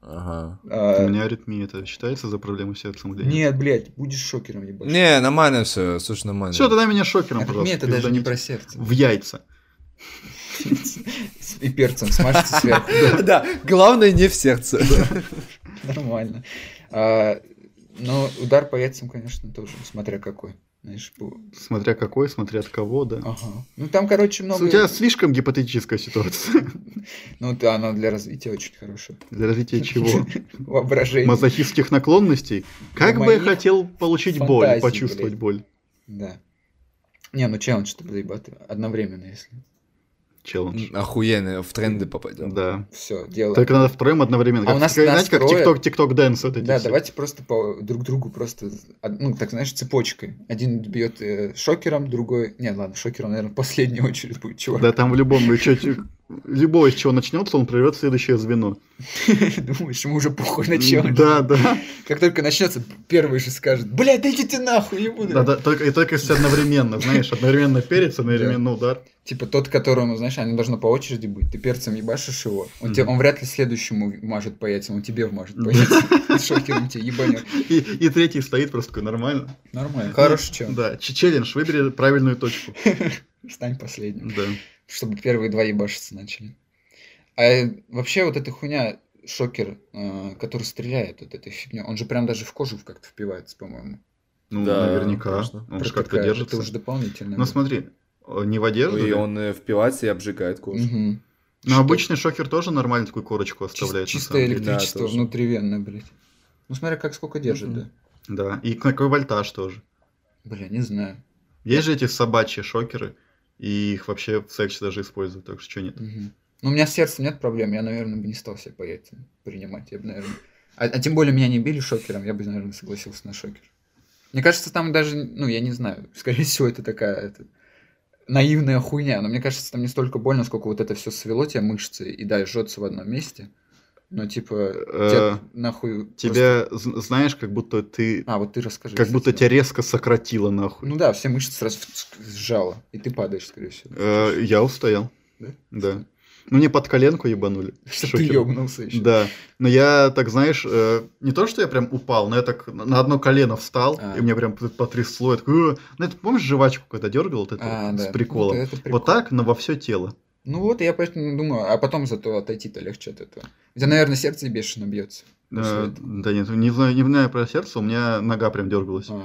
D: Ага.
B: А,
C: У меня аритмия, это считается за проблему с сердцем или
B: Нет, блядь, будешь шокером ебать.
D: Не, нормально все, слушай, нормально.
C: Все, тогда меня шокером,
B: Аритмия
C: пожалуйста.
B: это даже не
C: пизданите.
B: про сердце.
C: В яйца.
B: И перцем смажете сверху.
D: Да, главное не в сердце.
B: Нормально. А, Но удар по яйцам, конечно, тоже, смотря какой. Знаешь, бу-
C: Смотря какой, смотря от кого, да.
B: ага. Ну там, короче, много.
C: У тебя слишком гипотетическая ситуация.
B: Ну да, она для развития очень хорошая.
C: Для развития чего?
B: Воображение.
C: мазохистских наклонностей. Как
B: Ну,
C: бы я
B: моих
C: хотел получить боль,
B: фантазий,
C: почувствовать
B: блядь.
C: боль.
B: Да. Не, ну челлендж то заебатый. Одновременно, если.
C: Челлендж.
D: Охуенно, в тренды попадем.
C: Да.
B: Все, дело.
C: Только надо втроем одновременно.
B: А
C: Как-
B: у нас
C: как- знаете, как
B: нас трое.
C: тикток, тикток дэнс вот эти
B: Да,
C: все.
B: давайте просто по друг другу просто, од- ну, так знаешь, цепочкой. Один бьет э, шокером, другой... Не, ладно, шокером, наверное, в последнюю очередь будет чувак.
C: Да, там в любом, ну, чё- чё- любого, из чего начнется, он прорвет следующее звено.
B: Думаешь, ему уже похуй на челлендж.
C: Да, да.
B: Как только начнется, первый же скажет, блядь, да иди ты нахуй, не буду.
C: Да, да, только, и только если одновременно, знаешь, одновременно перец, одновременно удар.
B: Типа тот, которому, знаешь, они должно по очереди быть. Ты перцем ебашишь его. Он, тебе,
C: Мгм.
B: он вряд ли следующему мажет по яйцам, он тебе вмажет по яйцам. С Шокером тебя ебанет.
C: И, и третий стоит просто такой, нормально.
B: Нормально. Хороший челлендж.
C: Да, ч- челлендж, выбери правильную точку.
B: Стань последним.
C: Да.
B: Чтобы первые два ебашиться начали. А вообще вот эта хуйня, шокер, э, который стреляет вот этой фигней, он же прям даже в кожу как-то впивается, по-моему.
C: Ну,
D: Да,
C: наверняка.
D: конечно.
C: Он же как-то
B: Протыкает.
C: держится.
B: Это уже дополнительно.
C: Ну, смотри, э, не в одежду.
D: И
C: да?
D: он э, впивается и обжигает кожу.
B: Мгм.
C: Ну,
B: Что-
C: обычный шокер тоже нормально такую корочку
B: Чис-
C: оставляет. на
B: чистое
C: самом деле.
B: электричество
D: Да, тоже.
B: внутривенно, блядь. Ну, смотря как сколько держит,
D: Мгм.
B: да.
C: Да, и какой вольтаж тоже.
B: Бля, не знаю.
C: Есть же эти собачьи шокеры, и их вообще в сексе даже используют, так что чё нет.
B: Мгм. Ну, у меня с сердцем нет проблем, я, наверное, бы не стал себе по яйцам принимать. Я бы, наверное... А, а тем более меня не били шокером, я бы, наверное, согласился на шокер. Мне кажется, там даже, ну, я не знаю, скорее всего, это такая это, наивная хуйня. Но мне кажется, там не столько больно, сколько вот это все свело тебе мышцы и да, и жжется в одном месте. Но типа, тебя
C: Э,
B: нахуй... просто-
C: Тебя, з- знаешь, как будто ты...
B: А, вот ты расскажи.
C: Как
B: кстати,
C: будто
B: да.
C: тебя резко сократило, нахуй.
B: Ну да, все мышцы сразу в- сжало, и ты падаешь, скорее всего.
C: Э, Я устоял.
B: Да?
C: Да. Ну, мне под коленку ебанули.
B: Что ты
C: Шокер.
B: ёбнулся еще.
C: Да. Но я, так знаешь, э, не то, что я прям упал, но я так на на одно колено встал,
B: А.
C: и мне прям п- потрясло. Я такой, «Э». ну, это помнишь жвачку, когда дергал вот это
B: А,
C: вот с
B: да.
C: прикола?
B: Вот это прикол.
C: Вот так, но во все тело.
B: Ну вот, я поэтому думаю, а потом зато отойти-то легче от этого. У тебя, наверное, сердце бешено бьется.
C: Э, Да нет, не знаю, не знаю про сердце, у меня нога прям
B: А,
C: дергалась.
B: ну,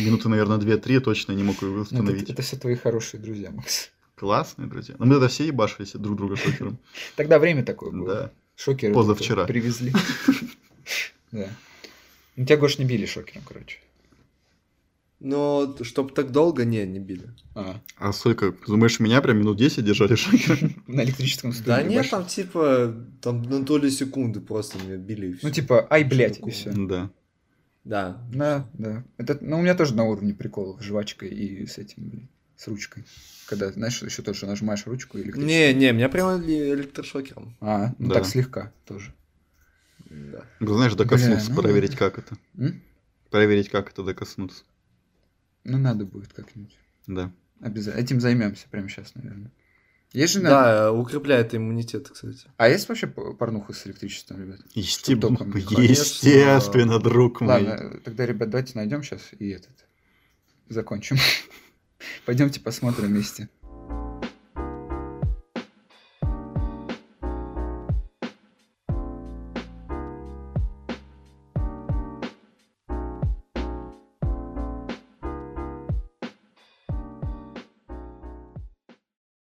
C: Минуты, наверное, 2-3 точно не мог ее
B: это,
C: восстановить.
B: это все твои хорошие друзья, Макс.
C: Классные друзья. Но мы тогда все ебашились друг друга шокером.
B: Тогда время такое было.
C: Да.
B: Шокеры
C: Позавчера.
B: только привезли. Да. Ну тебя, Гош, не били шокером, короче.
D: Но чтоб так долго, не, не били.
B: А,
C: А сколько, ты думаешь, меня прям минут 10 держали шокером?
B: на электрическом стуле.
D: Да нет,
B: ебашь.
D: там типа, там на долю секунды просто меня били и всё.
B: Ну типа, ай, блядь, и
D: такого.
B: все.
C: Да.
D: Да.
B: Да, да. Это, ну, у меня тоже на уровне приколов с жвачкой и с этим, блин, с ручкой. Когда, знаешь, еще тоже нажимаешь ручку и электрически-
D: Не, не, меня прямо ли- электрошокером.
B: А, ну
C: Да.
B: так слегка тоже.
D: Да.
C: Ну, Знаешь, докоснуться,
B: ну да.
C: проверить, как это.
B: М?
C: Проверить, как это докоснуться.
B: Ну, надо будет как-нибудь.
C: Да.
B: Обязательно. Этим займемся прямо сейчас, наверное. Есть же, на-
D: Да, укрепляет иммунитет, кстати.
B: А есть вообще п- порнуха с электричеством, ребят?
C: Естеб-
B: током не ходишь,
C: Естественно, друг мой.
B: Ладно, тогда, ребят, давайте найдем сейчас и этот закончим. Пойдемте посмотрим вместе.